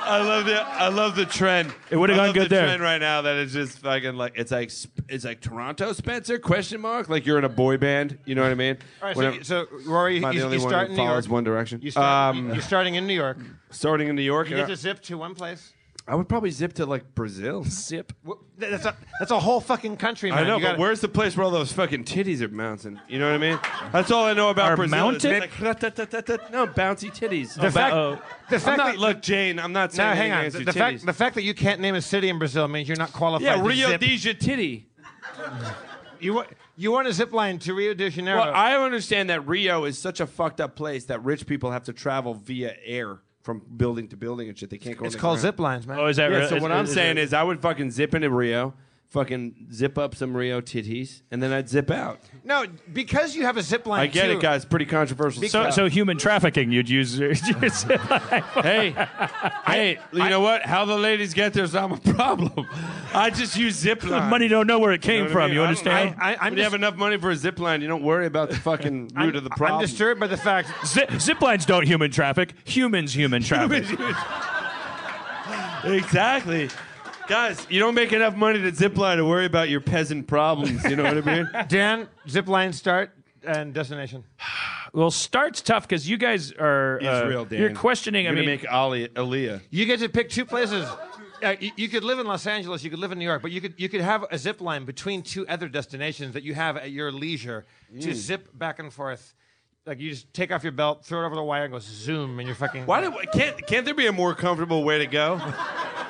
D: I love the I love the trend.
B: It would've
D: I
B: gone
D: love
B: good
D: the
B: there.
D: Trend right now that is just fucking like it's like sp- it's like Toronto Spencer question mark like you're in a boy band. You know what I mean?
A: All right, so,
D: Whenever-
A: you- so Rory,
D: Am
A: you,
D: I the
A: you
D: only one
A: start
D: who
A: in New York.
D: follows One Direction?
A: You start,
D: Um,
A: you're starting in New York.
D: starting in New York,
A: You get
D: uh,
A: to zip to one place.
D: I would probably zip to like Brazil. Zip.
A: Wh- That's a, that's a whole fucking country, man.
D: I know,
A: You gotta-
D: but where's the place where all those fucking titties are bouncing? You know what I mean? That's all I know about
B: Are
D: Brazil. is
B: mounted?
D: Like, "Ra-ta-ta-ta-ta." no, bouncy titties.
A: the fact,
B: Uh-oh.
A: the
D: I'm
A: fact
D: not,
A: that
D: look, Jane, I'm not saying
A: now, hang
D: anything
A: on.
D: against
A: The,
D: your
A: the fact
D: titties.
A: the fact that you can't name a city in Brazil means you're not qualified.
D: yeah,
A: to
D: Rio
A: zip.
D: de Janeiro.
A: You want you want a zip line to Rio de Janeiro?
D: Well, I understand that Rio is such a fucked up place that rich people have to travel via air from building to building and shit. They can't go.
A: it's
D: on the
A: called
D: ground.
A: zip lines, man.
B: Oh, is that
D: Yeah,
B: real?
D: so
B: Is-
D: what I'm
B: is- is
D: saying
B: it-
D: is, I would fucking zip into Rio, fucking zip up some Rio titties, and then I'd zip out.
A: no, because you have a zip line.
D: I get
A: too-
D: it, guys. Pretty controversial.
B: so,
D: stuff.
B: so human trafficking, you'd use your, your zipline.
D: hey, hey, you know what? How the ladies get there's not my problem. I just use zip
B: The
D: line.
B: money don't know where it came
D: know what I
B: from.
D: mean?
B: You
D: I don't-
B: understand?
A: I- I'm
D: when you
A: just-
D: have enough money for a zip line, you don't worry about the fucking root of the problem.
A: I'm disturbed by the fact.
B: Zip, zip lines don't human traffic. Humans human traffic.
D: exactly. Guys, you don't make enough money to zip line to worry about your peasant problems. You know what I mean?
A: Dan, zip line start and destination.
B: well, start's tough because you guys are uh,
D: Israel, Dan.
B: You're questioning.
D: You're
B: I mean,
D: gonna make Ali Aaliyah.
A: You get to pick two places. Uh, you, you could live in Los Angeles, you could live in New York, but you could you could have a zip line between two other destinations that you have at your leisure
D: Mm.
A: to zip back and forth. Like you just take off your belt, throw it over the wire, and go zoom, and you're fucking.
D: Why do, can't can't there be a more comfortable way to go?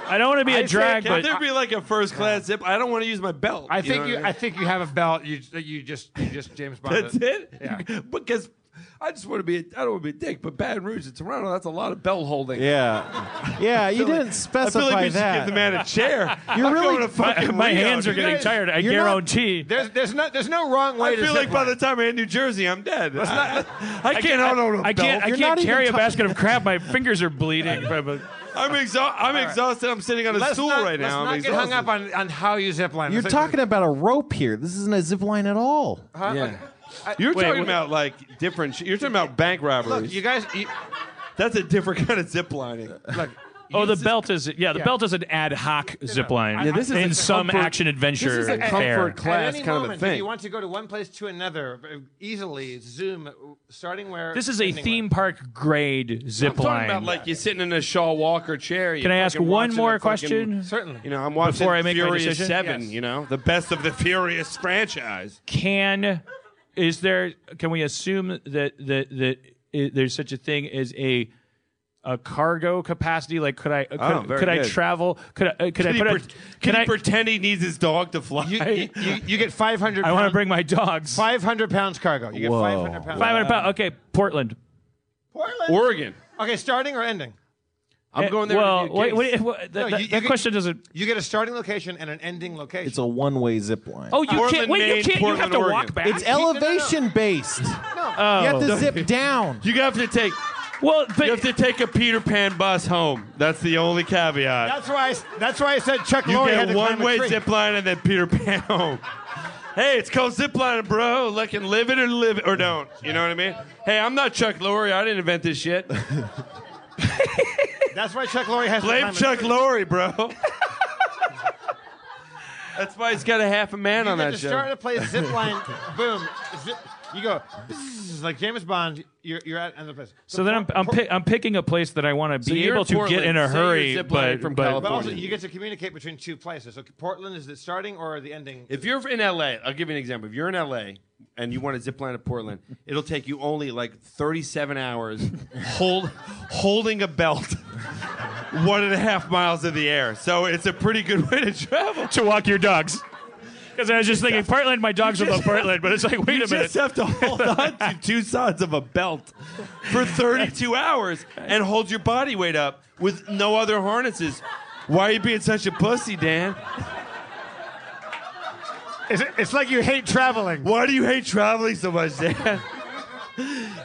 B: I don't want to be a drag,
D: Can
B: but
D: there be like a first class zip? I don't want to use my belt.
A: I
D: know
A: think
D: what
A: you.
D: mean?
A: I think you have a belt. You you just you just James Bond.
D: That's it.
A: Yeah.
D: because I just want to be. A, I don't want to be a dick, but Baton Rouge and Toronto. That's a lot of belt holding.
C: Yeah, yeah. You didn't
D: I feel
C: specify
D: like we should
C: that.
D: give the man a chair.
C: You're
D: I'm
C: really-
D: going to
B: my,
D: fucking
B: my
D: Rio,
B: hands are
D: dude.
B: getting
A: guys-
B: tired. I
C: you're not-
B: guarantee.
A: There's there's no there's no wrong way.
D: I
A: to
D: feel
A: zip
D: like by
A: line.
D: the time I hit New Jersey, I'm dead. I, I can't hold on. to a
B: I
D: belt.
B: can't. I
C: You're
B: can't
C: not even
B: carry a
C: touching-
B: basket of crab. My fingers are bleeding. from a-
D: I'm exhausted. I'm exhausted. I'm sitting on a
A: Let's
D: stool
A: not,
D: right
A: let's
D: now.
A: not
D: I'm
A: get hung up
D: exhausted.
A: on, on how you zip line.
C: You're
A: It's like-
C: talking about a rope here. This isn't a zip line at all.
A: Huh?
D: Yeah.
A: Okay.
D: You're
B: Wait,
D: talking
B: what-
D: about like different. Sh- you're talking about bank robberies.
A: Look, you guys. You,
D: That's a different kind of zip lining.
A: look.
B: oh,
A: you-
B: the belt is. Yeah, the
A: Yeah.
B: belt is an ad hoc zip line.
D: Yeah, this is
B: in
D: a
B: some
D: comfort-
B: action adventure
D: this is a
B: fair.
D: comfort class
A: At any
D: kind
A: moment,
D: of a thing.
A: if you want to go to one place to another, uh, easily zoom, uh, starting where.
B: This is a
A: ending
B: theme
A: where.
B: park grade
D: I'm
B: zip
D: talking
B: line.
D: about like you're sitting in a Shaw Walker chair. you're
B: Can I ask
D: fucking
B: one
D: watching
B: more
D: a fucking-
B: question?
A: Certainly.
D: You know, I'm watching
B: Before I make my
D: Furious
B: decision?
D: Seven.
A: Yes.
D: You know, the best of the Furious franchise.
B: can is there can we assume that that that i there's such a thing as a a cargo capacity like could i could,
D: Oh, very
B: could i
D: good.
B: travel could i could
D: Can,
B: i
D: he,
B: put a,
D: pre- can
B: can
D: he
B: i
D: pretend he needs his dog to fly?
A: You, you, you, you get 500
B: i want to
A: pounds-
B: bring my dogs
A: 500 pounds cargo. You get
C: Whoa.
A: 500 pounds.
B: 500 pounds okay portland
A: Portland.
D: Oregon.
A: okay, starting or ending?
D: I'm going there.
B: Eh, well
D: to review a
B: wait,
D: case.
B: wait, what- that,
A: No,
B: that-
A: you- you
B: that
A: could-
B: question doesn't
A: You get a starting location and an ending location.
C: It's a one-way zip line.
B: oh you can't
D: Portland,
B: wait you
D: Maine,
B: can't you have
D: Portland,
B: to walk
D: Oregon.
B: back
C: It's elevation based. You have
A: Oh.
C: to zip down.
D: You have to take.
B: well
D: You have
B: but
D: to take a Peter Pan bus home. That's the only caveat.
A: that's why. I, s- that's why I said Chuck
D: You
A: Lorre had
D: get
A: to
D: one
A: climb a
D: way
A: tree.
D: zip line and then Peter Pan home. Hey, it's called ziplining, bro. Like, and live it or live it or don't. You know what I mean? Hey, I'm not Chuck Lorre. I didn't invent this shit.
A: That's why Chuck Lorre has
D: Blame
A: to climb
D: Chuck Lorre, bro. That's why he's got a half a man
A: a
D: on
A: tree. You
D: that
A: just
D: show.
A: start to play zip line. boom. Zip, you go bzzz, like James Bond. You're, you're at another place.
B: so then i'm i'm, pick, I'm picking a place that i want to be
D: you're
B: able
D: in
B: to get
D: Portland.
B: in a
D: Say you're
B: hurry
D: ziplining
B: but
D: from
B: but-
D: California.
A: But also, you get to communicate between two places. So Portland is the starting or the ending?
D: If you're in LA, I'll give you an example. If you're in LA and you want to zip line to Portland, it'll take you only like 37 hours hold, holding a belt one and a half miles in the air. So it's a pretty good way to travel.
B: to walk your dogs. Because I was just thinking, Portland, my dogs will love Portland, but it's like, wait
D: You
B: a minute.
D: just have to hold on to two sides of a belt for 32 hours and hold your body weight up with no other harnesses. Why are you being such a pussy, Dan?
A: It's, it's like you hate traveling.
D: Why do you hate traveling so much, Dan?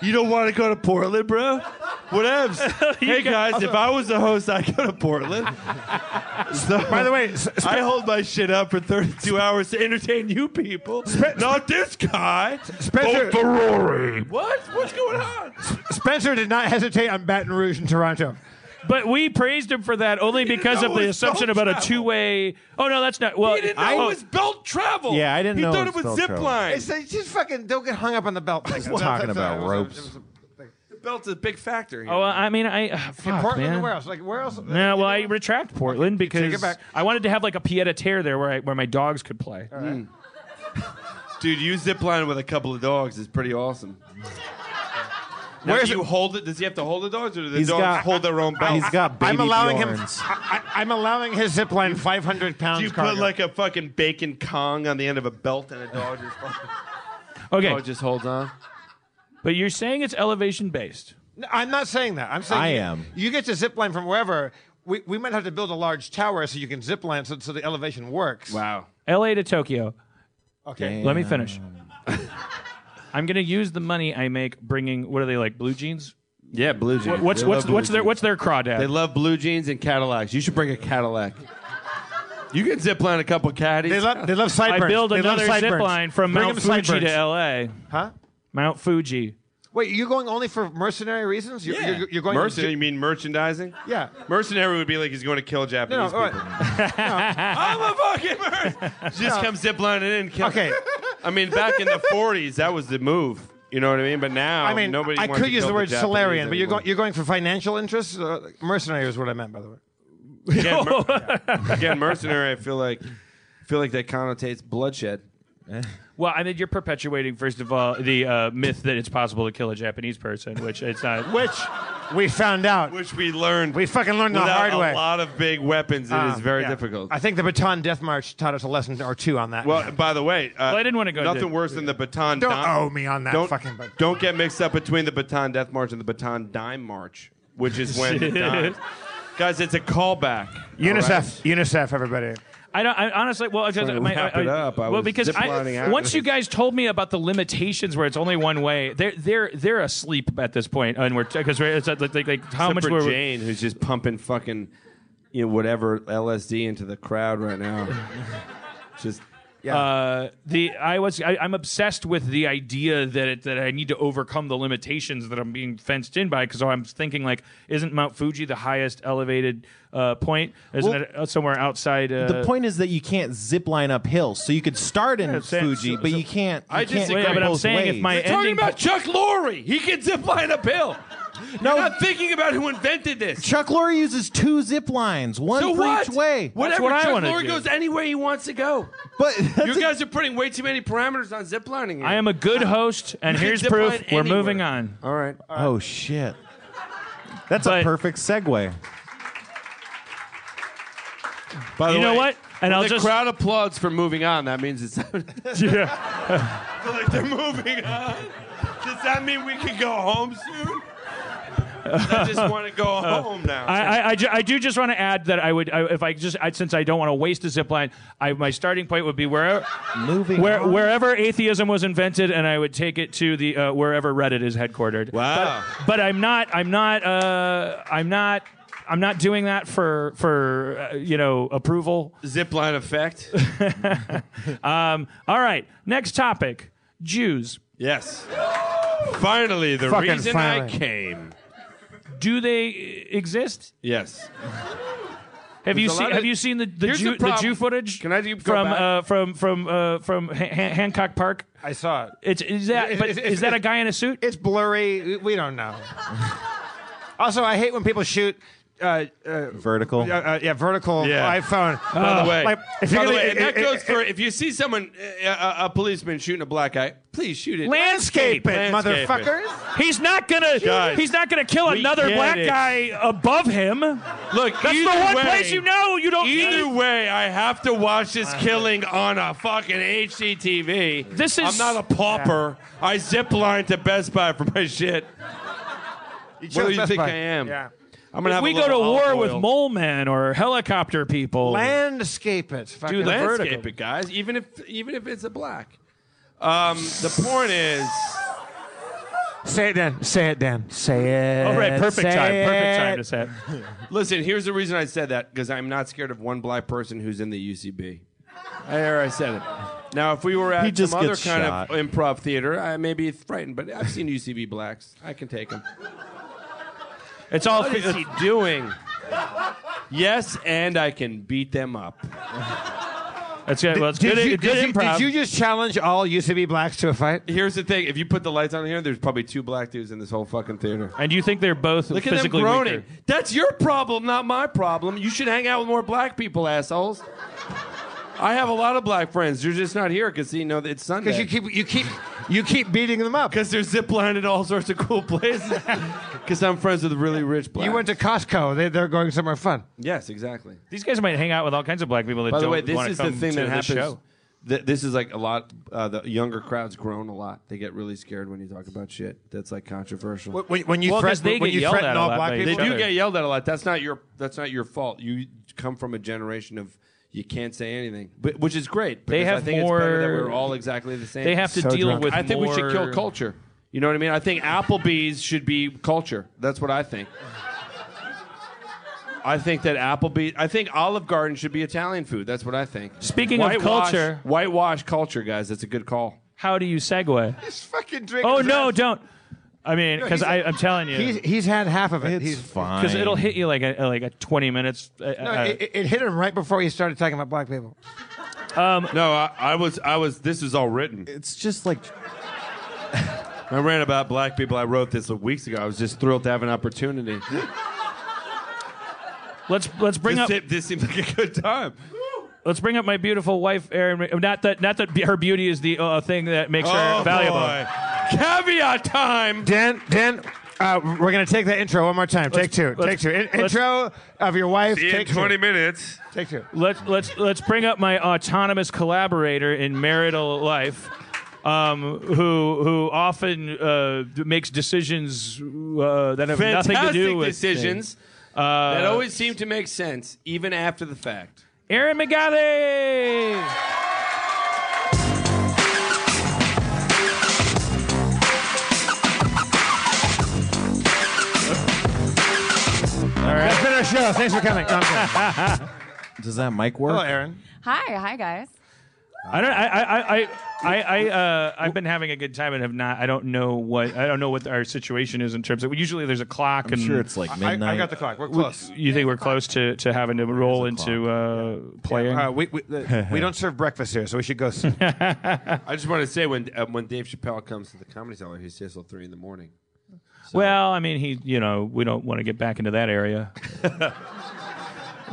D: You don't want to go to Portland, bro? Whatevs. hey, guys, if I was the host, I'd go to Portland. So,
A: By the way, s- spe-
D: I hold my shit up for 32 hours to entertain you people. Not this guy.
A: Spencer-
D: Oh, Ferrari. What? What's going on?
A: Spencer did not hesitate on Baton Rouge and Toronto.
B: But we praised him for that only because
D: know
B: of the
D: it's
B: assumption
D: dog
B: about a
D: travel.
B: two way. Oh, no, that's not. Well, oh.
D: He didn't know
C: I-
D: it was belt travel.
C: Yeah, I didn't
D: he
C: know
D: thought
C: it
D: it
C: was belt
D: was zip
C: travel.
D: line.
A: It's like, just fucking don't get hung up on the belt. Like,
C: We're talking about ropes.
D: Belt's a big factor. Here.
B: oh, I mean, I. Uh, fuck,
A: Portland
B: man.
A: and where else? Like where else?
B: No, well, I retract Portland
A: take it
B: because
A: back.
B: I wanted to have like a pied a terre there where, I, where my dogs could play.
D: Dude, you zip line with a couple of dogs is pretty awesome. Now,
A: Where's
D: do you
A: it-
D: hold it? Does he have to hold the dogs, or do the
C: He's
D: dogs
C: got-
D: hold their own belts?
C: He's got baby
A: I'm allowing
C: Bjorns.
A: him. I, I, I'm allowing his zip line 500 pounds.
D: do you put
A: cargo.
D: like a fucking bacon Kong on the end of a belt and a dog just,
B: Okay.
D: dog Oh, just holds on?
B: But you're saying it's elevation based.
A: No, I'm not saying that. I'm saying
C: I
A: you-
C: am.
A: You get to zip line from wherever. We, we might have to build a large tower so you can zip line so, so the elevation works.
D: Wow.
B: LA to Tokyo.
A: Okay.
B: Let me finish. I'm going to use the money I make bringing, what are they like, blue jeans?
D: Yeah, blue jeans.
B: What's,
D: They
B: what's,
D: love
B: what's,
D: blue
B: their,
D: jeans.
B: what's their crawdad?
D: They love blue jeans and Cadillacs. You should bring a Cadillac. You can zip line a couple caddies.
A: They love they love sideburns.
B: I build
A: They love
B: another zip
A: sideburns.
B: line from
A: Bring
B: Mount
A: them
B: Fuji to
A: sideburns.
B: L.A.
A: Huh?
B: Mount Fuji.
A: Wait, you're going only for mercenary reasons? You're, you're, you're going
D: mercenary.
A: To,
D: You mean merchandising?
A: yeah.
D: Mercenary would be like he's going to kill
A: No,
D: Japanese
A: no, all
D: people.
A: right.
D: I'm a fucking mercenary. Just come zip lining in. and Kill
A: Okay.
D: I mean, back in the 40s, that was the move. You know what I mean? But now,
A: I mean,
D: Oh, nobody.
A: I
D: wants
A: could
D: to
A: use
D: kill
A: the word
D: Japanese
A: Solarian, but you're
D: anymore.
A: going you're going for financial interests. Uh, mercenary is what I meant, by the way.
D: again, mer- again, mercenary. I feel like, I feel like that connotates bloodshed.
B: Well, I mean, you're perpetuating, first of all, the uh, myth that it's possible to kill a Japanese person, which it's not.
A: Which We found out.
D: Which we learned.
A: We fucking learned the
D: without
A: hard way.
D: A lot of big weapons. It is
A: Uh,
D: very
A: yeah.
D: difficult.
A: I think the Baton Death March taught us a lesson or two on that.
D: Well, by the way, uh,
B: Well, I didn't wanna go
D: Nothing
B: to-
D: worse than the baton.
A: Don't
D: dime-
A: owe me on that
D: don't,
A: fucking button.
D: Don't get mixed up between the baton death march and the baton dime march, which is when the dimes. Guys, it's a callback.
A: UNICEF,
D: all right?
A: UNICEF, everybody.
B: I don't. I honestly, well, just,
D: to
B: my,
D: wrap
B: I,
D: it
B: I-
D: up, I
B: well,
D: was
B: because
D: ziplining
B: I,
D: out.
B: once you guys told me about the limitations, where it's only one way, they're they're they're asleep at this point, and we're because we're it's like, like, like how
D: Except
B: much
D: for
B: were we,
D: Jane, who's just pumping fucking, you know, whatever LSD into the crowd right now. just
B: uh, the I was I, I'm obsessed with the idea that it, that I need to overcome the limitations that I'm being fenced in by because I'm thinking like, isn't Mount Fuji the highest elevated uh, point? Isn't
C: Well,
B: it uh, somewhere outside? Uh,
C: The point is that you can't zip line up hills, so you could start in
B: it's-
C: Fuji,
B: so-
C: but
B: so-
C: you can't.
D: I
C: you can't
D: disagree,
C: go
D: but I'm
C: both
B: saying if
C: ways.
B: my-
D: You're talking
B: ending
D: about Chuck Lorre. He can zip line uphill.
C: No.
D: You're not thinking about who invented this.
C: Chuck Lorre uses two zip lines, one
D: so
C: for
D: what?
C: each way.
D: Whatever.
B: what I
D: Chuck
B: wanna
D: Lorre
B: do.
D: goes anywhere he wants to go.
C: But that's
D: You
C: a-
D: guys are putting way too many parameters on ziplining. here.
B: I am a good host, and
D: You can
B: here's
D: zip
B: proof.
D: line
B: We're
D: Uh, anywhere.
B: moving on.
D: All right.
C: oh shit, that's
B: But-
C: a perfect segue.
D: By the
B: You know
D: way,
B: what? And
D: when
B: I'll
D: the
B: just-
D: crowd applauds for moving on. That means it's
B: Yeah.
D: like they're moving on. Does that mean we can go home soon? I just want to go home now.
B: Uh, I, I, I, ju- I do just want to add that I would, I, if I just, I, since I don't want to waste a zip line, I, my starting point would be wherever,
C: Moving
B: where,
C: on.
B: wherever atheism was invented, and I would take it to the uh, wherever Reddit is headquartered.
D: Wow.
B: But, but I'm not, I'm not, uh, I'm not. I'm not doing that for for uh, you know approval.
D: Zipline effect.
B: Um, all right, next topic: Jews.
D: Yes. Finally, the
A: Fucking
D: reason I
A: finally.
D: came.
B: Do they exist?
D: Yes.
B: Have you
D: There's a
B: seen
D: lot of-
B: Have you seen the the
D: Here's
B: Jew,
D: the
B: the,
D: problem.
B: Jew footage?
D: Can I do- go
B: from
D: back?
B: uh, from from uh, from Han- Han- Hancock Park?
A: I saw it.
B: It's is that
A: It-
B: but
A: it-
B: is that a guy in a suit?
A: It's blurry. We don't know. also, I hate when people shoot. Uh, uh,
C: Vertical.
A: uh, uh, yeah, vertical
D: Yeah.
A: iPhone.
D: By
B: Uh,
D: the way,
A: like, if you're
D: by the
A: gonna-
D: way,
B: e-
D: and that
A: it- it-
D: goes for if you see someone, uh, uh, a policeman shooting a black guy, please shoot it.
B: Landscape it.
D: Landscape it.
A: motherfuckers.
B: He's not gonna
D: Guys,
B: he's not gonna kill
D: we
B: another
D: get
B: black
D: it.
B: guy above him. That's
D: Look,
B: the
D: either
B: one
D: way-
B: place you know you don't
D: Either
B: need-
D: way, I have to watch this killing on a fucking HGTV.
B: This is-
D: I'm not a pauper. I zip line to Best Buy for my shit. Where
A: chose
D: do you
A: Best
D: think
A: Buy.
D: I am?
A: Yeah.
D: I'm gonna
B: If
D: have
B: we
D: a
B: go
D: little
B: to war
D: olive
B: with
D: oil.
B: mole men or helicopter people.
A: Landscape it. Fucking
B: the
D: landscape
B: vertical.
D: it, guys. Even if even if it's a black. Um, the point is,
A: Say it, Dan. Say it, Dan. Say it.
B: All oh, right, perfect
A: Say
B: time. Perfect
A: it.
B: time to say it.
D: listen. Here's the reason I said that because I'm not scared of one black person who's in the UCB. There, I said it. Now, if we were at
C: He just
D: some other
C: gets
D: kind
C: shot.
D: of improv theater, I may be frightened, but I've seen UCB blacks. I can take them.
B: It's all
D: What is he doing? Yes, and I can beat them up.
B: it's good. Well, it's
A: Did,
B: good,
A: you,
B: good
A: did, you,
B: improv.
A: did you just challenge all UCB blacks to a fight?
D: Here's the thing: if you put the lights on here, there's probably two black dudes in this whole fucking theater.
B: and you think they're both
D: Look at them
B: physically
D: groaning.
B: weaker.
D: That's your problem, not my problem. You should hang out with more black people, assholes. I have a lot of black friends. You're just not here because you know that it's Sunday.
A: Because you keep you keep you keep beating them up.
D: Because they're ziplining to all sorts of cool places. Because I'm friends with really rich black.
A: You went to Costco. They, they're going somewhere fun.
D: yes, exactly.
B: These guys might hang out with all kinds of black people that
D: By
B: don't
D: the way, this
B: want
D: is
B: to
D: the
B: come
D: thing
B: to
D: that
B: this
D: happens.
B: show.
D: Th- this is like a lot. Uh, the younger crowd's grown a lot. They get really scared when you talk about shit that's like controversial.
A: When, when you
B: Well, 'cause
A: threaten,
B: they
A: when
B: get
A: you
B: yelled
A: threaten
B: at a
A: all
B: lot by
A: black
B: each
A: people,
D: they do
B: other.
D: get yelled at a lot. That's not your. That's not your fault. You come from a generation of you can't say anything, but, which is great.
B: They
D: because
B: have
D: I think it's better that
B: more-
D: we're all exactly the same.
B: They have to
A: So
B: deal
A: drunk.
B: with.
D: I think we should kill
B: more-
D: culture. You know what I mean? I think Applebee's should be culture. That's what I think. I think that Applebee, I think Olive Garden should be Italian food. That's what I think.
B: Speaking of
D: Whitewash-
B: culture-
D: whitewash culture, guys. That's a good call.
B: How do you segue?
A: Just fucking drink.
B: Oh
A: his
B: no,
A: ass.
B: don't. I mean, because
A: he's-
B: I'm telling
A: He's
B: you,
A: he's had half of it.
C: it's
A: He's
C: fine.
B: because it'll hit you like a like a 20 minutes. uh,
A: No,
B: uh,
A: it, it hit him right before he started talking about black people.
D: No, I, I was, I was. This is all written.
C: It's just like
D: I ran about black people. I wrote this weeks ago. I was just thrilled to have an opportunity.
B: let's let's bring
D: This,
B: up
D: se- this seemed like a good time.
B: let's bring up my beautiful wife, Erin. Not that not that her beauty
D: Oh,
B: is the uh, thing that makes her valuable.
D: Caveat time.
A: Dan Dan, Uh, we're gonna take that intro one more time. take 2 take
B: let's-
A: two. In-
B: let's-
A: intro of your wife.
F: See you in
A: take
F: 20
A: two.
F: minutes.
A: Take two.
B: Let's let's let's bring up my autonomous collaborator in marital life, um, who who often uh, d- makes decisions uh, that have nothing to do with
D: decisions
B: things. Uh,
D: that always seem to make sense, even after the fact.
B: Aaron McGalley.
A: That's been our show. Thanks for coming. No, I'm kidding.
C: Does that mic work?
A: Hello, Aaron.
G: Hi, hi guys.
B: I don't. I. I. I. I. I uh, I've been having a good time and have not. I don't know what. I don't know what our situation is in terms of. Usually, there's a clock.
C: I'm
B: and
C: sure it's like
A: I,
C: midnight.
A: I got the clock. We're close.
B: You think we're close to, to having to roll into uh, playing?
A: Uh, we we, the, we don't serve breakfast here, so we should go. soon.
D: I just want to say when uh, when Dave Chappelle comes to the Comedy Cellar, he stays till three in the morning.
B: Well, I mean, he, you know, we don't want to get back into that area.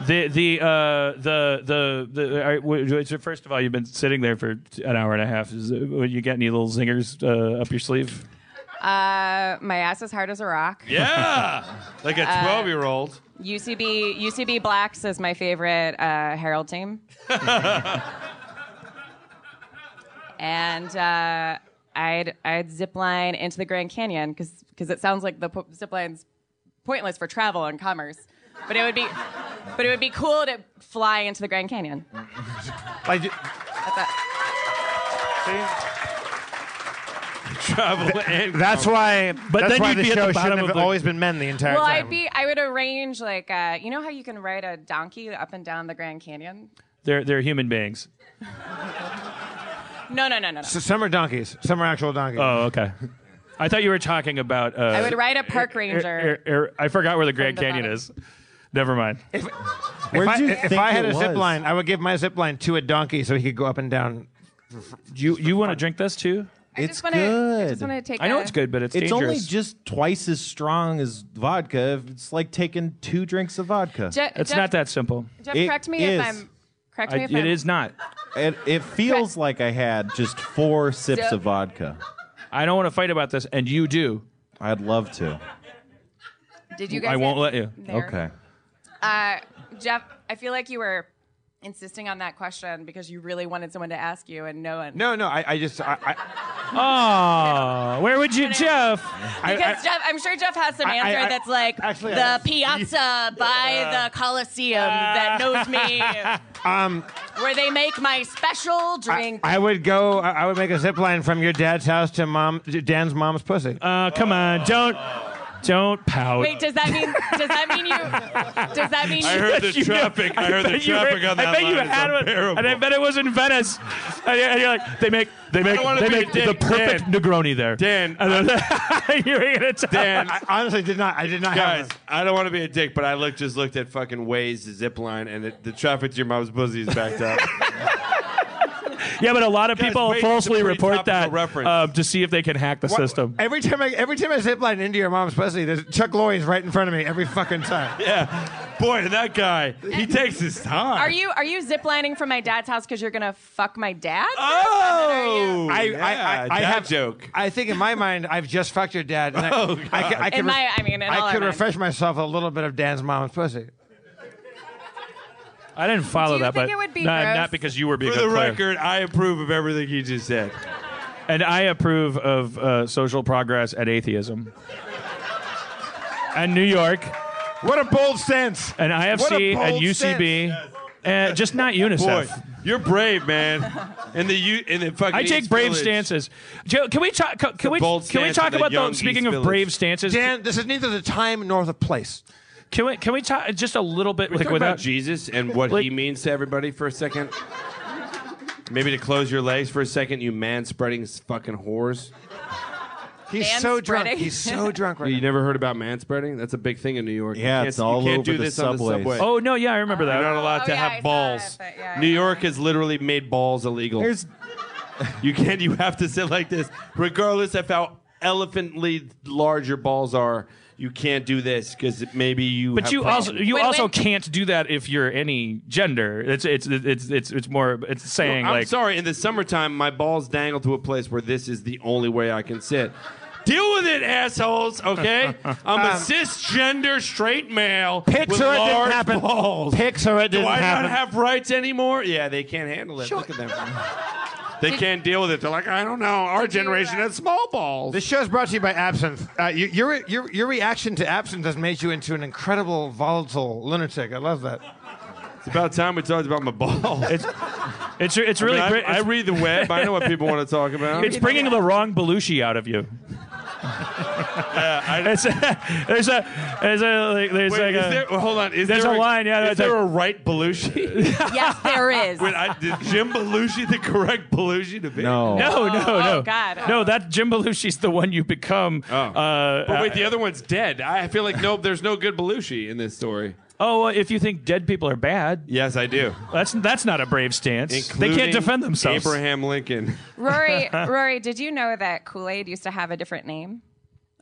B: the the uh, the the the. all right, w- so First of all, you've been sitting there for an hour and a half. Is, uh, you got any little zingers uh, up your sleeve?
G: Uh, my ass is hard as a rock.
D: Yeah, like a
G: Uh,
D: twelve-year-old.
G: UCB UCB Blacks is my favorite uh, Herald team. and uh, I'd I'd zip line into the Grand Canyon because it sounds like the po- zip line's pointless for travel and commerce, but it would be but it would be cool to fly into the Grand Canyon.
A: like, you-
B: Travel and
A: that's why.
B: But
A: that's
B: then
A: why
B: you'd
A: the
B: be at
A: show
B: the bottom
A: shouldn't
B: of
A: have
B: the-
A: always been men the entire
G: Well,
A: time.
G: I'd be I would arrange like uh, you know how you can ride a donkey up and down the Grand Canyon.
B: they're they're human beings.
G: No, no, no, no, no.
A: So some are donkeys. Some are actual donkeys.
B: Oh, okay. I thought you were talking about. Uh,
G: I would ride a park
B: er-
G: ranger.
B: er- er- I forgot where the Grand
G: the
B: Canyon
G: bottom.
B: is. Never mind.
A: if I,
C: Where'd you
A: if
C: think
A: I had
C: it
A: a zip
C: was?
A: line, I would give my zip line to a donkey so he could go up and down.
B: You you want to drink this too?
G: I
C: it's
G: just wanna,
C: good.
G: I just want to take.
B: I know
G: a-
B: it's good, but it's,
C: it's
B: dangerous.
C: only just twice as strong as vodka. It's like taking two drinks of vodka.
G: Je-
B: it's
G: Jeff-
B: not that simple.
G: Jeff,
C: It
G: correct me
C: is.
G: if I'm. Correct me
B: I,
G: if
B: it
G: I'm.
B: is not.
C: It, it feels like I had just four sips
G: So-
C: of vodka.
B: I don't want to fight about this, and you do.
C: I'd love to.
G: Did you guys?
B: I won't
G: get
B: let you.
G: there?
C: Okay.
G: Uh, Jeff, I feel like you were insisting on that question because you really wanted someone to ask you, and no one.
A: No, no. I, I just. I, I,
B: Oh, where would you, Jeff?
G: Because Jeff, I'm sure Jeff has an
A: I-
G: answer
A: I-
G: that's like
A: actually,
G: the
A: I-
G: piazza by
B: Uh,
G: the Coliseum that knows me,
A: um.
G: where they make my special
A: I,
G: drink.
A: I would go. I, I would make a zip line from your dad's house to mom, to Dan's mom's pussy.
D: Oh,
B: Uh, come on, don't, don't pout.
G: Wait, does that mean? Does that mean you? Does that mean?
D: I
G: you,
D: heard the traffic. I heard the
B: bet you were-
D: traffic on that
B: I bet you
D: line is
B: had one,
D: unbearable.
B: and I bet it was in Venice. And you're, and you're like, they make, they make,
D: don't wanna
B: they
D: be a
B: make
D: dick,
B: the perfect Negroni there.
D: Dan,
B: and then, you're gonna tell
D: Dan,
A: I honestly did not. I did not.
D: Guys,
A: have
D: I don't want to be a dick, but I look just looked at fucking Waze the zip line, and it, the traffic to your mom's pussy is backed up.
B: Yeah, but a lot of
D: Guys,
B: people
D: wait, it's a
B: falsely
D: pretty
B: report
D: topical
B: that
D: reference.
B: um, to see if they can hack the
A: one.
B: system.
A: Every time I every time I zip line into your mom's pussy, there's Chuck Lorre's right in front of me every fucking time.
D: yeah, boy, that guy, he takes his time.
G: are you are you ziplining from my dad's house because you're gonna fuck my dad?
D: Oh,
A: I,
D: yeah,
A: I, I, I
D: dad
A: have
D: joke.
A: I think in my mind I've just fucked your dad. And I,
D: Oh,
A: I, could- I could,
G: In
A: re-
G: my, I mean, in all
A: I
G: our
A: could
G: minds.
A: refresh myself with a little bit of Dan's mom's pussy.
B: I didn't follow
G: Do you
B: that,
G: think
B: but
G: it would be
B: not,
G: gross?
B: not because you were being
D: For
B: a
D: the
B: good player.
D: record, I approve of everything you just said.
B: And I approve of uh, social progress at atheism. and New York,
A: What a bold stance!
B: and
A: What a
B: IFC,
A: bold
B: and UCB, and Eh, just not
D: Boy,
B: UNICEF.
D: you're brave, man. In the U, in the fucking.
B: I take
D: East
B: brave
D: Village.
B: stances. Joe, can we talk? Can, we
D: bold
B: can we
D: stance
B: talk
D: of the
B: about
D: young
B: those? Speaking
D: East
B: of
D: Village.
B: brave stances,
A: Dan, this is neither the time nor the place.
B: can we can we talk just a little bit
D: Talk
B: like,
D: about
B: without
D: Jesus and what
B: Like-
D: he means to everybody for a second. Maybe to close your legs for a second, you man spreading fucking whores.
A: He's
G: Dan's
A: so drunk.
G: spreading.
A: He's so drunk right
D: You
A: now.
D: never heard about man spreading? That's a big thing in New York.
C: Yeah,
D: you can't,
C: it's all
D: you can't
C: over
D: do
C: the
D: this on
C: subways.
D: the subway.
B: Oh no, yeah, I remember that.
D: You're not allowed
G: Oh,
D: to
G: yeah, I
D: have
G: saw
D: balls.
G: it, but yeah, I
D: New
G: saw
D: York has literally made balls illegal.
C: There's
D: you can't. You have to sit like this, regardless of how elephantly large your balls are. You can't do this because maybe you.
B: But
D: have
B: you
D: problems.
B: also you
G: Wait,
B: also
G: wait.
B: can't do that if you're any gender. It's it's it's it's it's more it's saying
D: I'm
B: like
D: sorry. In the summertime, my balls dangle to a place where this is the only way I can sit. Deal with it, assholes. Okay, I'm a cisgender straight male
A: Picture
D: with
A: it didn't
D: large
A: happen.
D: balls.
A: Picture it
D: Do
A: didn't
D: I
A: happen.
D: not have rights anymore? Yeah, they can't handle it. Look at them. They can't deal with it. They're like, I don't know. Our generation had small balls.
A: This show's brought to you by Absinthe. Uh, you, your, your, your reaction to Absinthe has made you into an incredible, volatile lunatic. I love that.
D: It's about time we talked about my balls.
B: It's it's it's really
D: I,
B: great.
D: I read the web. I know what people want to talk about.
B: It's bringing the wrong Belushi out of you. It's- there's a there's a like, there's
D: Wait,
B: like
D: is
B: a-
D: there, hold on. Is
B: there's
D: there
B: a line, yeah,
D: is
B: that's
D: there
B: like-
D: a right Belushi?
G: Yes, there is.
D: Wait, I, is Jim Belushi the correct Belushi to be?
C: No.
B: no, no,
G: Oh,
B: no.
G: oh, God.
B: No, that Jim Belushi's the one you become.
D: Oh.
B: Uh,
D: But wait,
B: uh,
D: the other one's dead. I feel like no, there's no good Belushi in this story.
B: oh, well, if you think dead people are bad,
D: Yes, I do.
B: that's that's not a brave stance. they
D: Including
B: can't defend themselves.
D: Abraham Lincoln.
G: Rory, Rory, did you know that Kool Aid used to have a different name?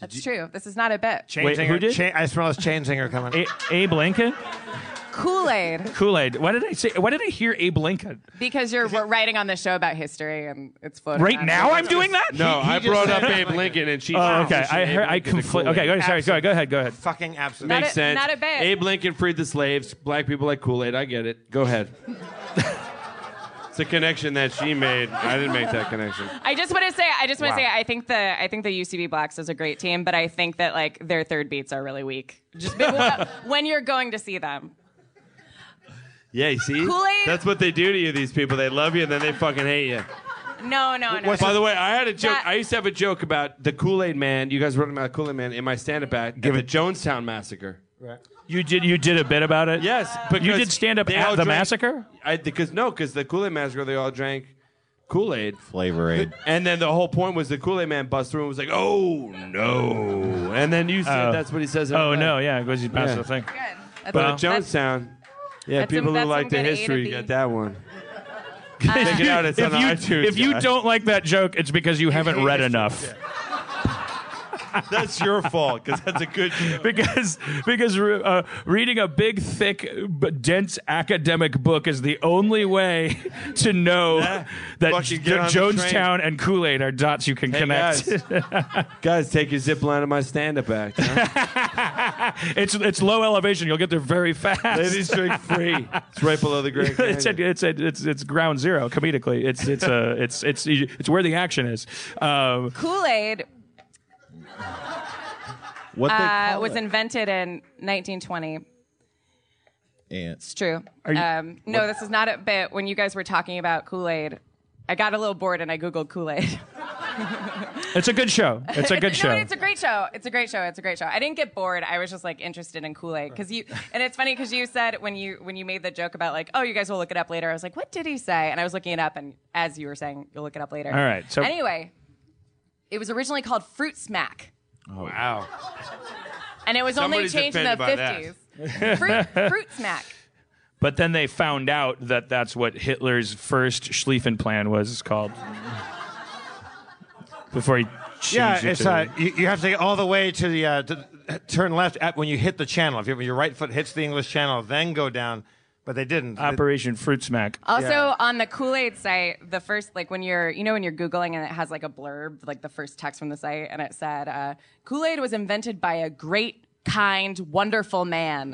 G: That's true. This is not a bit.
A: Chain
B: Wait,
A: singer-
B: who did?
A: cha- I smell his chain singer coming.
B: A- Abe Lincoln,
G: Kool Aid,
B: Kool Aid. Why did I say? Why did I hear Abe Lincoln?
G: because you're writing on the show about history and it's floating.
B: Right
G: around.
B: now, I'm doing that.
D: No,
A: he
D: I
A: just
D: brought
A: said
D: up
A: Abe
D: Abe Lincoln, and she.
B: Oh, okay. I
D: Abe
B: heard, I
D: Lincoln to
B: conflict.
D: Kool-Aid.
B: Okay, go ahead. Sorry, go ahead. Go ahead. Go ahead.
A: Fucking Absinthe.
G: Not
D: Makes
G: a-
D: sense.
G: not a bit.
D: Abe Lincoln freed the slaves. Black people like Kool Aid. I get it. Go ahead. it's a connection that she made. I didn't make that connection.
G: I just want to say, I just want to
D: Wow.
G: say, I think the I think the UCB Blacks is a great team, but I think that like their third beats are really weak. Just be- when you're going to see them,
D: Yeah, you see?
G: Kool-Aid?
D: That's what they do to you, these people. They love you and then they fucking hate you.
G: no, no, no.
D: By the way, I had a joke.
G: That-
D: I used to have a joke about the Kool Aid Man. You guys wrote about Kool Aid Man in my stand up at, at the Jonestown Massacre.
B: You did. You did a bit about it.
D: Yes, but
B: You did stand up at the massacre.
D: I because no, because the Kool Aid Massacre they all drank Kool Aid,
C: Flavor Aid.
D: and then the whole point was the Kool Aid Man bust through and was like, "Oh no!" And then you said
B: Oh.
D: that's what he says. in
B: Oh
D: the-
B: no! Yeah, because you passed
D: Yeah.
B: the thing.
G: Good. That's
D: But
G: all.
D: at Jonestown, yeah,
G: that's some-
D: people who
G: that's some
D: like the
G: good A to
D: history
G: B.
D: got that one. Check it out. It's
B: if
D: on
B: you,
D: iTunes.
B: if you
D: guys.
B: don't like that joke, it's because you haven't
A: hate
B: read
A: history,
B: enough.
D: that's your fault because that's a good. joke.
B: Because because uh, reading a big, thick, but dense academic book is the only way to know that
D: fucking get
B: Jo-
D: on the train.
B: Jonestown and Kool Aid are dots you can
D: Hey,
B: connect.
D: guys. guys, take your zip line to my stand-up act. huh?
B: it's it's low elevation. You'll get there very fast.
D: Ladies drink free. It's right below the Grand Canyon.
B: it's at, it's at, it's it's ground zero comedically. It's it's uh, it's it's it's where the action is. Um,
G: Kool Aid
C: What they
G: uh,
C: call
G: was
C: it.
G: invented in 1920.
C: Ants.
G: It's true.
B: you-
G: um, no, this is not a bit. When you guys were talking about Kool Aid, I got a little bored and I googled Kool Aid.
B: it's a good show. It's a good
G: no,
B: show.
G: it's a great show. It's a great show. It's a great show. I didn't get bored. I was just like interested in Kool Aid because you. And it's funny because you said when you when you made the joke about like, oh, you guys will look it up later. I was like, what did he say? And I was looking it up, and as you were saying, you'll look it up later.
B: All right, so-
G: anyway, it was originally called Fruit Smack,
B: Oh.
D: Wow.
G: and it was
D: Somebody's
G: only changed in the
D: offended by that.
G: fifties. Fruit, fruit Smack.
B: But then they found out that that's what Hitler's first Schlieffen plan was called. Before he changed
A: Yeah,
B: it
A: it's
B: to-
A: uh, you, you have to get all the way to the uh, to, turn left at, when you hit the channel. If your- your right foot hits the English Channel, then go down. But they didn't.
B: Operation Fruit Smack.
G: Also
A: Yeah.
G: on the Kool Aid site, the first like when you're you know when you're googling and it has like a blurb like the first text from the site and it said uh, Kool Aid was invented by a great kind wonderful man.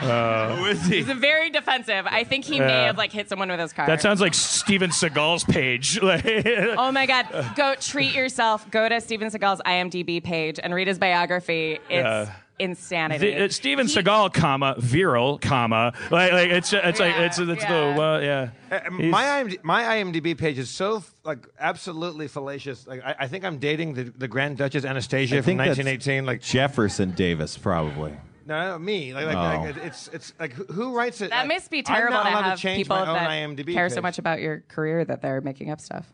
D: Who is he?
G: It's very defensive. I think he may have like hit someone with his car.
B: That sounds like Steven Seagal's page. Like,
G: Oh my God! Go treat yourself. Go to Steven Seagal's IMDb page and read his biography. It's
B: Yeah.
G: insanity.
B: the, uh, Steven
G: He-
B: Seagal, comma viral, comma like, like it's uh, it's like
G: Yeah,
B: it's it's
G: yeah.
B: the well, yeah.
A: Uh, my IMD, my IMDb page is so like absolutely fallacious. Like I, I think I'm dating the, the Grand Duchess Anastasia
C: I
A: from
C: think that's
A: 1918. Like
C: Jefferson Davis, probably.
A: no, no, me. Like, like,
C: No.
A: like, it's it's like who, who writes it?
G: that
A: Like,
G: must be
A: I'm
G: terrible
A: not
G: to
A: allowed
G: have
A: change
G: people
A: my own
G: that
A: IMDb
G: care so
A: page.
G: much about your career that they're making up stuff.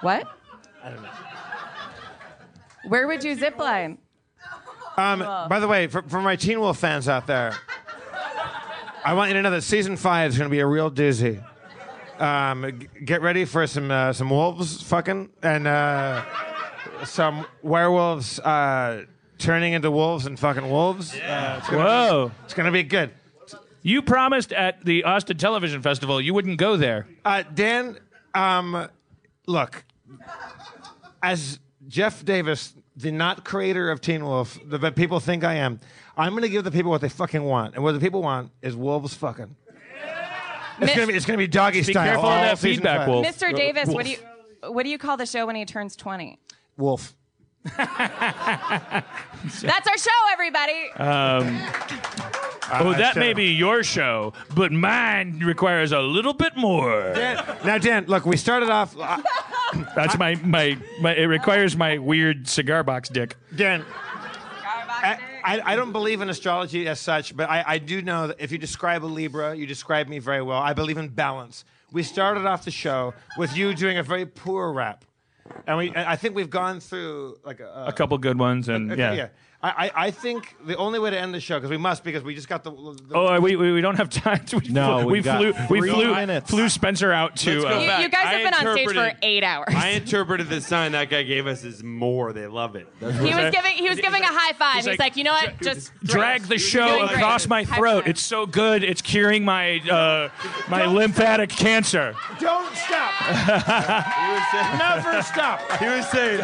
G: What? I don't know. Where would you zip line?
A: Um, by the way, for, for my Teen Wolf fans out there, I want you to know that season five is going to be a real doozy. Um, g- get ready for some uh, some wolves fucking and uh, some werewolves uh, turning into wolves and fucking wolves. Uh, it's gonna
B: Whoa!
A: Be, it's going to be good.
B: You promised at the Austin Television Festival you wouldn't go there.
A: Uh, Dan, um, look, as Jeff Davis, the not creator of Teen Wolf, the- but people think I am. I'm going to give the people what they fucking want, and what the people want is wolves fucking. It's
G: Mi-
A: gonna be it's gonna be doggy
B: Be
A: style.
B: careful of
A: all
B: that
A: season
B: feedback,
A: five.
B: Wolf.
G: Mr. Davis, what do you what do you call the show when he turns 20?
A: Wolf.
G: That's our show, everybody.
B: Oh,
A: I
B: that may
A: should've-
B: be your show, but mine requires a little bit more.
A: Dan- now, Dan, look, we started off. uh, I-
B: That's my, my my. It requires my weird cigar box dick.
A: Dan,
G: Starbucks
A: I,
G: day.
A: I, I don't believe in astrology as such, but I, I do know that if you describe a Libra, you describe me very well. I believe in balance. We started off the show with you doing a very poor rap, and we I I think we've gone through like a,
B: A couple good ones, and yeah.
A: I, I I think the only way to end the show because we must because we just got the. the
B: Oh, we, we we don't have time. To, we
C: No,
B: flew,
C: we've
B: we
C: got
B: flew we
C: three
B: flew
C: minutes.
B: flew Spencer out to.
D: Let's go
B: uh,
D: back.
G: you, you guys
D: I
G: have been on stage for
D: interpreted-
G: eight hours.
D: I interpreted the sign that guy gave us as more. They love it. That's what
G: he was
B: that?
G: giving he was giving a high five. He's,
B: like,
G: like, you know what? Just
B: Drag the show
G: Doing great.
B: across my
G: High
B: throat.
G: five.
B: It's so good. It's curing my uh, my lymphatic cancer.
A: don't stop!
D: he was saying.
A: Never stop!
D: He was saying.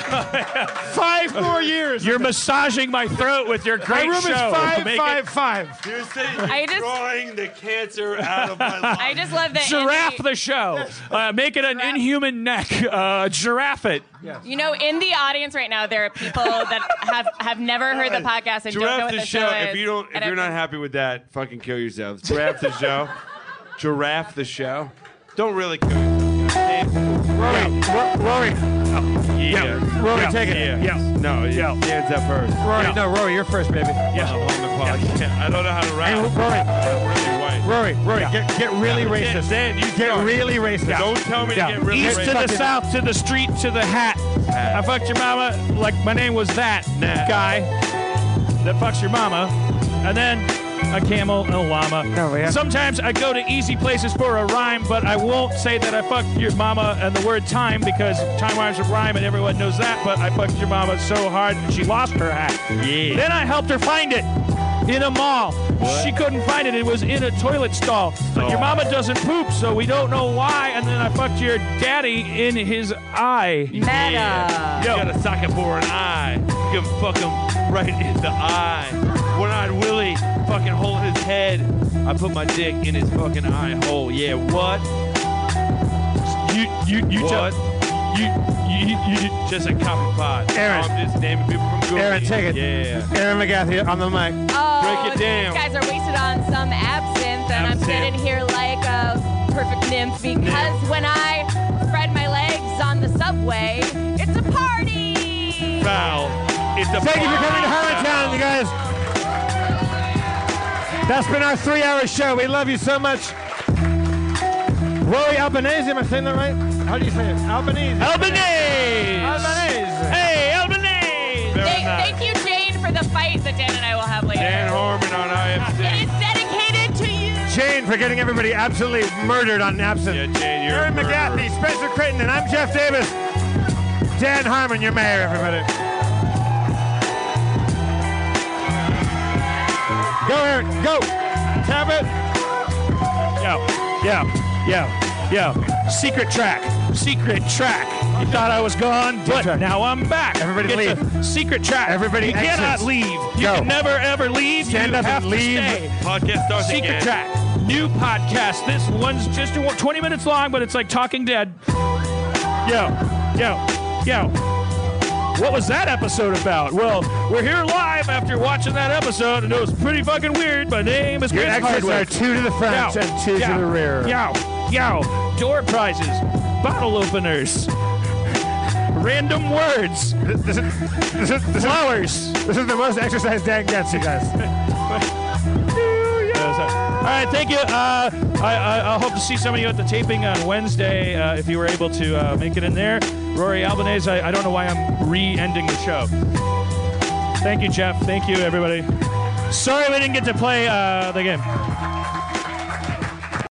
A: Five more years.
B: You're massaging my throat with your
A: my
B: great
A: room
B: show.
A: is five
B: Make it-
A: five five.
D: He was saying.
G: I just-
D: drawing the cancer out of my life.
G: I just love that.
B: Giraffe
G: in
B: the show. Uh, make it an
G: Giraffe.
B: inhuman neck. Uh, giraffe it.
G: You know, in the audience right now, there are people that have have never heard the podcast and don't know
D: Giraffe
G: what
D: the
G: the
D: show.
G: is.
D: If you don't, if
G: And
D: you're
G: I'm-
D: not happy with that, fucking kill yourselves. Giraffe the show. Giraffe the show. Don't really kill yourself.
B: Rory, Rory. Yeah.
A: Rory,
B: Yeah.
A: take it.
B: Yeah. Yeah.
D: No,
B: Yeah.
D: yeah. Dan's up first.
A: Rory,
B: Yeah.
A: no, Rory, you're first, baby.
B: Yeah.
D: On the podcast. I don't know how to
A: And
D: rap.
A: Rory,
D: I'm really white.
A: Rory, Rory,
B: Yeah.
A: get, get really
D: Dan,
A: racist.
D: Dan, you
A: Get
D: suck.
A: really racist.
D: Don't tell me to
B: Yeah.
D: get really
B: East to the
D: racist.
B: south, to the street, to the hat. I fucked your mama like my name was that
D: Ah. Nah.
B: guy that fucks your mama. And then a camel and a llama.
D: Oh,
A: No, we have-
B: Sometimes I go to easy places for a rhyme, but I won't say that I fucked your mama and the word time because time rhymes with rhyme and everyone knows that. But I fucked your mama so hard she lost her hat.
D: Yeah.
B: Then I helped her find it in a mall. She couldn't find it. It was in a toilet stall. But
D: Oh.
B: your mama doesn't poop, so we don't know why. And then I fucked your daddy in his eye.
G: Meta.
D: You got a socket for an eye. You can fuck him right in the eye. One eyed Willie fucking holding his head. I put my dick in his fucking eye hole. Yeah, what?
B: You you you
D: What?
B: tell you you you. you
D: Just a copper pot.
A: Aaron.
D: I'm just naming people from Google.
A: Aaron, take it.
D: Yeah.
A: Aaron McGathy on the mic.
G: Oh,
D: Break it down.
G: These guys are wasted on some absinthe, and I'm
D: Absinthe.
G: sitting here like a perfect nymph because
D: Nymph.
G: when I spread my legs on the subway, it's a party.
D: Foul. It's a
A: Thank you for
D: foul.
A: coming to Harmontown, you guys. That's been our three-hour show. We love you so much. Rory Albanese, am I saying that right? How do you say it? Albanese.
B: Albanese.
A: Albanese.
B: Hey Albanese.
G: Thank- thank you, Jane, for the fight that Dan and I will have later.
D: Dan Harmon on
G: It
D: IFC.
G: is dedicated to you.
A: Jane for getting everybody absolutely murdered on Absinthe.
D: Yeah, Jane, you're a
A: Aaron
D: murderer.
A: McGathy, Spencer Critton, and I'm Jeff Davis. Dan Harmon, your mayor, everybody. Go, Aaron. Go. Tap it.
B: Yeah yeah yeah yeah. Secret track. Secret track. You thought I was gone, but
A: track.
B: now I'm back.
A: Everybody
B: Get
A: leave.
B: the Secret track.
A: Everybody
B: you
A: exits.
B: cannot leave. You
A: Go.
B: can never ever leave.
A: Stand
B: you
A: up and
B: have to
A: leave.
B: stay.
D: Podcast starts
B: Secret
D: again.
B: Track, new podcast. This one's just a- 20 minutes long, but it's like Talking Dead. Yo, yo, yo. What was that episode about? Well, we're here live after watching that episode, and it was pretty fucking weird. My name is
A: Your
B: Chris
A: exits
B: Hardwick.
A: are two to the front
B: Yow,
A: and two
B: yow,
A: to the rear.
B: Yow, yow. Door prizes, bottle openers, random words,
A: This is, this, is, this, is,
B: flowers.
A: this is the most exercise Dan gets, you guys.
B: All right, thank you. Uh, I, I, I hope to see some of you at the taping on Wednesday uh, if you were able to uh, make it in there. Rory Albanese, I, I don't know why I'm re ending the show. Thank you, Jeff. Thank you, everybody. Sorry we didn't get to play uh, the game.